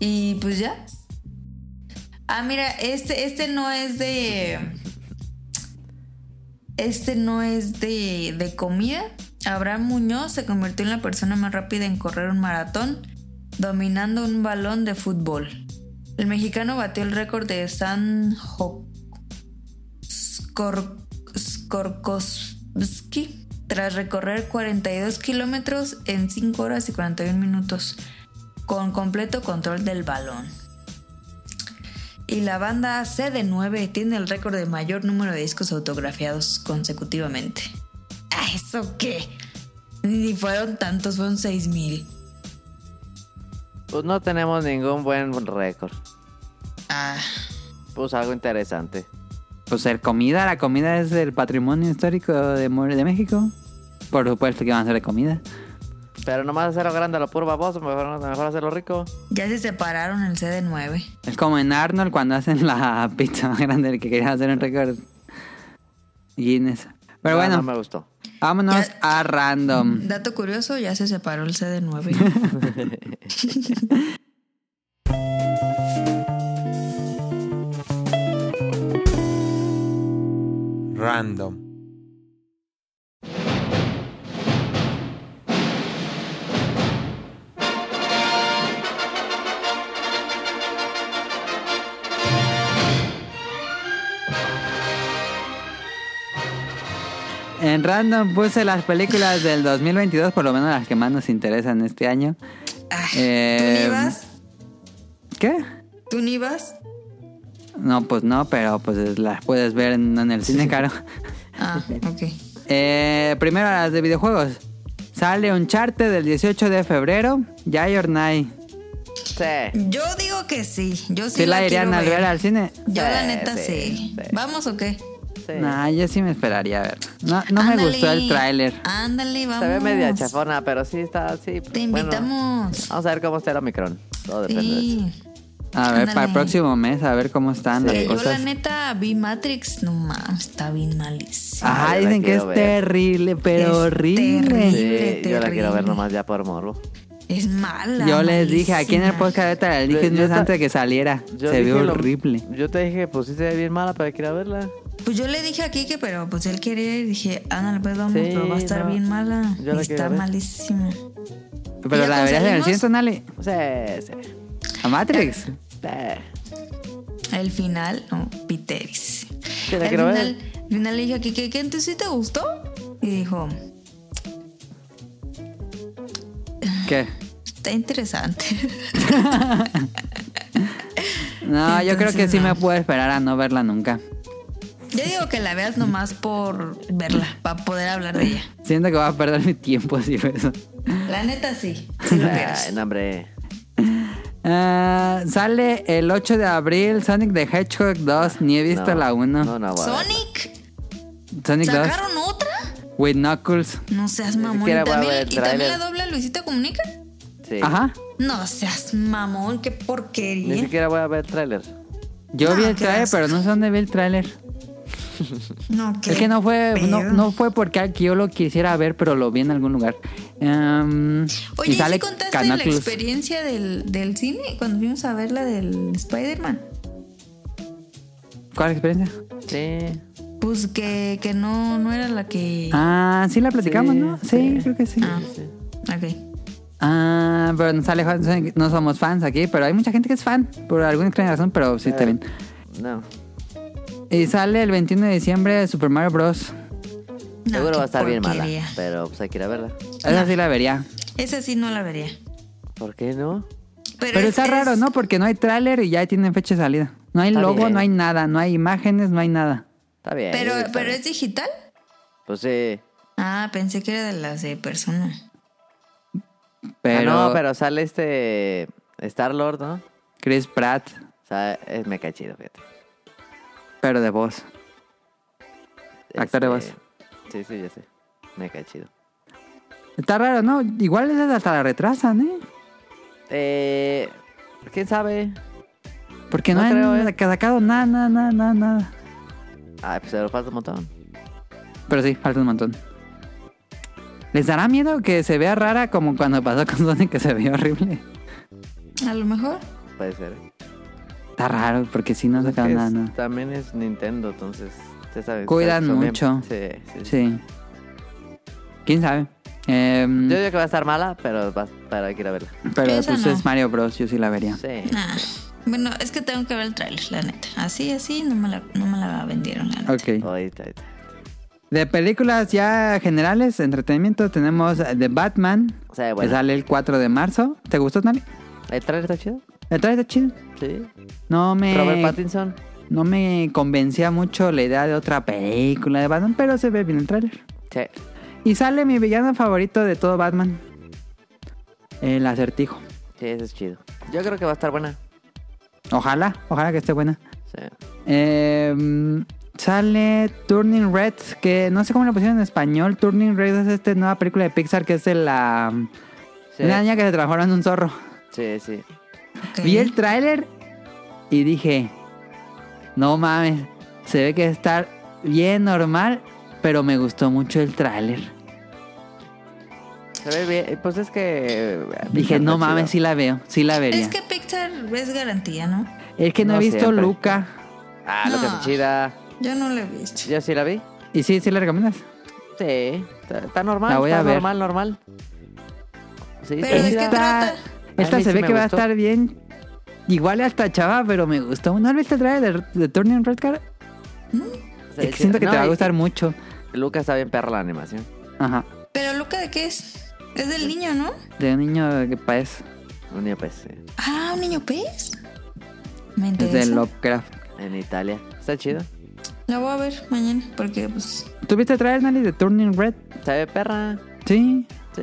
B: Y pues ya. Ah, mira, este, este no es de. Este no es de, de comida. Abraham Muñoz se convirtió en la persona más rápida en correr un maratón, dominando un balón de fútbol. El mexicano batió el récord de San Jo- Skor- Skorkovsky tras recorrer 42 kilómetros en 5 horas y 41 minutos, con completo control del balón. Y la banda CD9 tiene el récord de mayor número de discos autografiados consecutivamente. ¡Ah, eso qué! Ni fueron tantos, fueron 6000.
C: Pues no tenemos ningún buen récord.
B: Ah,
C: Pues algo interesante.
A: Pues el comida, la comida es el patrimonio histórico de, Mo- de México. Por supuesto que van a ser de comida.
C: Pero nomás hacerlo grande a lo puro baboso, mejor, mejor hacerlo rico.
B: ya se separaron el CD9.
A: Es como en Arnold cuando hacen la [LAUGHS] pizza más grande que querían hacer un récord Guinness. Pero
C: No,
A: bueno,
C: Ah, No me gustó.
A: vámonos
B: Ya-
A: a random.
B: Dato curioso, ya se separó el CD9.
F: Random.
A: En random puse las películas del 2022, por lo menos las que más nos interesan este año.
B: Ah, ¿Tú
A: Eh,
B: ni vas?
A: ¿Qué?
B: ¿Tú ni vas?
A: No, pues no, pero pues es- las puedes ver en, en el cine, caro.
B: Ah, ok.
A: Eh, primero las de videojuegos. Sale un charte del 18 de febrero. Ya or nay.
C: Sí.
B: Yo digo que sí. Yo sí,
A: ¿Sí la
B: quiero
A: irían al ver al cine?
B: Yo la
C: Sí,
B: neta sí.
C: sí, sí.
B: ¿Vamos o qué?
C: sí.
A: Nah, yo sí me esperaría a ver. No, no me
B: Ándale.
A: gustó el tráiler.
B: Ándale, vamos.
C: Se ve media chafona, pero sí está así.
B: Te
C: bueno,
B: invitamos.
C: vamos a ver cómo está el Omicron. Todo
A: pues,
C: depende de eso.
B: sí.
A: A ver, para
B: Ándale.
A: el próximo mes, a ver cómo están
B: Que
A: las
B: yo la
A: cosas.
B: neta vi Matrix, no mames, está bien malísimo.
A: Ajá,
C: Yo la
A: dicen que es
C: quiero ver.
A: terrible, pero
B: Es
A: horrible.
B: terrible.
C: Sí, yo la quiero ver
B: terrible.
C: nomás ya por morbo.
B: Es mala.
A: Yo les dije aquí en el
B: malísima.
A: podcast, ahorita les dije
C: Yo-
A: un
C: yo
A: mes
C: ta-
A: antes de que saliera.
C: Yo
A: Se
C: dije
A: vio
C: lo-
A: horrible.
C: Yo te dije, pues sí se ve bien mala, pero quiero verla.
B: Pues yo le dije aquí que, pero pues él quería y dije, ándale, pues vamos,
C: Sí,
B: pero va a estar
C: no.
B: bien mala.
C: Yo la
B: está
C: quiero ver.
B: malísima.
A: Pero
B: ya
A: la verías en el
B: conseguimos-
A: cine, Tonali.
C: Sí, sí.
A: A Matrix.
C: Sí,
B: El final, no, Piteris.
C: Sí, la
B: Al
C: quiero
B: final, al final le dije a Kike, ¿qué entonces sí te gustó? Y dijo,
A: ¿Qué?
B: está interesante. [LAUGHS]
A: No, yo creo que
B: Entonces,
A: sí
B: no.
A: me puedo esperar a no verla nunca.
B: Yo digo que la veas nomás por verla, para poder hablar de ella.
A: Siento que voy a perder mi tiempo si veo eso.
B: La neta sí. sí lo
C: Ay,
B: vieras.
C: no, hombre.
A: Ah, sale el 8 de abril Sonic the Hedgehog 2. Ni he visto
C: No,
A: la 1.
C: No, no, voy a verla.
B: Sonic,
A: Sonic 2
B: ¿sacaron otra?
A: with Knuckles.
B: No seas mamón.
C: siquiera
B: ¿Y
C: voy a ver
B: también,
C: el
B: y también
C: tráiler.
B: la dobla Luisita Comunica?
C: Sí.
A: Ajá.
B: No seas mamón, qué
C: Ni
B: porquería.
C: siquiera voy a ver el tráiler.
A: Yo
B: No,
A: vi el
B: qué
A: tráiler,
B: asco.
A: pero no sé dónde vi el tráiler.
B: No, qué
A: Es que no fue, no,
B: pedo.
A: no fue porque yo lo quisiera ver, pero lo vi en algún lugar. Em,
B: Oye, ¿y
A: y sale
B: sí contaste la
A: Canaculus.
B: experiencia del, del cine cuando fuimos a ver la del Spider-Man?
A: ¿Cuál experiencia?
C: Sí.
B: Pues que, que no, no era la que...
A: Ah, sí la platicamos,
C: Sí,
A: ¿no? Sí,
C: sí.
A: creo que sí.
B: Ah.
C: sí.
B: Ok.
A: Ah, pero no sale, Juan- no somos fans aquí, pero hay mucha gente que es fan por alguna extraña razón, pero sí
C: Eh,
A: está bien.
C: No.
A: Y sale el 21 de diciembre de Super Mario Bros.
B: No,
C: Seguro
B: qué
C: va a estar bien mala.
B: porquería.
C: Pero pues hay que ir a verla.
A: Esa sí la vería.
B: Esa sí no la vería.
C: ¿Por qué no?
B: Pero,
A: Pero,
B: es-
A: está
B: es-
A: raro, ¿no? Porque no hay tráiler y ya tienen fecha de salida. No hay
C: este Está
A: logo,
C: bien.
A: no hay nada, no hay imágenes, no hay nada.
C: Está bien.
B: Pero,
C: yo creo que está
B: pero
C: bien.
B: es digital.
C: Pues sí.
B: Ah, pensé que era de las de persona.
A: Pero,
C: Ah, no, pero sale este Star Lord, ¿no? O
A: Chris Pratt,
C: sea, es- me cae chido, fíjate.
A: pero de voz. Actor de voz.
C: Este, Sí, sí, ya sé. Me cae chido.
A: Está raro, ¿no? Igual esas hasta la retrasan, ¿eh?
C: Eh, ¿Quién sabe?
A: Porque no,
C: No
A: han
C: creo, ¿eh?
A: sacado nada, nada, nada, nada, nada.
C: Ay, pues se lo falta un montón.
A: Pero sí, falta un montón. ¿Les dará miedo que se vea rara como cuando pasó con Sonic que se vio horrible?
B: A lo mejor.
C: Puede ser. ¿eh?
A: Está raro, porque sí no han
C: Pues es
A: sacado
C: que
A: nada,
C: es-
A: nada.
C: También es Nintendo, entonces. ustedes saben,
A: Cuidan
C: son bien-
A: mucho.
C: Sí, sí, sí.
A: Sí. ¿Quién sabe? Em,
C: Yo digo que va a estar mala, pero, va, pero hay que ir a verla.
A: pero
B: Esa
A: pues
B: no.
A: es Mario Bros, yo sí la vería.
C: Sí.
B: Nah. Bueno, es que tengo que ver el tráiler, la neta. Así, así, no me la, no me la vendieron, la neta.
A: Ok.
C: Ahorita, ahorita.
A: De películas ya generales, entretenimiento, tenemos The Batman,
C: Sí, bueno.
A: que sale el 4 de marzo. ¿Te gustó, Tani?
C: ¿El trailer está chido?
A: ¿El trailer está chido?
C: Sí.
A: No
C: Robert
A: me,
C: Pattinson.
A: no me convencía mucho la idea de otra película de Batman, pero se ve bien el trailer.
C: Sí.
A: Y sale mi villano favorito de todo Batman, el acertijo.
C: Sí, eso es chido. Yo creo que va a estar buena.
A: Ojalá, ojalá que esté buena.
C: Sí.
A: Eh, sale Turning Red, que no sé cómo la pusieron en español. Turning Red es esta nueva película de Pixar que es de la...
C: Sí,
A: Una niña que se transforma en un zorro.
C: sí. sí.
B: Ok.
A: Vi el tráiler y dije, no mames, se ve que está bien normal, pero me gustó mucho el tráiler.
C: Se ve bien. Pues es que. eh,
A: Dije,
C: está
A: no
C: chido.
A: mames, sí la veo, sí la vería.
B: Es que Pixar es garantía,
A: no,
B: ¿no?
C: No
A: he visto
C: siempre.
A: Luca.
C: Ah, lo que
B: No.
C: es chida.
B: Yo no lo he visto.
C: Yo sí la vi.
A: ¿Y sí, sí la recomiendas?
C: Sí. Está, está normal.
A: La voy
C: está
A: a ver.
C: normal, normal. Sí,
B: Pero
C: está
B: es
C: chida.
B: que trata?
A: Esta
C: A mí
A: se
C: sí
A: ve
C: me
A: que va a
C: gustó.
A: estar bien. Igual hasta chava, pero me gustó. ¿No has visto el tráiler de, de Turning Red Car?
C: Está
A: Es que
C: chida.
A: siento que
C: No,
A: te va a
C: y-
A: gustar mucho.
C: Luca está bien perra la animación.
A: Ajá.
B: Pero Luca, ¿de qué es? Es del niño, ¿no?
A: De un niño eh, que parece.
C: Un niño pez, sí,
B: Ah, un niño pez. Me
A: Es de
B: interesa.
A: Lovecraft.
C: En Italia. Está chido.
B: La voy a ver mañana porque, pues,
A: ¿Tuviste tráiler, Nali, de Turning Red?
C: Se ve perra.
A: Sí.
C: Sí.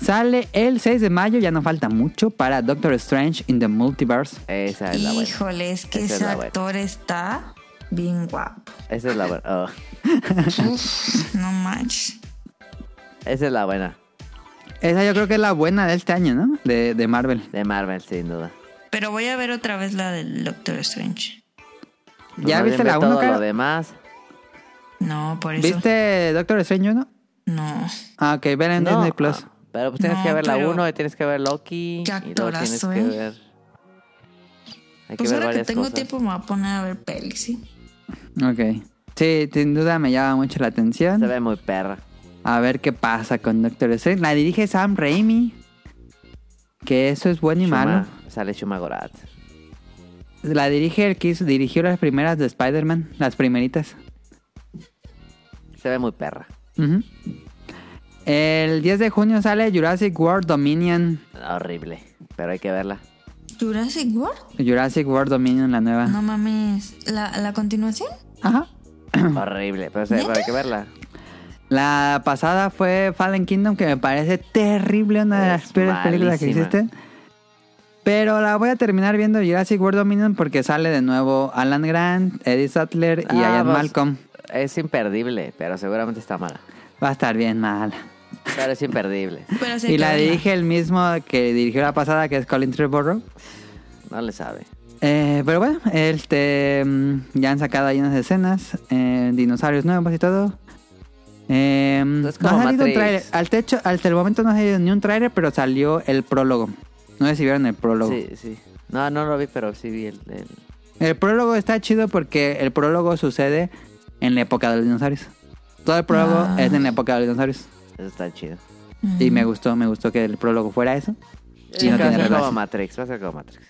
A: Sale el 6 de mayo, ya no falta mucho para Doctor Strange in the Multiverse.
C: Esa es la buena.
B: híjole, es que
C: Esa es
B: ese
C: la buena.
B: actor está bien
C: [LAUGHS]
B: guapo.
C: Esa es la buena. Oh,
B: Uf, no manches.
C: Esa es la buena.
A: Esa yo creo que es la buena de este año, ¿no? De, de Marvel.
C: De Marvel, sin duda.
B: Pero voy a ver otra vez la del Doctor Strange.
C: Pues
A: ¿Ya
C: más bien
A: viste
C: ve
A: la 1,
C: Todo lo
A: cara?
C: demás.
B: No, por eso.
A: ¿Viste Doctor Strange 1?
B: No.
A: Ah, ok, vela en
C: No,
A: Disney Plus.
C: ah, pero pues tienes
B: No,
C: que ver la
B: pero-
C: 1 y tienes que ver Loki.
B: Qué
C: y luego tienes
B: actorazo,
C: que
B: ¿eh?
C: ver. Hay
B: Pues
C: que ver
B: ahora que
C: varias
B: tengo
C: cosas.
B: tiempo me voy a poner a ver pelis, ¿sí?
A: Ok. Sí, sin duda me llama mucho la atención.
C: ah. Se ve muy perra.
A: A ver qué pasa con Doctor Strange. La dirige Sam Raimi. Que eso es bueno y
C: Shuma-
A: malo.
C: Sale Shuma Gorath.
A: La dirige el que hizo- dirigió las primeras de Spider-Man. Las primeritas.
C: Se ve muy perra.
A: Ujú. El 10 de junio sale Jurassic World Dominion.
C: Horrible. Pero hay
A: [CLEARS THROAT]
C: que verla.
B: ¿Jurassic World?
A: Jurassic World Dominion, la
C: Ah.
A: nueva.
B: No mames. ¿La, la continuación?
A: Ajá.
C: Horrible. Pero, se- pero hay que verla.
A: La pasada fue Fallen Kingdom, que me parece terrible, una de
C: Es
A: las peores películas que
C: malísima.
A: existen. Pero la voy a terminar viendo Jurassic World Dominion porque sale de nuevo Alan Grant, Eddie Sattler y
C: Ah,
A: Ian
C: pues,
A: Malcolm.
C: Es imperdible, pero seguramente está mala.
A: Va a estar bien mala.
C: Pero es imperdible.
B: Pero sí hay
A: Y
B: que
A: la
B: verla.
A: dirige el mismo que dirigió la pasada, que es Colin Trevorrow.
C: No le sabe.
A: Eh, pero bueno, este mm, ya han sacado ahí unas escenas, eh, dinosaurios nuevos y todo. Eh, no ha
C: Pues Es como
A: salido un
C: Matrix.
A: tráiler. Al techo, hasta el momento no ha salido ni un tráiler, pero salió el prólogo. No sé si vieron el prólogo.
C: Sí, sí. No, no lo vi, pero sí vi el... el-
A: El prólogo está chido porque el prólogo sucede en la época de los dinosaurios. Todo el prólogo
B: Ah.
A: es en la época de los dinosaurios.
C: Eso está chido.
A: Y me gustó, me gustó que el prólogo fuera eso. Sí, no
C: va a
A: tiene
C: ser como
A: relación.
C: Matrix, va a ser como Matrix.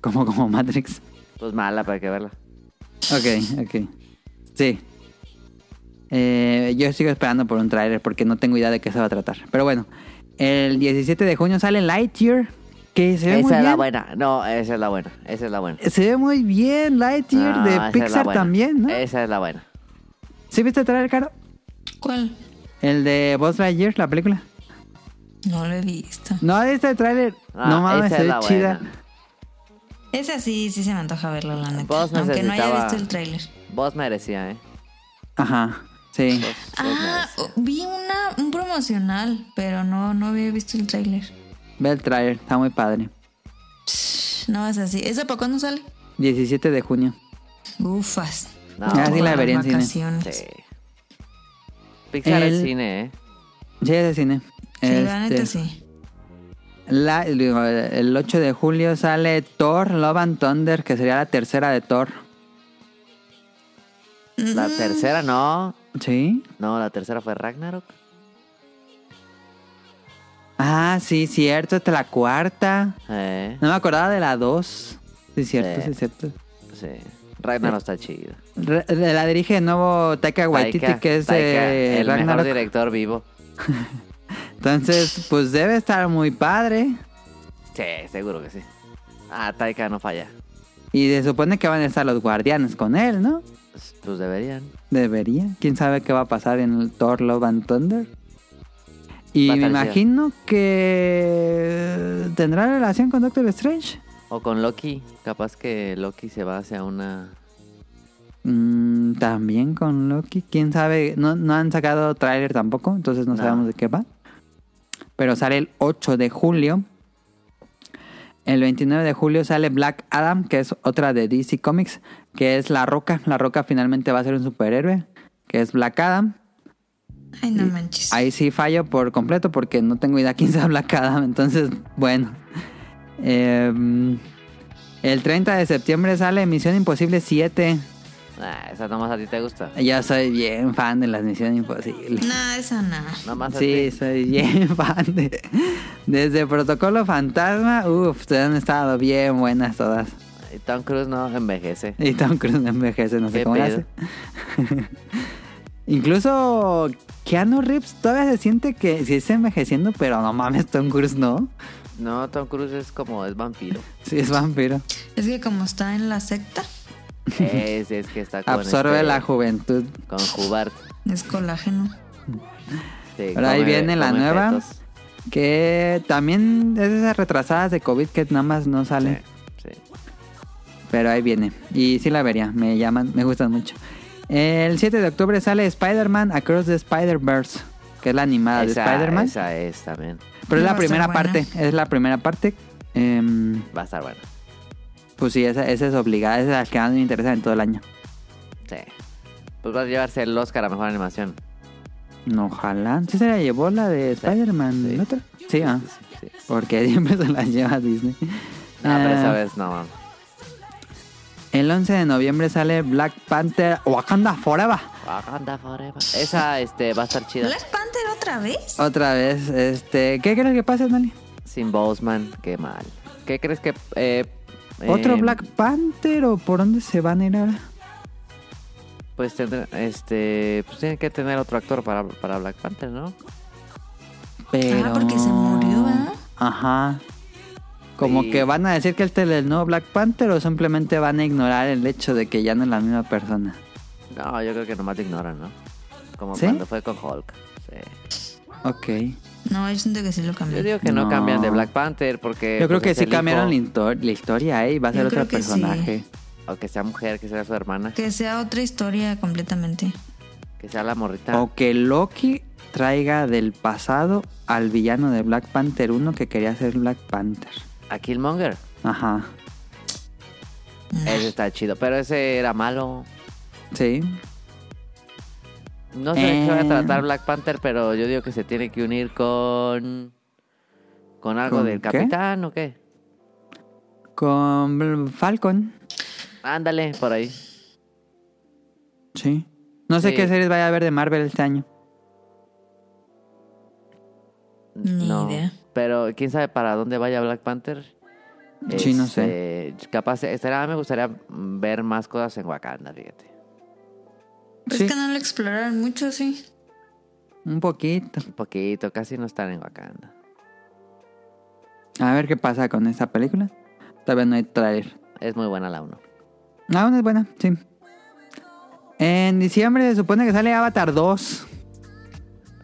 A: Como, como Matrix.
C: Pues mala, para que verla.
A: Ok, ok. Sí. Eh, yo sigo esperando por un tráiler porque no tengo idea de qué se va a tratar. Pero bueno, el 17 de junio sale Lightyear. Que se ve ¿Eh? muy
C: Esa es la
A: bien.
C: buena. No, esa es la buena. Esa es la buena.
A: Se ve muy bien Lightyear
C: Ah, esa
A: de
C: es la
A: Pixar
C: buena.
A: también, ¿no?
C: Esa es la buena.
A: ¿Sí viste el tráiler, Caro?
B: Mm. ¿Cuál?
A: El de Buzz Lightyear, la película.
B: No lo he visto.
A: No, este tráiler.
C: Ah,
A: no mames,
C: esa
A: se ve
C: es la
A: chida.
C: buena.
B: Esa sí, sí se me antoja verlo, la neta.
C: Vos
B: Aunque no haya
C: necesitaba-
B: visto el tráiler.
C: Vos merecía, ¿eh?
A: Ajá. Sí.
C: Vos, vos
B: Ah,
C: merecía.
B: o- vi una, un promocional, pero no, no había visto el tráiler.
A: Ve el tráiler, está muy padre.
B: No es así. ¿Esa para cuándo sale?
A: 17 de junio.
B: Ufas.
C: No,
A: Ah, sí la
B: Para
A: veré en cine.
B: vacaciones.
C: sí. Pixar
A: El-
C: es cine, ¿eh?
A: Sí, es de cine.
B: Sí, la
A: Este,
B: neta sí.
A: la- digo, el 8 de julio sale Thor, Love and Thunder, que sería la tercera de Thor.
C: La tercera no.
A: Sí.
C: No, la tercera fue Ragnarok.
A: Ah, sí, cierto, esta es la cuarta.
C: Eh,
A: No me acordaba de la 2. Sí, cierto,
C: Sí.
A: sí, cierto.
C: sí. Ragnarok está chido.
A: Re- la dirige de nuevo Taika Waititi,
C: Taika,
A: que es
C: Taika,
A: de
C: el mejor
A: Ragnarok.
C: director vivo.
A: Entonces, pues debe estar muy padre.
C: Sí, seguro que sí. Ah, Taika no falla.
A: Y se supone que van a estar los guardianes con él, ¿no?
C: Pues deberían.
A: Debería. ¿Quién sabe qué va a pasar en el Thor Love and Thunder? Y
C: Va a
A: me
C: estar chido.
A: imagino que tendrá relación con Doctor Strange.
C: O con Loki. Capaz que Loki se va hacia una.
A: Mm, También con Loki. ¿Quién sabe? No, no han sacado tráiler tampoco, entonces no,
C: No.
A: sabemos de qué va. Pero sale el 8 de julio. El 29 de julio sale Black Adam, que es otra de DC Comics, que es La Roca. La Roca finalmente va a ser un superhéroe, que es Black Adam.
B: Ay, no manches.
A: Ahí sí fallo por completo porque no tengo idea quién sea Black Adam. [LAUGHS] Entonces, bueno. Em, el 30 de septiembre sale Misión Imposible 7.
C: Ah, esa nomás a ti te gusta.
A: Ya soy bien fan de las Misiones Imposibles.
B: No, esa no.
C: Nomás a
A: Sí,
C: ti.
A: soy bien [LAUGHS] fan de... Desde Protocolo Fantasma, uff, se han estado bien buenas todas.
C: Y Tom Cruise no envejece.
A: Y Tom Cruise no envejece, no sé
C: Qué
A: cómo lo
C: pedo.
A: hace. [LAUGHS] Incluso Keanu Reeves todavía se siente que sí está envejeciendo, pero no mames, Tom Cruise no.
C: No, Tom Cruise es como
A: [LAUGHS]
C: es vampiro.
A: Sí, es vampiro.
B: Es que como está en la secta,
C: es, es que está con
A: Absorbe
C: este-
A: la juventud.
C: Con Hubert.
B: es colágeno.
C: Sí,
A: Ahora ahí
C: come-
A: viene la
C: come
A: nueva.
C: fetos.
A: Que también es de esas retrasadas de COVID que nada más no sale.
C: Sí, sí.
A: Pero ahí viene. Y sí la vería. Me llaman, me gustan mucho. El 7 de octubre sale Spider-Man Across the Spider-Verse. Que es la animada
C: Esa-
A: Ah, de Spider-Man.
C: Esa es también.
A: Pero es
B: Va
A: la
B: a estar
A: primera
B: buena.
A: parte. Es la primera parte. Em,
C: Va a estar buena.
A: pues sí, esa, esa es obligada. Esa es la que más me interesa en todo el año.
C: Sí. Pues va a llevarse el Oscar a mejor animación.
A: No, ojalá. Sí se la llevó la de Spider-Man.
C: sí.
A: ¿la otra? Sí, ah.
C: Sí, sí.
A: Porque [LAUGHS] siempre se la lleva Disney.
C: No, pero
A: Ah,
C: esa vez no. mames.
A: El 11 de noviembre sale Black Panther Wakanda Forever.
C: Wakanda forever. Esa este, va a estar chida.
B: ¿Black Panther otra vez?
A: Otra vez, este... ¿Qué crees que pase, Nali?
C: Sin Boseman, qué mal. ¿Qué crees que... eh,
A: ¿Otro
B: Em.
C: eh,
A: Black Panther o por dónde se van a ir ahora?
C: Pues tendrá- este, pues tienen que tener otro actor para, para Black Panther, ¿no?
A: Pero...
B: Ah, porque se murió, ¿verdad?
A: Ajá. Como
C: Sí.
A: que van a decir que este es el nuevo Black Panther o simplemente van a ignorar el hecho de que ya no es la misma persona.
C: No, yo creo que nomás te ignoran, ¿no? Como
A: ¿Sí?
C: cuando fue con Hulk. Sí.
A: Ok.
B: Eh, No, yo siento que sí lo
C: Yo
B: cambié.
C: digo que no.
A: No.
C: cambian de Black Panther porque...
A: Yo creo
C: pues,
A: que
C: es
A: sí
C: el
A: cambiaron la,
C: hijo.
A: histo- la historia, ¿eh? Y va a
B: Yo
A: ser otro
B: creo que sí.
A: personaje.
C: O que sea mujer, que sea su hermana,
B: Que sea otra historia completamente.
C: que sea la morrita.
A: O que Loki traiga del pasado al villano de Black Panther 1 que quería ser Black Panther.
C: A Killmonger.
A: Ajá.
C: Ese está chido, pero ese era malo.
A: Sí.
C: No sé de qué va a
A: Eh.
C: tratar Black Panther, pero yo digo que se tiene que unir con. con algo
A: ¿Con
C: del
A: qué?
C: capitán o qué.
A: Con Bl- Falcon.
C: Ándale, por ahí.
A: Sí. No sé
C: Sí.
A: qué series vaya a haber de Marvel este año.
B: Ni
C: no.
B: idea.
C: Pero quién sabe para dónde vaya Black Panther.
A: Sí, no
C: Este, Capaz, estaría, me gustaría ver más cosas en Wakanda, fíjate.
B: Pues
A: Sí.
B: Es que no lo exploraron mucho, sí.
A: Un poquito.
C: Un poquito, casi no están en Wakanda.
A: A ver qué pasa con esta película. Todavía no hay trailer.
C: Es muy buena la 1.
A: Aún es buena, sí. En diciembre se supone que sale Avatar 2.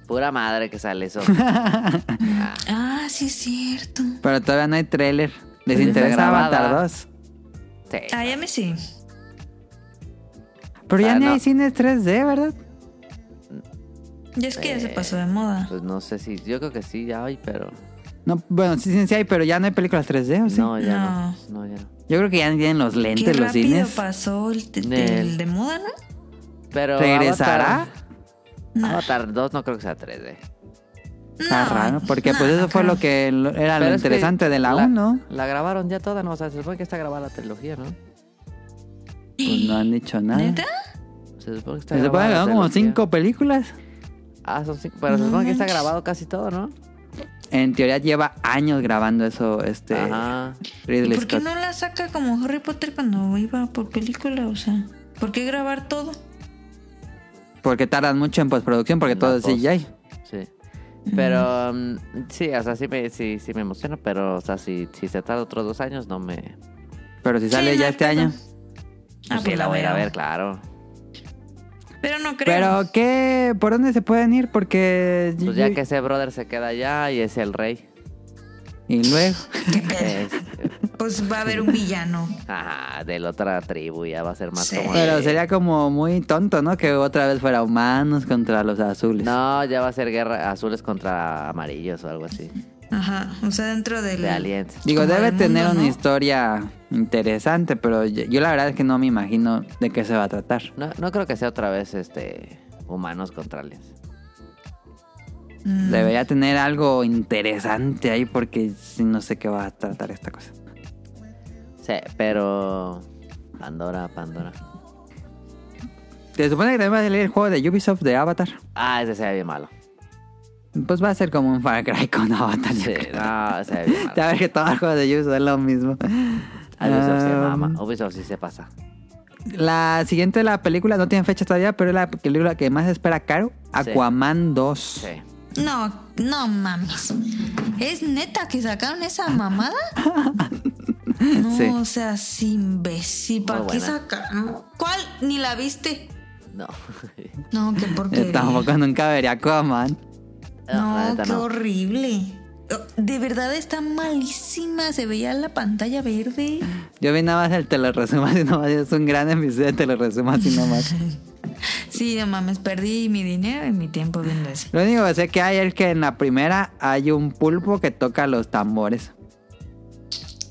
C: Pura madre que
A: [LAUGHS]
C: sale eso.
B: [LAUGHS] Ah, sí es cierto.
A: Pero todavía no hay trailer. ¿Les
C: Pues Está
A: interesa
C: grabada.
A: Avatar 2?
C: Sí.
B: Ah, ya me sí.
A: Pero ya
C: Ah,
A: ni
C: no.
A: hay cines 3D, ¿verdad?
B: Ya es que ya se
A: Eh.
B: pasó de moda.
C: Pues no sé si. Yo creo que sí, ya hoy, pero.
A: No, bueno, sí, sí, sí hay, pero ya no hay películas 3D, ¿o sí?
C: No, ya no. No, ya no.
A: Yo creo que ya tienen los
B: Qué
A: lentes,
B: rápido
A: los cines.
B: pasó el, te-
C: Nel.
B: el de moda, ¿no?
C: Pero.
A: ¿Regresará?
C: Avatar-
B: No.
C: Avatar 2 no creo que sea eh. 3D.
A: Está
B: No,
A: raro, porque
B: no,
A: pues eso
B: no
A: fue
B: creo.
A: lo que lo- era
C: Pero
A: lo
C: es que
A: interesante de la 1.
C: La grabaron ya toda, ¿no? O sea, se supone que está grabada la trilogía, ¿no?
A: Pues no han dicho nada.
B: ¿Neta?
C: Se supone que está
A: Se supone
C: grabada
A: que
C: la
A: son como
C: trilogía.
A: cinco películas.
C: Ah, son cinco. Pero se
B: No
C: supone que está
B: manches.
C: grabado casi todo, ¿no?
A: En teoría lleva años grabando eso este
C: Ajá.
A: Ridley
B: ¿Por qué
A: Scott.
B: no la saca como Harry Potter cuando iba por película? O sea, ¿por qué grabar todo?
A: Porque tardan mucho en postproducción porque
C: La
A: todo es
B: pues.
C: post.
A: CGI.
C: Sí. Pero um, sí, o sea, sí me, sí, sí me emociona, pero o sea, si, si se tarda otros dos años, no me...
A: Pero si sale
B: Sí, no
A: ya
B: hay
A: este
B: pedo.
A: año.
B: Ah,
C: sí,
B: pues
C: la voy a ir a
B: veo.
C: ver, claro.
B: Pero no creo.
A: Pero qué, ¿por dónde se pueden ir? Porque
C: Pues ya que ese brother se queda allá y es
B: [LAUGHS]
C: el rey.
A: y luego
B: Qué pedo.
C: Es- eh,
B: Pues va a haber un villano.
C: ajá, de la otra tribu ya va a ser más
B: Sí.
C: como...
A: pero
C: de-
A: sería como muy tonto, ¿no? Que otra vez fuera humanos contra los azules.
C: No, ya va a ser guerra azules contra amarillos o algo así.
B: Ajá. O sea, dentro del.
C: De aliens.
A: Digo,
B: como
A: debe
B: del
A: tener
B: mundo,
A: una
B: ¿no?
A: historia interesante, pero yo, yo la verdad es que no me imagino de qué se va a tratar.
C: No, no creo que sea otra vez este humanos contra aliens.
B: Mm.
A: Debería tener algo interesante ahí porque sí no sé qué va a tratar esta cosa.
C: Sí, pero... Pandora, Pandora.
A: Se supone que también va a salir el juego de Ubisoft de Avatar.
C: Ah, ese se ve bien malo.
A: Pues va a ser como un Far Cry [LAUGHS] con Avatar. yo
C: Sí,
A: creo.
C: no, se ve bien malo.
A: Ya ver que todos los juegos de Ubisoft es lo mismo.
C: Ah, Ubisoft se
A: Ah,
C: mama. Ubisoft sí se pasa.
A: La siguiente de la película no tiene fecha todavía, pero es la película que más espera Caro, Aquaman 2.
C: Sí.
B: No, no mames. ¿Es neta que sacaron esa mamada? No,
A: Sí.
B: o sea, sin imbécil. ¿Para
C: Muy
B: qué
C: buena.
B: sacaron? ¿Cuál? ¿Ni la viste? [LAUGHS]
C: No.
B: No, que porque.
A: Yo tampoco nunca vería Aquaman.
C: la
B: No,
C: neta
B: qué horrible. De verdad está malísima. Se veía la pantalla verde.
A: Yo vi [LAUGHS] nada más el te lo resumo así nomás. Es un gran episodio de te lo resumo así nomás.
B: Sí, no mames, perdí mi dinero y mi tiempo viendo eso.
A: Lo único que sé que hay es que en la primera hay un pulpo que toca los tambores.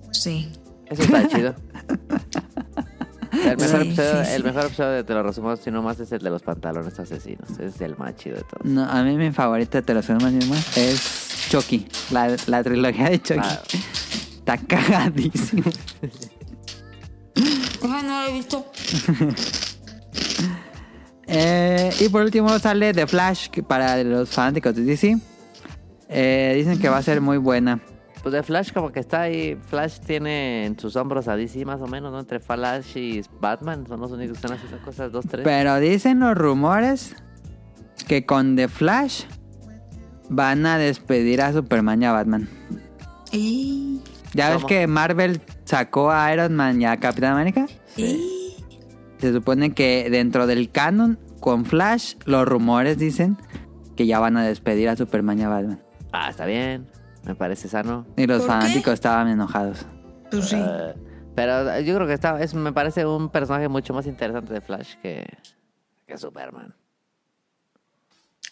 B: Sí.
C: Eso
B: [LAUGHS]
C: está chido. El mejor,
B: Sí,
C: episodio,
B: sí, sí.
C: el mejor episodio de Te lo resumo así nomás es el de los pantalones asesinos. Es el más chido de todos.
A: No, a mí mi favorita de te lo resumo así nomás es Chucky. La, la trilogía de Chucky.
C: Ah.
A: Está cagadísimo.
B: Ojalá no lo he visto.
A: Eh, y por último sale The Flash que para los fanáticos de DC. Eh, dicen que va a ser muy buena.
C: Pues de Flash como que está ahí. Flash tiene en sus hombros a DC más o menos, ¿no? Entre Flash y Batman son los únicos que están haciendo cosas, dos, tres.
A: Pero dicen los rumores que con The Flash van a despedir a Superman y a Batman.
B: Y.
A: Ya ves
C: ¿Cómo?
A: que Marvel sacó a Iron Man y a Capitán América.
B: y-
A: Se supone que dentro del canon con Flash los rumores dicen que ya van a despedir a Superman y a Batman.
C: Ah, está bien. Me parece sano.
A: Y los
B: ¿Por qué?
A: fanáticos estaban enojados.
B: Pues sí.
C: Eh, pero yo creo que está, es, me parece un personaje mucho más interesante de Flash que, que Superman.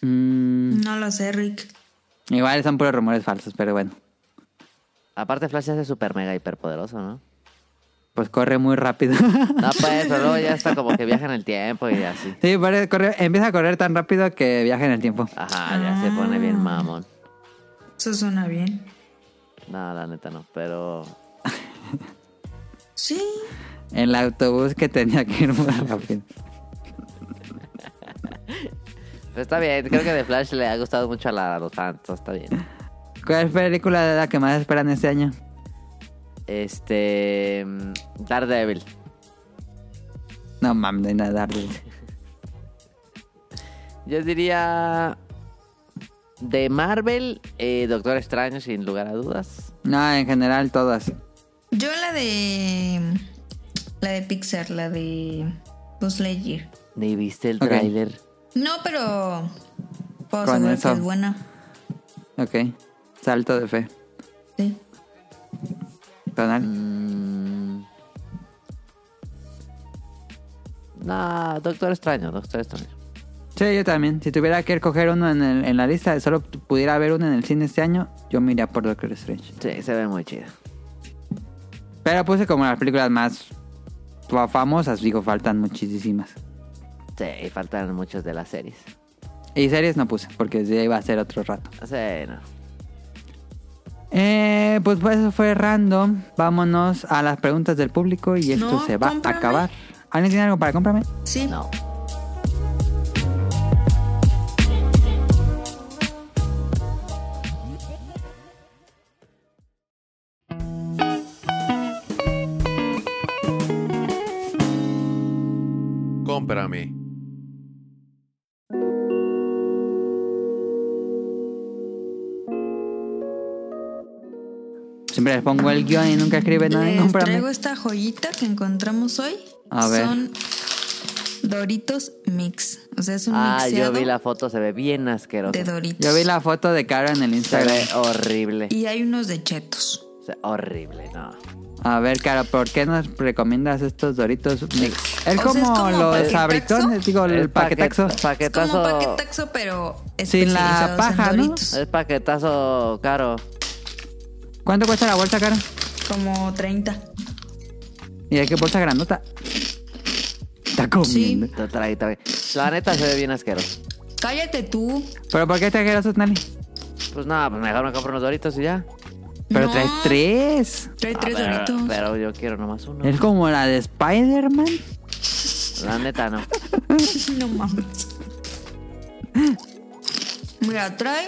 A: Mm,
B: No lo sé, Rick.
A: igual son puros rumores falsos, pero bueno.
C: Aparte Flash es súper mega hiperpoderoso, ¿no?
A: pues corre muy rápido. [LAUGHS]
C: No, pues, pero luego ya está como que viaja en el tiempo y así.
A: sí, parece correr- empieza a correr tan rápido que viaja en el tiempo.
C: Ajá, ya se pone bien mamón.
B: Eso suena bien.
C: No, la neta no, pero...
B: Sí.
A: En el autobús que tenía que ir muy rápido.
C: pero pues, está bien, creo que The Flash le ha gustado mucho a, la- a los fans, todo está bien.
A: ¿Cuál película es la que más esperan este año?
C: Este... mm, Daredevil.
A: No mames, no hay nada darle.
C: Yo diría... De Marvel, eh, Doctor Extraño, sin lugar a dudas.
A: No, en general todas.
B: Yo la de. La de Pixar, la de. Buzz Lightyear.
C: Ni viste el
A: Ok.
C: tráiler.
B: No, pero. Puedo
A: Con
B: asegurar
A: eso.
B: que es buena.
A: Ok. Salto de fe.
B: Sí.
A: Tonal.
C: Mm. No, Doctor Extraño, Doctor Extraño.
A: Sí, yo también. Si tuviera que escoger uno en, el- en la lista, solo pudiera haber uno en el cine este año, yo me iría por Doctor Strange.
C: Sí, se ve muy chido.
A: Pero puse como las películas más fa- famosas, digo, faltan muchísimas.
C: Sí, y faltan muchos de las series.
A: Y series no puse, porque ya iba a ser otro rato.
C: Sí, no.
A: Eh, pues, pues eso fue random. Vámonos a las preguntas del público y esto
B: No,
A: se va
B: cómprame.
A: a acabar. ¿Alguien tiene algo para cómprame?
B: Sí.
C: No.
E: Cómprame.
A: Siempre les pongo el guión y nunca escriben nada en
B: Les
A: cómprame.
B: traigo esta joyita que encontramos hoy.
A: A ver.
B: Son Doritos Mix. O sea, es un
C: Ah, yo
B: mixeado
C: vi la foto, se ve bien asqueroso.
B: de Doritos.
A: Yo vi la foto de Caro en el
C: Se
A: Instagram.
C: ve horrible.
B: Y hay unos de chetos.
C: Se- horrible, no.
A: A ver, Caro, ¿por qué nos recomiendas estos Doritos Mix? Es
B: sea,
A: como,
B: es como
A: los
B: paquetaxo.
A: abritones, digo, el,
C: paquet-
A: paquetaxo.
B: Es como
C: Paquetazo.
B: paquetaxo, pero
A: Sin la
B: especializados en
A: paja, ¿no?
B: Doritos.
C: Es paquetazo caro.
A: ¿Cuánto cuesta la bolsa, Caro?
B: Como 30.
A: Y hay que bolsa grandota. Está comiendo.
C: Te trae- trae. La neta se ve bien asqueroso.
B: Cállate tú.
A: ¿Pero por qué trajeras esos, Nani?
C: Pues nada, pues mejor me compro unos doritos y ya.
A: Pero
B: No.
A: traes tres.
B: Trae
C: Ah,
B: tres
C: pero-
B: doritos.
C: Pero yo quiero nomás uno.
A: Es como la de Spider-Man.
C: La neta no.
B: [LAUGHS] No mames. Mira, trae.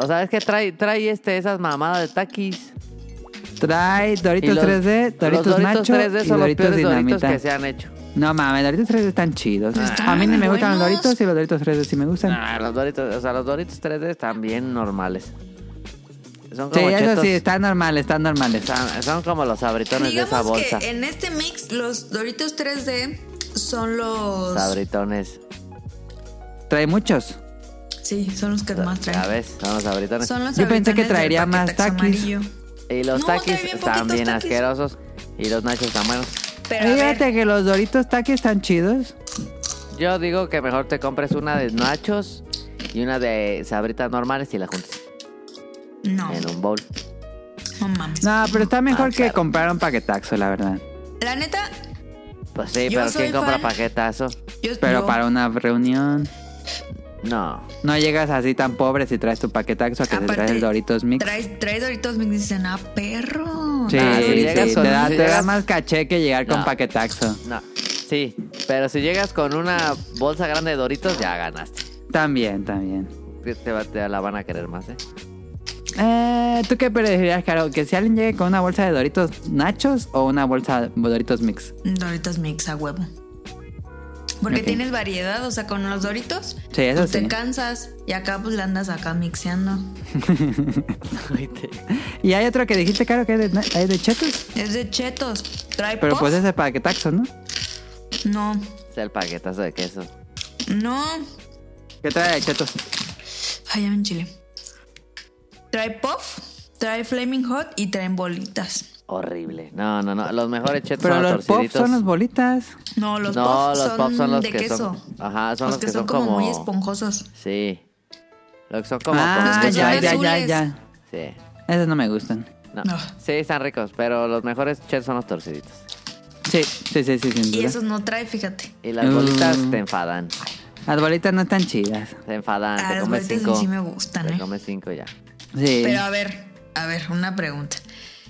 C: O sea, es que trae, trae este, esas mamadas de taquis.
A: Trae
C: Y
A: Doritos
C: los-
A: 3D, Doritos,
C: los
A: Nacho
C: 3D
A: y
C: son los
A: Doritos
C: peores Doritos
A: Dinamita.
C: que se Pues han hecho.
A: No mames, Doritos 3D están chidos.
B: Están
A: A mí no me
B: muy
A: gustan los
B: buenos.
A: Doritos y los Doritos 3D sí me gustan.
C: Nah, los Doritos, o sea, los Doritos 3D están bien normales. Son
A: sí,
C: como
A: eso
C: chetos.
A: sí, están normales, están normales.
C: Son, son como los abritones de esa
B: Digamos
C: bolsa.
B: que en este mix, los Doritos 3D son los.
C: Sabritones.
A: Trae muchos.
B: Sí, son los que más
C: Ya
B: traen.
C: ves, son los abritones.
B: Son los
A: Yo pensé que
B: habitantes del
A: traería más
B: paquetaxo
A: taquis.
B: amarillo.
C: Y los
B: No,
C: taquis
B: trae bien
C: están
B: poquitos
C: bien
B: taquis.
C: asquerosos. Y los nachos están buenos.
B: Pero a ver,
A: Fíjate que los Doritos Taki están chidos.
C: Yo digo que mejor te compres una de nachos y una de sabritas normales y las juntas
B: no,
C: en un bowl.
B: no mames.
A: No, pero está mejor
C: Ah,
A: que
C: claro.
A: comprar un paquetaxo, la verdad.
B: La neta,
C: Pues sí,
B: Yo
C: pero
B: soy
C: ¿quién compra
B: fan.
C: paquetazo?
B: yo.
A: Pero
B: yo-
A: para una reunión,
C: No.
A: no llegas así tan pobre si traes tu paquetaxo que te traes el Doritos Mix.
B: Traes, traes Doritos Mix y dicen, ah, perro.
A: Sí,
C: Ah, si
A: sí,
C: llegas
A: te,
C: con-
A: da,
C: si
A: te da
C: llegas-
A: más caché que llegar con
C: No.
A: paquetaxo.
C: No, sí, pero si llegas con una bolsa grande de Doritos, ya ganaste.
A: También, también.
C: Te, te va- te este la van a querer más, ¿eh?
A: Eh, ¿Tú qué preferirías, Caro? ¿Que si alguien llegue con una bolsa de Doritos Nachos o una bolsa de Doritos Mix?
B: Doritos Mix a huevo. Porque
A: Ok.
B: tienes variedad, o sea, con los Doritos.
A: Sí, eso
B: pues
A: sí.
B: Te cansas y acá pues la andas acá mixeando.
A: Y hay otro que dijiste, Caro, que es de, na- es de Chetos.
B: Es de chetos. Trae
A: Pero
B: puff?
A: pues ese es paquetaxo, ¿no?
B: No,
C: Es el paquetazo de queso.
B: no.
A: ¿Qué trae de Chetos?
B: Ay, ya me enchilé. Trae puff, trae flaming hot y traen bolitas.
C: Horrible. No, no, no. Los mejores chetos
A: Pero
C: son los
A: los pops
C: torciditos.
A: son los bolitas.
B: No, los
C: no,
B: puff
C: los
B: son
C: pops son los
B: de
C: que
B: queso.
C: son. Ajá, son
B: los,
C: los,
B: que, son como, muy esponjosos.
C: Sí. Los que son como.
A: ah,
C: con-
B: los que
A: ya, ya,
B: son
A: ya,
B: azules.
A: ya.
C: Sí.
A: Esos no me gustan.
C: No.
B: No.
C: Sí, están ricos, pero los mejores chetos son los torciditos.
A: Sí, sí, sí, sí, sin
B: Y
A: duda.
B: esos no trae, fíjate.
C: Y las bolitas
A: Mm.
C: te enfadan.
A: Las bolitas no están chidas.
C: Te enfadan,
B: Ah,
C: te
B: las
C: comes
B: bolitas
C: cinco.
B: sí me gustan,
C: Te
B: ¿eh?
C: comes cinco ya.
A: Sí.
B: Pero a ver, a ver, una pregunta.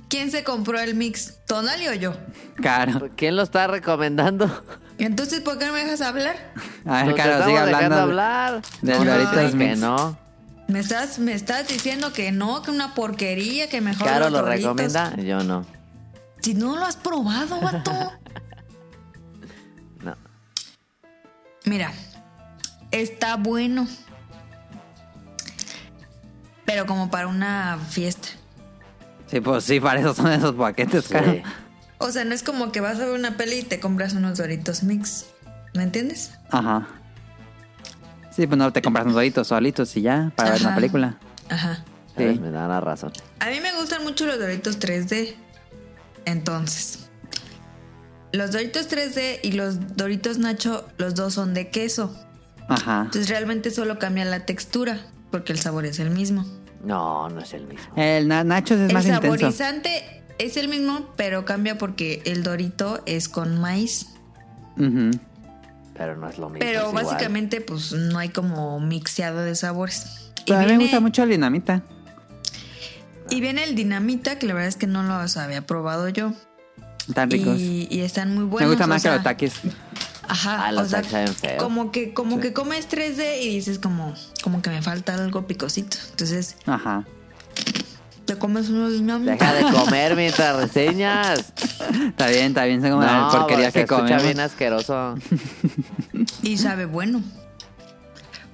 B: ¿Quién se compró el mix? ¿Tonali o yo?
A: Caro.
C: ¿Quién lo está recomendando?
B: Entonces, ¿por qué no me dejas hablar?
A: A ver,
C: Nos
A: Caro,
C: estamos
A: sigue
C: dejando
A: hablando.
C: hablar.
A: de
C: No,
A: Doritos
C: que
A: Mix.
C: no.
B: Me estás, me estás diciendo que no, que una porquería, que mejor
C: Caro
B: los
C: lo
B: Doritos.
C: recomienda, yo no.
B: Si no lo has probado,
C: [LAUGHS]
B: vato.
C: No.
B: Mira, está bueno. Pero como para una fiesta.
A: Sí, pues sí, para eso son esos paquetes, Caro.
C: Sí.
B: O sea, no es como que vas a ver una peli y te compras unos doritos mix. ¿Me entiendes?
A: Ajá. Sí, pues no te compras unos doritos solitos y ya, para ver una
B: Ajá.
A: película.
B: Ajá.
C: Sabes,
A: Sí.
C: Me da la razón.
B: A mí me gustan mucho los Doritos 3D. Entonces, los Doritos 3D y los Doritos Nacho, los dos son de queso.
A: Ajá.
B: Entonces realmente solo cambia la textura, porque el sabor es el mismo.
C: No, no es el mismo.
A: El na- Nachos es
B: el
A: más intenso.
B: saborizante es el mismo, pero cambia porque el Dorito es con maíz.
A: Ujú.
C: Pero no es lo mismo.
B: Pero
C: es igual.
B: básicamente, pues no hay como mixeado de sabores. Y
A: Pero a mí me
B: viene-
A: gusta mucho el dinamita.
B: Y viene el dinamita, que la verdad es que no los había probado yo.
A: Están ricos.
B: Y, ah. y están muy buenos.
A: me gusta
B: o
A: más
B: sea,
A: que los taquis.
B: Ajá.
C: Ah, los
B: o sea,
C: tacos saben feo.
B: Como que, como que comes 3D y dices como, como que me falta algo picosito. Entonces,
A: Ajá.
B: te comes unos dinamitas.
C: Deja de comer mientras
A: [LAUGHS]
C: reseñas.
A: Está bien, está bien, son como
C: No,
A: las porquerías
C: porque
A: que
C: se escucha
A: comen.
C: bien asqueroso.
B: Y sabe bueno.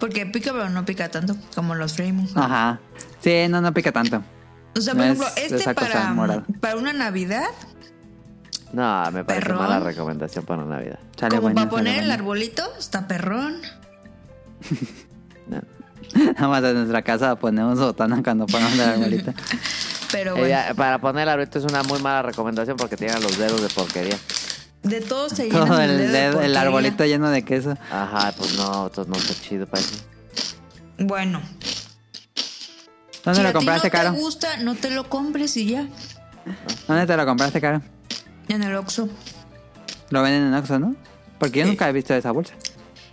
B: Porque pica, pero no pica tanto como los Framus.
A: Ajá. Sí, no, no pica tanto.
B: O sea,
A: no
B: por ejemplo,
A: es
B: este
A: esa cosa
B: para,
A: morada.
B: para una Navidad,
C: No, me parece
B: Perrón.
C: mala recomendación para Navidad.
A: Sale
B: como
A: bueno.
B: para poner
A: sale
B: el
A: bueno.
B: arbolito, está perrón.
C: No.
A: Nada más en nuestra casa ponemos sotana cuando ponemos la arbolita.
B: Pero bueno,
C: Ella- Eh, para poner el arbolito es una muy mala recomendación porque tiene los dedos de porquería.
B: de todo se [LAUGHS] llena
A: Todo el,
B: dedo de
A: dedo- el
B: porquería.
A: arbolito lleno de queso.
C: Ajá, pues no, esto no pues. está chido
A: [LAUGHS]
C: para eso.
B: Bueno.
A: ¿Dónde
B: si a
A: lo
B: ti
A: compraste,
B: no
A: Caro?
B: te gusta, no te lo compres y ya.
A: ¿Dónde te lo compraste, Caro?
B: En el Oxxo.
A: Lo venden en Oxxo, ¿no? Porque yo nunca he visto esa bolsa.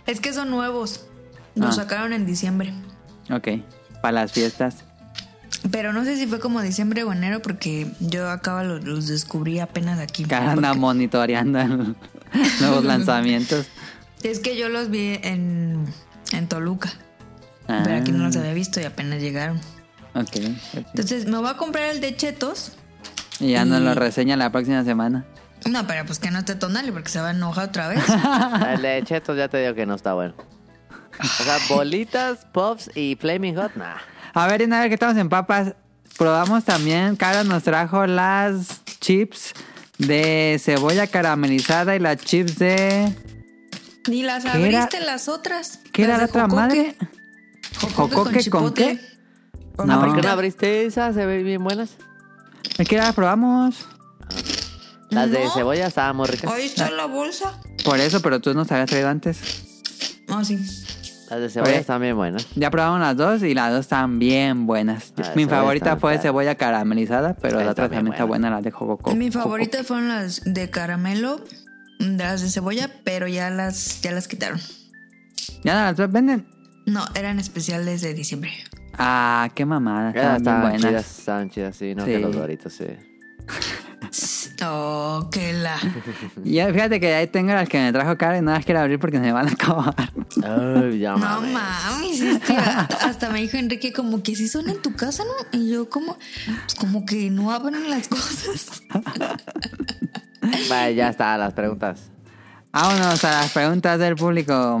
B: Es que son nuevos. Los
A: Ah.
B: sacaron en diciembre.
A: Ok. Para las
B: [LAUGHS]
A: fiestas.
B: Pero no sé si fue como diciembre o enero porque yo acaba los, los descubrí apenas aquí.
A: Caro anda
B: Porque-
A: monitoreando
B: [LAUGHS]
A: el- nuevos lanzamientos.
B: Es que yo los vi en, en Toluca.
A: Ah,
B: Pero aquí no los había visto y apenas llegaron.
A: Ok.
B: Entonces me voy a comprar el de Chetos.
A: Y ya nos
B: Y-
A: lo reseña la próxima semana.
B: No, pero pues que no esté tonale porque se va a enojar otra
A: [LAUGHS]
B: vez.
C: El de Chetos ya te digo que no está bueno. O sea, bolitas, puffs y flaming hot, nah.
A: A ver, y una vez que estamos en papas, probamos también. Caro nos trajo las chips de cebolla caramelizada y las chips de.
B: Ni las
A: ¿Qué era?
B: abriste las otras.
A: ¿Qué era
B: Las
A: la
B: de
A: otra
B: jocoque.
A: madre?
B: Jocoque
A: ¿Jocoque con
B: chipotle.
A: qué?
B: Con
A: No.
C: Ah, ¿Por qué no
B: frita.
C: abriste esas? Se ven bien buenas.
A: ¿En ¿Qué era la probamos?
C: Las de
B: No.
C: cebolla estaban muy ricas.
B: Ahí
A: Ah.
B: está la bolsa.
A: Por eso, pero tú nos habías traído antes.
B: Ah, sí.
C: Las de cebolla
A: Oye.
C: están bien buenas.
A: Ya probamos las dos y las dos están bien buenas.
C: Ah,
A: Mi
C: cebolla
A: favorita
C: está
A: fue
C: buena.
A: cebolla caramelizada, pero
C: Está
A: la otra
C: bien
A: también está
C: buena.
A: buena, la de Jococo.
B: Mis favoritas fueron las de caramelo, de las de cebolla, pero ya las, ya las quitaron.
A: ¿Ya no las venden?
B: No, eran especiales de diciembre.
A: Ah, qué mamada.
C: Ah,
A: Estaban bien
C: Estaban
A: buenas.
C: chidas, estaban chidas, sí, no
A: Sí.
C: que los doritos, sí.
B: Oh, que la.
A: Y ya, fíjate que ahí tengo las que me trajo Karen, no las quiero abrir porque se me van a acabar. [LAUGHS]
C: Ay, ya
B: No
C: mames.
B: mames, este, hasta me dijo Enrique como que sí son en tu casa, ¿no? Y yo como, pues, como que no abren las [LAUGHS] cosas.
C: Vale, ya está, las preguntas.
A: Vámonos a las preguntas del público.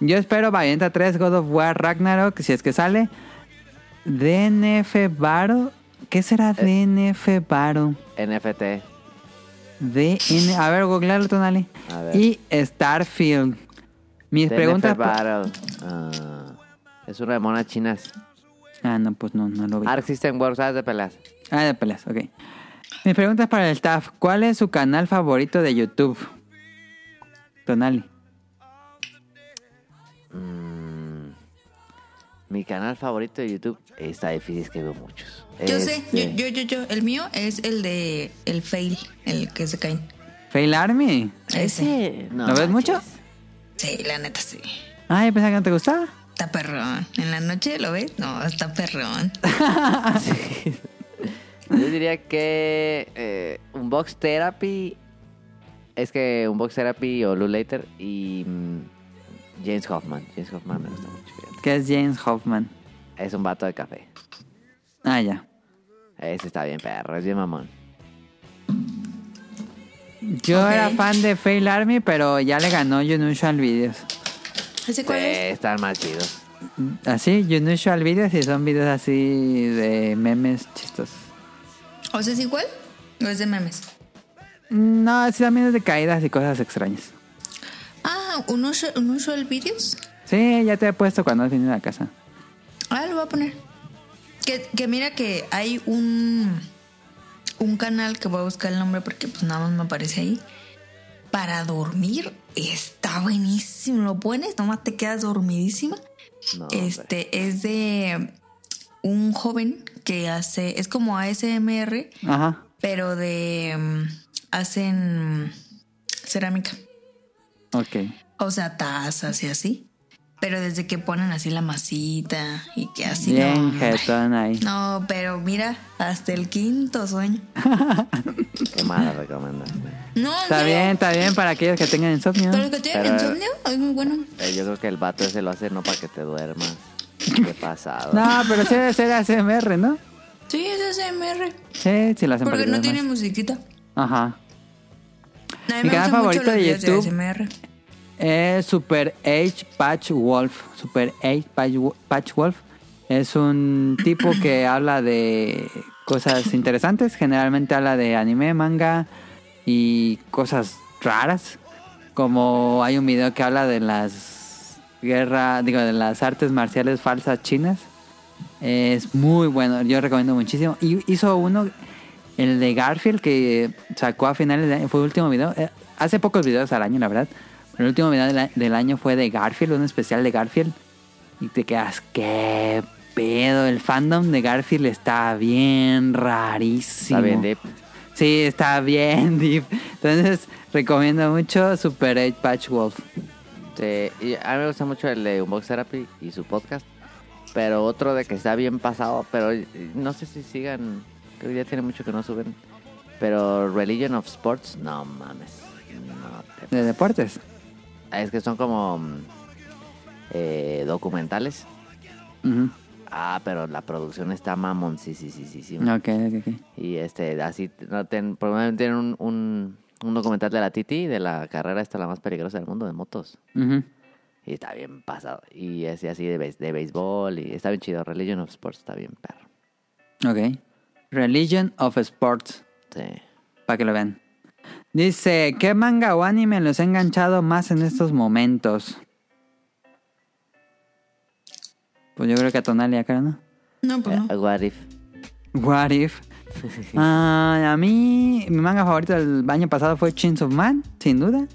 A: Yo espero Valienta 3 God of War Ragnarok, si es que sale. DNF Varo. ¿Qué será DNF Varo?
C: NFT.
A: DN. A ver, googlealo, Tonali.
C: A ver.
A: Y Starfield. Mis
C: DNF
A: preguntas. pa-
C: Battle. Ah, es una de monas chinas.
A: Ah, no, pues no, no lo vi.
C: Arc System Works, ¿sabes de peleas?
A: Ah, de peleas, ok. Mis preguntas para el staff. ¿Cuál es su canal favorito de YouTube? Tonali.
C: Mm, mi canal favorito de YouTube está difícil, es que veo muchos.
B: Yo sé, yo,
C: Este,
B: yo, yo, yo, el mío es el de el fail, el que se caen.
A: Fail Army.
B: Ese.
C: Ese. Este, no
A: ¿Lo ves
C: manches.
A: mucho?
B: Sí, la neta sí.
A: Ay, pensaba que no te gustaba.
B: Está perrón. En la noche lo ves, no, está perrón.
C: Yo diría que eh, Unbox Therapy. Es que Unbox Therapy o Lou Later y mm, James Hoffman. James Hoffman me gusta mucho. fíjate.
A: Que es James Hoffman.
C: Es un vato de café.
A: Ah, ya.
C: Ese está bien, perro. Es bien mamón.
A: Yo
B: Ok.
A: era fan de Fail Army, pero ya le ganó Unusual Videos.
B: ¿Ese
C: Sí,
B: cuál es?
C: están más chidos.
A: Así, Unusual Videos y son videos así de memes chistosos.
B: ¿O sea, es igual? ¿O es de memes?
A: No, sí, también es de caídas y cosas extrañas.
B: Ah, unusual, unusual videos.
A: Sí, ya te he puesto cuando has venido a la casa.
B: Ah, lo voy a poner. Que, que mira que hay un un canal que voy a buscar el nombre porque pues nada más me aparece ahí. Para dormir está buenísimo. Lo pones, nomás te quedas dormidísima.
C: No, hombre.
B: Este es de un joven que hace, es como ASMR,
A: Ajá.
B: pero de mm, hacen mm, cerámica.
A: Ok.
B: O sea, tazas y así. Pero desde que ponen así la masita y que así no,
A: Bien,
B: hombre.
A: jetón ahí.
B: No, pero mira, hasta el quinto sueño.
C: Qué mala recomendación.
B: No,
A: Está
B: en serio.
A: bien, está bien para aquellos que tengan insomnio.
B: Para los que tienen
C: Pero-
B: insomnio, es muy bueno.
C: Eh, Yo creo que el vato ese lo hace no para que te duermas. Qué pasado.
A: No, pero sí debe ser ASMR, ¿no?
B: Sí, es ASMR.
A: Sí, sí lo hacen para
B: Porque
A: que
B: no
A: duermas.
B: tiene musiquita.
A: Ajá.
B: A mí
A: Mi
B: me
A: canal
B: gustan mucho
A: favorito
B: los
A: de
B: videos
A: YouTube.
B: ASMR.
A: Es Eh, Super H Patch Wolf. Super H Patch Wo- Patch Wolf es un tipo que habla de cosas interesantes. Generalmente habla de anime, manga y cosas raras. Como hay un video que habla de las guerras, digo, de las artes marciales falsas chinas. Es muy bueno, yo recomiendo muchísimo. Y hizo uno, el de Garfield, que sacó a finales de año, fue el último video. eh, hace pocos videos al año, la verdad. Pero el último video del, a- del año fue de Garfield, un especial de Garfield. Y te quedas, qué pedo. El fandom de Garfield está bien rarísimo.
C: Está bien, Deep.
A: Sí, está bien [LAUGHS] deep. Entonces, recomiendo mucho Super 8 Patch Wolf.
C: Sí, y a mí me gusta mucho el de Unbox Therapy y su podcast. Pero otro de que está bien pasado, pero eh, no sé si sigan. Creo que ya tiene mucho que no suben. Pero Religion of Sports, no mames. No te-
A: De deportes.
C: Es que son como mm, eh, documentales.
A: Ujú.
C: Ah, pero la producción está mamón, sí, sí, sí, sí. sí.
A: Ok, ok, ok.
C: Y este, así, no, ten- probablemente tienen un, un, un documental de la Titi, de la carrera esta la más peligrosa del mundo de motos.
A: Ujú.
C: Y está bien pasado. Y es así de, béis- de béisbol. Y está bien chido. Religion of Sports está bien, perro.
A: Ok. Religion of Sports.
C: Sí.
A: Para que lo vean. Dice, ¿qué manga o anime los ha enganchado más en estos momentos? Pues yo creo que a Tonali acá, ¿no?
B: No, pues no.
C: Eh, what if?
A: What if? Ah, a mí, mi manga favorito del año pasado fue Chains of Man, sin duda.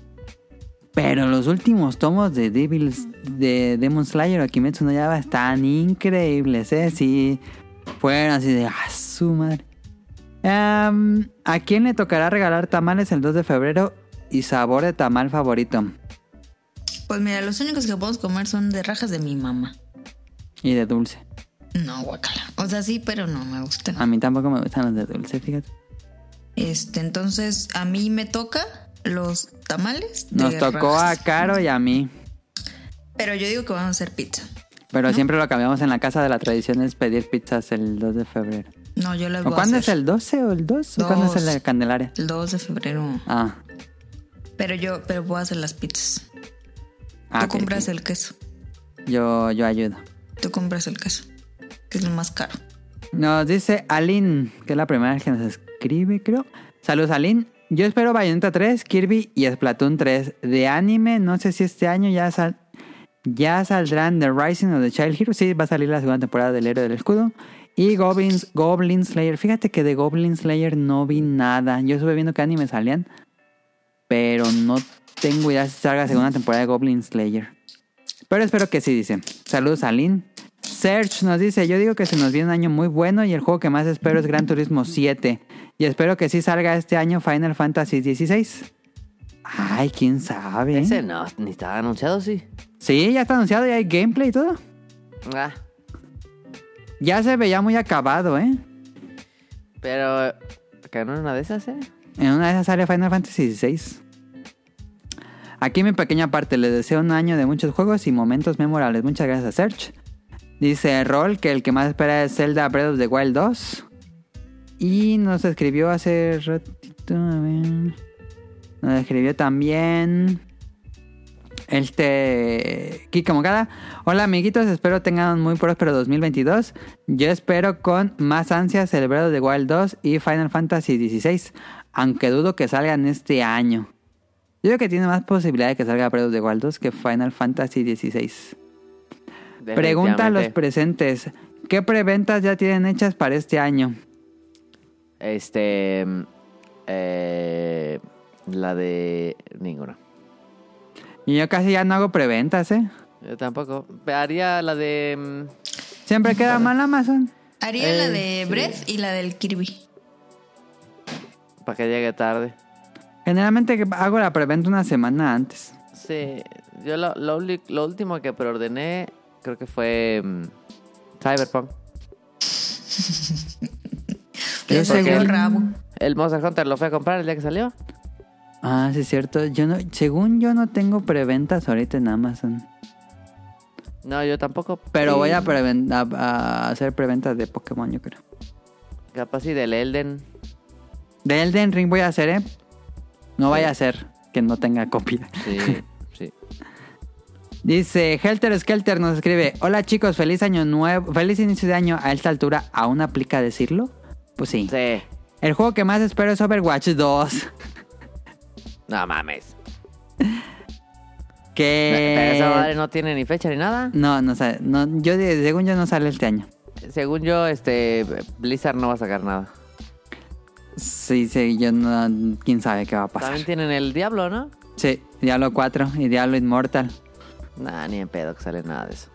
A: Pero los últimos tomos de Devil's, de Demon Slayer o Kimetsu no Yaiba están increíbles, ¿eh? Sí, fueron así de, ah, su madre. Am, ¿A quién le tocará regalar tamales el 2 de febrero y sabor de tamal favorito?
B: Pues mira, los únicos que podemos comer son de rajas de mi mamá.
A: Y de dulce.
B: No, guacala. O sea, sí, pero no me gustan.
A: A mí tampoco me gustan los de dulce, fíjate.
B: Este, entonces a mí me toca los tamales. de
A: Nos tocó a
B: rajas.
A: Caro y a mí.
B: Pero yo digo que vamos a hacer pizza.
A: Pero siempre lo cambiamos en la casa de la tradición es pedir pizzas el 2 de febrero.
B: No, yo las
A: ¿O
B: voy
A: cuándo
B: a
A: es
B: hacer.
A: el 12 o el 2? ¿O cuándo es el de
B: Dos.
A: Candelaria?
B: el 2 de febrero.
A: Ah.
B: Pero yo, pero voy a hacer las pizzas.
A: ah,
B: Tú
A: ok,
B: compras
A: ok.
B: el queso.
A: Yo, yo ayudo.
B: Tú compras el queso. Que es lo más caro.
A: Nos dice Aline, que es la primera vez que nos escribe, creo. Saludos, Aline. Yo espero Bayonetta 3, Kirby y Splatoon 3. De anime, no sé si este año ya, sal- ya saldrán The Rising of the Child Hero. Sí, va a salir la segunda temporada del Héroe del Escudo. Y Goblins, Goblin Slayer. Fíjate que de Goblin Slayer no vi nada. Yo estuve viendo qué anime salían. Pero no tengo idea si salga segunda temporada de Goblin Slayer. Pero espero que sí, dice. Saludos a Lynn. Serge nos dice, yo digo que se nos viene un año muy bueno y el juego que más espero es Gran Turismo 7. Y espero que sí salga este año Final Fantasy 16. Ay, quién sabe. ¿eh?
C: Ese no, ni estaba anunciado, sí.
A: Sí, ya está anunciado y hay gameplay y todo.
C: Ah,
A: Ya se veía muy acabado, ¿eh?
C: pero. ¿Ganó una de esas, eh?
A: En una de esas sale Final Fantasy XVI. Aquí mi pequeña parte, les deseo un año de muchos juegos y momentos memorables. Muchas gracias a Serge. Dice Roll que el que más espera es Zelda Breath of the Wild 2. Y nos escribió hace ratito, a ver. Nos escribió también. Este. Kika Mocada. Hola amiguitos, espero tengan un muy próspero 2022. Yo espero con más ansias el Breath of the Wild 2 y Final Fantasy XVI. Aunque dudo que salgan este año. Yo creo que tiene más posibilidad de que salga Breath of the Wild 2 que Final Fantasy XVI. Pregunta a los
C: Definitivamente.
A: presentes. ¿Qué preventas ya tienen hechas para este año?
C: Este. eh, la de. Ninguna.
A: Y yo casi ya no hago preventas, ¿eh?
C: Yo tampoco. Haría la de. mm,
A: Siempre queda mal Amazon.
B: Haría
C: Eh,
B: la de Breath y la del Kirby.
C: Para que llegue tarde.
A: Generalmente hago la preventa una semana antes.
C: Sí. Yo lo, lo, uli- lo último que preordené. Creo que fue. mm, Cyberpunk.
A: Yo
B: Le salió
A: según-
B: el rabo.
C: El Monster Hunter lo fui a comprar el día que salió.
A: Ah, sí, es cierto. Yo no, según yo no tengo preventas ahorita en Amazon.
C: No, yo tampoco.
A: Pero
C: Y
A: voy a, preven- a- a hacer preventas de Pokémon, yo creo.
C: Capaz y del Elden.
A: De Elden Ring voy a hacer, ¿eh? No vaya a ser que no tenga copia.
C: Sí, [LAUGHS] sí.
A: Dice Helter Skelter nos escribe: Hola chicos, feliz año nuevo, feliz inicio de año. A esta altura, ¿aún aplica decirlo? Pues sí.
C: Sí.
A: El juego que más espero es Overwatch 2.
C: No mames. Eh, Pero esa madre
A: Que.
C: no tiene ni fecha ni nada.
A: No, no sale. No, yo, de- según yo, no sale este año.
C: Según yo, este. Blizzard no va a sacar nada.
A: Sí, sí, yo no. Quién sabe qué va a pasar.
C: También tienen el Diablo, ¿no?
A: Sí, Diablo 4 y Diablo Immortal.
C: Nah, ni en pedo que sale nada de eso.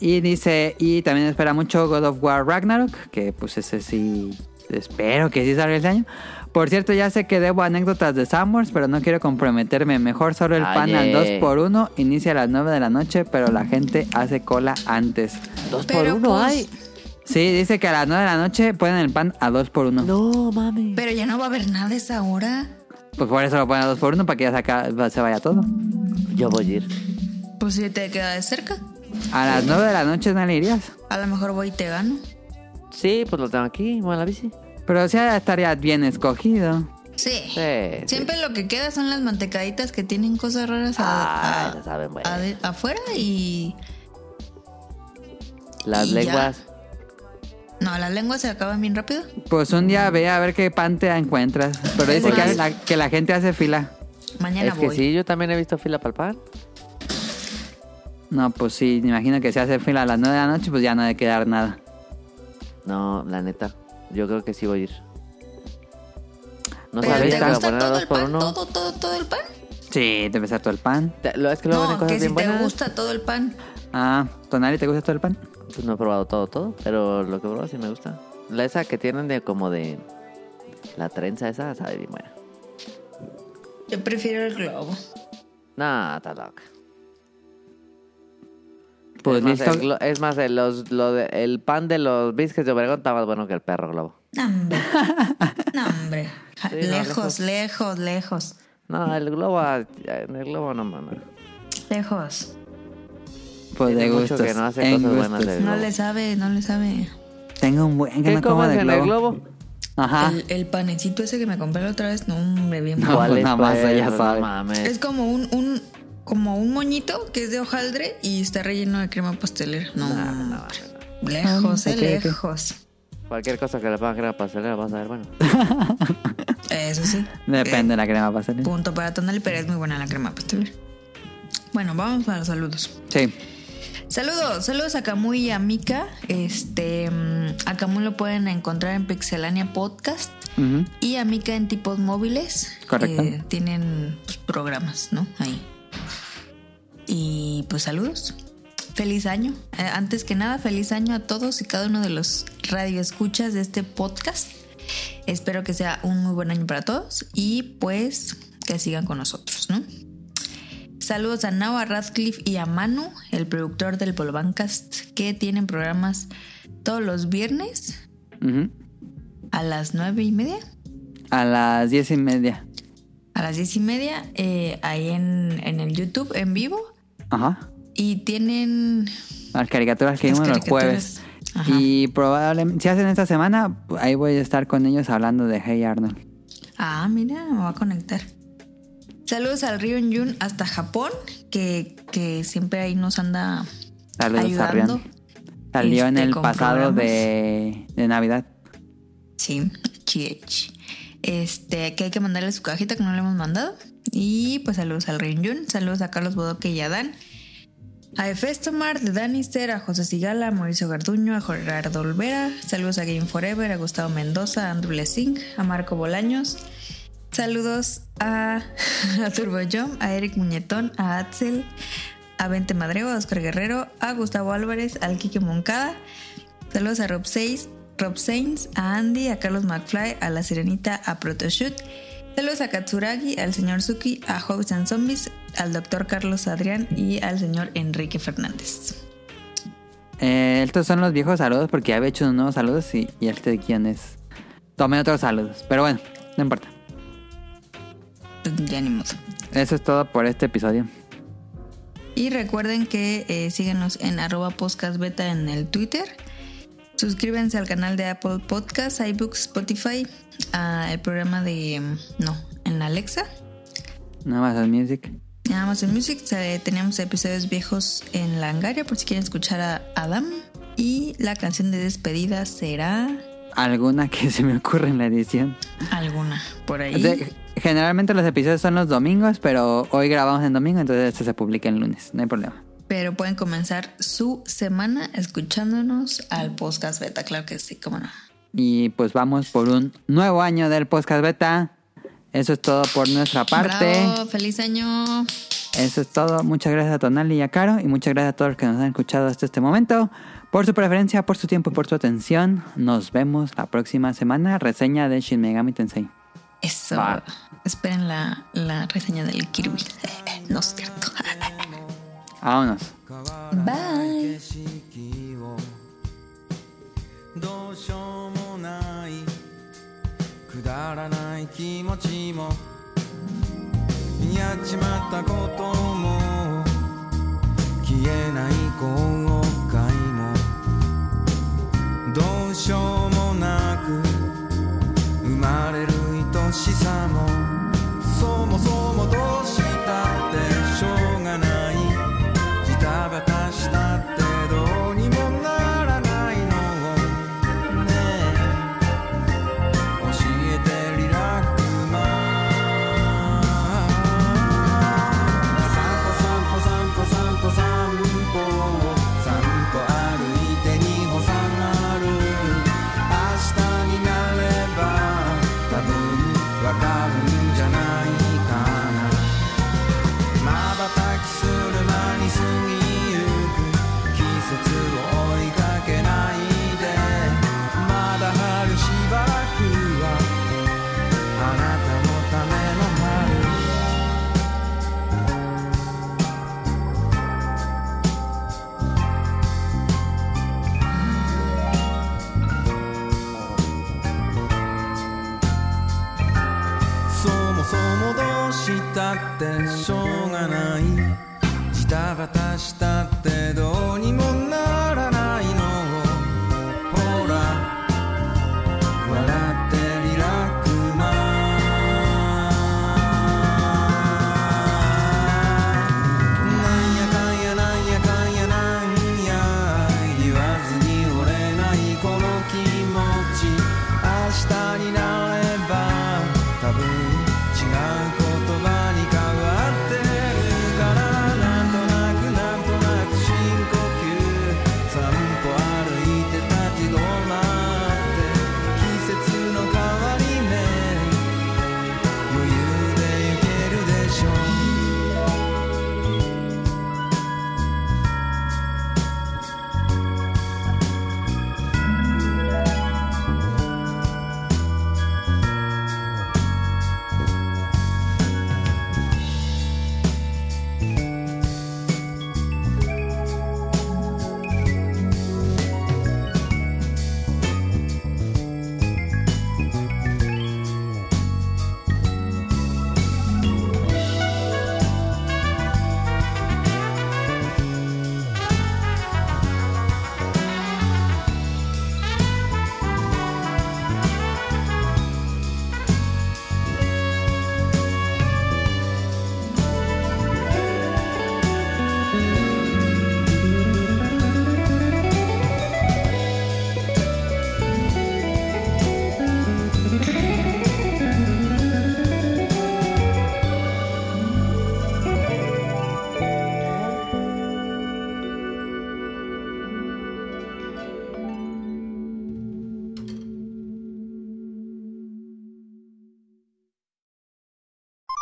A: Y dice, y también espera mucho God of War Ragnarok, que pues ese sí, espero que sí salga este año. Por cierto, ya sé que debo anécdotas de Summers, pero no quiero comprometerme. Mejor solo el pan al
C: Oye.
A: 2x1, inicia a las 9 de la noche, pero la gente hace cola antes.
C: Dos
B: Pero,
C: por uno
B: pues,
C: hay.
A: Sí, dice que a las 9 de la noche ponen el pan a 2x1.
C: No mames.
B: Pero ya no va a haber nada a esa hora.
A: Pues por eso lo ponen a 2x1, para que ya se, aca- se vaya todo.
C: Yo voy a ir.
B: Pues si te queda de cerca.
A: A las 9 de la noche no le irías.
B: A lo mejor voy y te gano.
C: Sí, pues lo tengo aquí, voy a la bici.
A: Pero sí estaría bien escogido.
B: Sí.
C: Sí.
B: Siempre lo que queda son las mantecaditas que tienen cosas raras a-
C: Ah,
B: a-
C: ya saben, güey.
B: ade- afuera y...
C: Las
B: y ya.
C: lenguas.
B: No, las lenguas se acaban bien rápido.
A: Pues un día ve a ver qué pan te encuentras. Pero dice que
B: Porque-
A: la, que la gente hace fila.
B: Mañana
C: Es que
B: voy.
C: sí, yo también he visto fila para el pan.
A: No, pues sí, me imagino que si hace fila a las 9 de la noche, pues ya no debe quedar nada.
C: No, la neta. Yo creo que sí voy a ir. No
B: ¿Pero
A: sabía
C: sabía
A: que
C: que
B: te
C: iba a
B: gusta
C: poner
B: todo
C: dos
B: el
C: por
B: pan?
C: uno.
B: ¿Todo, todo, todo el pan?
A: Sí, te besar todo el pan.
C: Te- Lo, es que luego vienen
B: No,
C: cosas
B: que
C: bien
B: si te
C: buenas.
B: gusta todo el pan.
A: Ah, ¿Tonali te gusta todo el pan?
C: Pues no he probado todo, todo. Pero lo que he probado sí me gusta. La esa que tienen de como de. La trenza esa sabe bien buena.
B: Yo prefiero el globo.
C: Nah, está loca.
A: Pues
C: es, más,
A: listo.
C: el, glo- es más, el, los, lo de- el pan de los biscuits de Obregón está más bueno que el perro globo.
B: No, hombre. No, hombre. Ja,
C: Sí, no,
B: lejos,
C: lejos.
B: lejos, lejos.
C: No, el globo, ah, en el globo no mames.
B: Lejos.
A: Pues de
C: tiene mucho
A: gustos.
C: que no hace
A: en
C: cosas buenas
A: gustos.
C: de-
B: No
C: globo.
B: le sabe, no le sabe.
A: Tengo un buen que
C: ¿Qué
A: no como
C: comes
A: de
C: en
A: globo.
C: el globo?
A: [LAUGHS] Ajá.
B: El, el panecito ese que me compré la otra vez, no, hombre, bien
A: Ah. No,
B: bueno.
A: pues nada más
C: pues?
A: ella sabe.
C: No mames.
B: Es como un, un, como un moñito que es de hojaldre y está relleno de crema pastelera. No, hombre. lejos, eh,
A: ok, ok.
B: lejos.
C: Cualquier cosa que le pongan crema pastelera vas a ver, bueno.
B: Eso sí.
A: Depende de la crema
B: Eh,
A: pastelera.
B: punto para Tonali, pero es muy buena la crema pastelera. Bueno, vamos para los saludos.
A: Sí.
B: Saludos, saludos a Camuy y a Mika. Este, mm, a Camuy lo pueden encontrar en Pixelania Podcast
A: Ujú.
B: y a Mika en tipos móviles.
A: Correcto.
B: Eh, tienen pues, programas, ¿no? Ahí. Y pues saludos. Feliz año. Eh, antes que nada, feliz año a todos y cada uno de los radioescuchas de este podcast. Espero que sea un muy buen año para todos y pues que sigan con nosotros, ¿no? Saludos a Nao, a Radcliffe y a Manu, el productor del Polvancast, que tienen programas todos los viernes
A: Ujú.
B: a las nueve y media.
A: A las diez y media.
B: a las diez y media eh, ahí en, en el YouTube en vivo
A: Ajá.
B: y tienen
A: Las caricaturas que
B: Las
A: vimos los
B: caricaturas.
A: jueves.
B: Ajá.
A: Y probablemente, si hacen esta semana, ahí voy a estar con ellos hablando de Hey Arnold.
B: ah mira me va a conectar saludos al Ryun Yun hasta Japón que, que siempre ahí nos anda
A: Saludos a
B: Ayudando.
A: Rion. Salió en
B: Este,
A: el
B: con
A: pasado
B: programas.
A: de, de Navidad.
B: sí chich este que hay que mandarle su cajita que no le hemos mandado y pues saludos al Ryun Yun saludos a Carlos Bodoque y a Dan a Efestomar, de Danister, a José Sigala, a Mauricio Garduño, a Gerardo Olvera, saludos a Game Forever, a Gustavo Mendoza, a Andrew Lessing, a Marco Bolaños, saludos a, [LAUGHS] a Turbo Jump, a Eric Muñetón, a Axel, a Vente Madreo, a Oscar Guerrero, a Gustavo Álvarez, al Quique Moncada, saludos a Rob Seis, Rob Sainz, a Andy, a Carlos McFly, a La Sirenita, a Protoshoot, Saludos a Katsuragi, al señor Suki, a Hobbs and Zombies, al doctor Carlos Adrián y al señor Enrique Fernández.
A: Eh, estos son los viejos saludos porque ya había hecho unos nuevos saludos y, y este de quién es. Tomé otros saludos, pero bueno, no importa.
B: Pues, Ya ni modo.
A: Eso es todo por este episodio.
B: Y recuerden que eh, síganos en arroba podcast beta en el Twitter. Suscríbanse al canal de Apple Podcasts, iBooks, Spotify, al programa de... mm, No, en la Alexa.
A: Nada más al music.
B: En Amazon Music eh, tenemos episodios viejos en la Langaria por si quieren escuchar a Adam. Y la canción de despedida será
A: Alguna que [LAUGHS] se me ocurre en la edición.
B: alguna por ahí.
A: De- generalmente los episodios son los domingos, pero hoy grabamos en domingo, entonces este se publica el lunes, no hay problema.
B: Pero pueden comenzar su semana escuchándonos al podcast beta, claro que sí, cómo no.
A: Y pues vamos por un nuevo año del podcast beta. Eso es todo por nuestra parte.
B: Bravo, feliz año.
A: Eso es todo. Muchas gracias a Tonali y a Caro. Y muchas gracias a todos los que nos han escuchado hasta este momento. Por su preferencia, por su tiempo y por su atención. Nos vemos la próxima semana. Reseña de Shin Megami Tensei.
B: Eso.
A: Va.
B: Esperen la, la reseña del Kirby. [LAUGHS] No es cierto. [LAUGHS]
A: Vámonos.
B: バイ
G: 景色をどうしようもないくだらない気持ちもやっちまったことも消えない後悔もどうしようもなく生まれる愛しさもそもそもどうしたってしょうがないジタバタしたってどうにもならないのねえ教えてリラックマ散歩散歩散歩散歩散歩歩いて二歩下がる明日になれば多分わかるんじゃないかな瞬きする間に過ぎゆく季節を追いかけないでまだ春しばらくはあなたのための春そもそもどうしたってしょうがないジタバタしたってどうにもならないのほら笑ってリラックマなんやかんやなんやかんやなんや言わずに折れないこの気持ち明日になれば多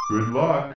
H: Good luck.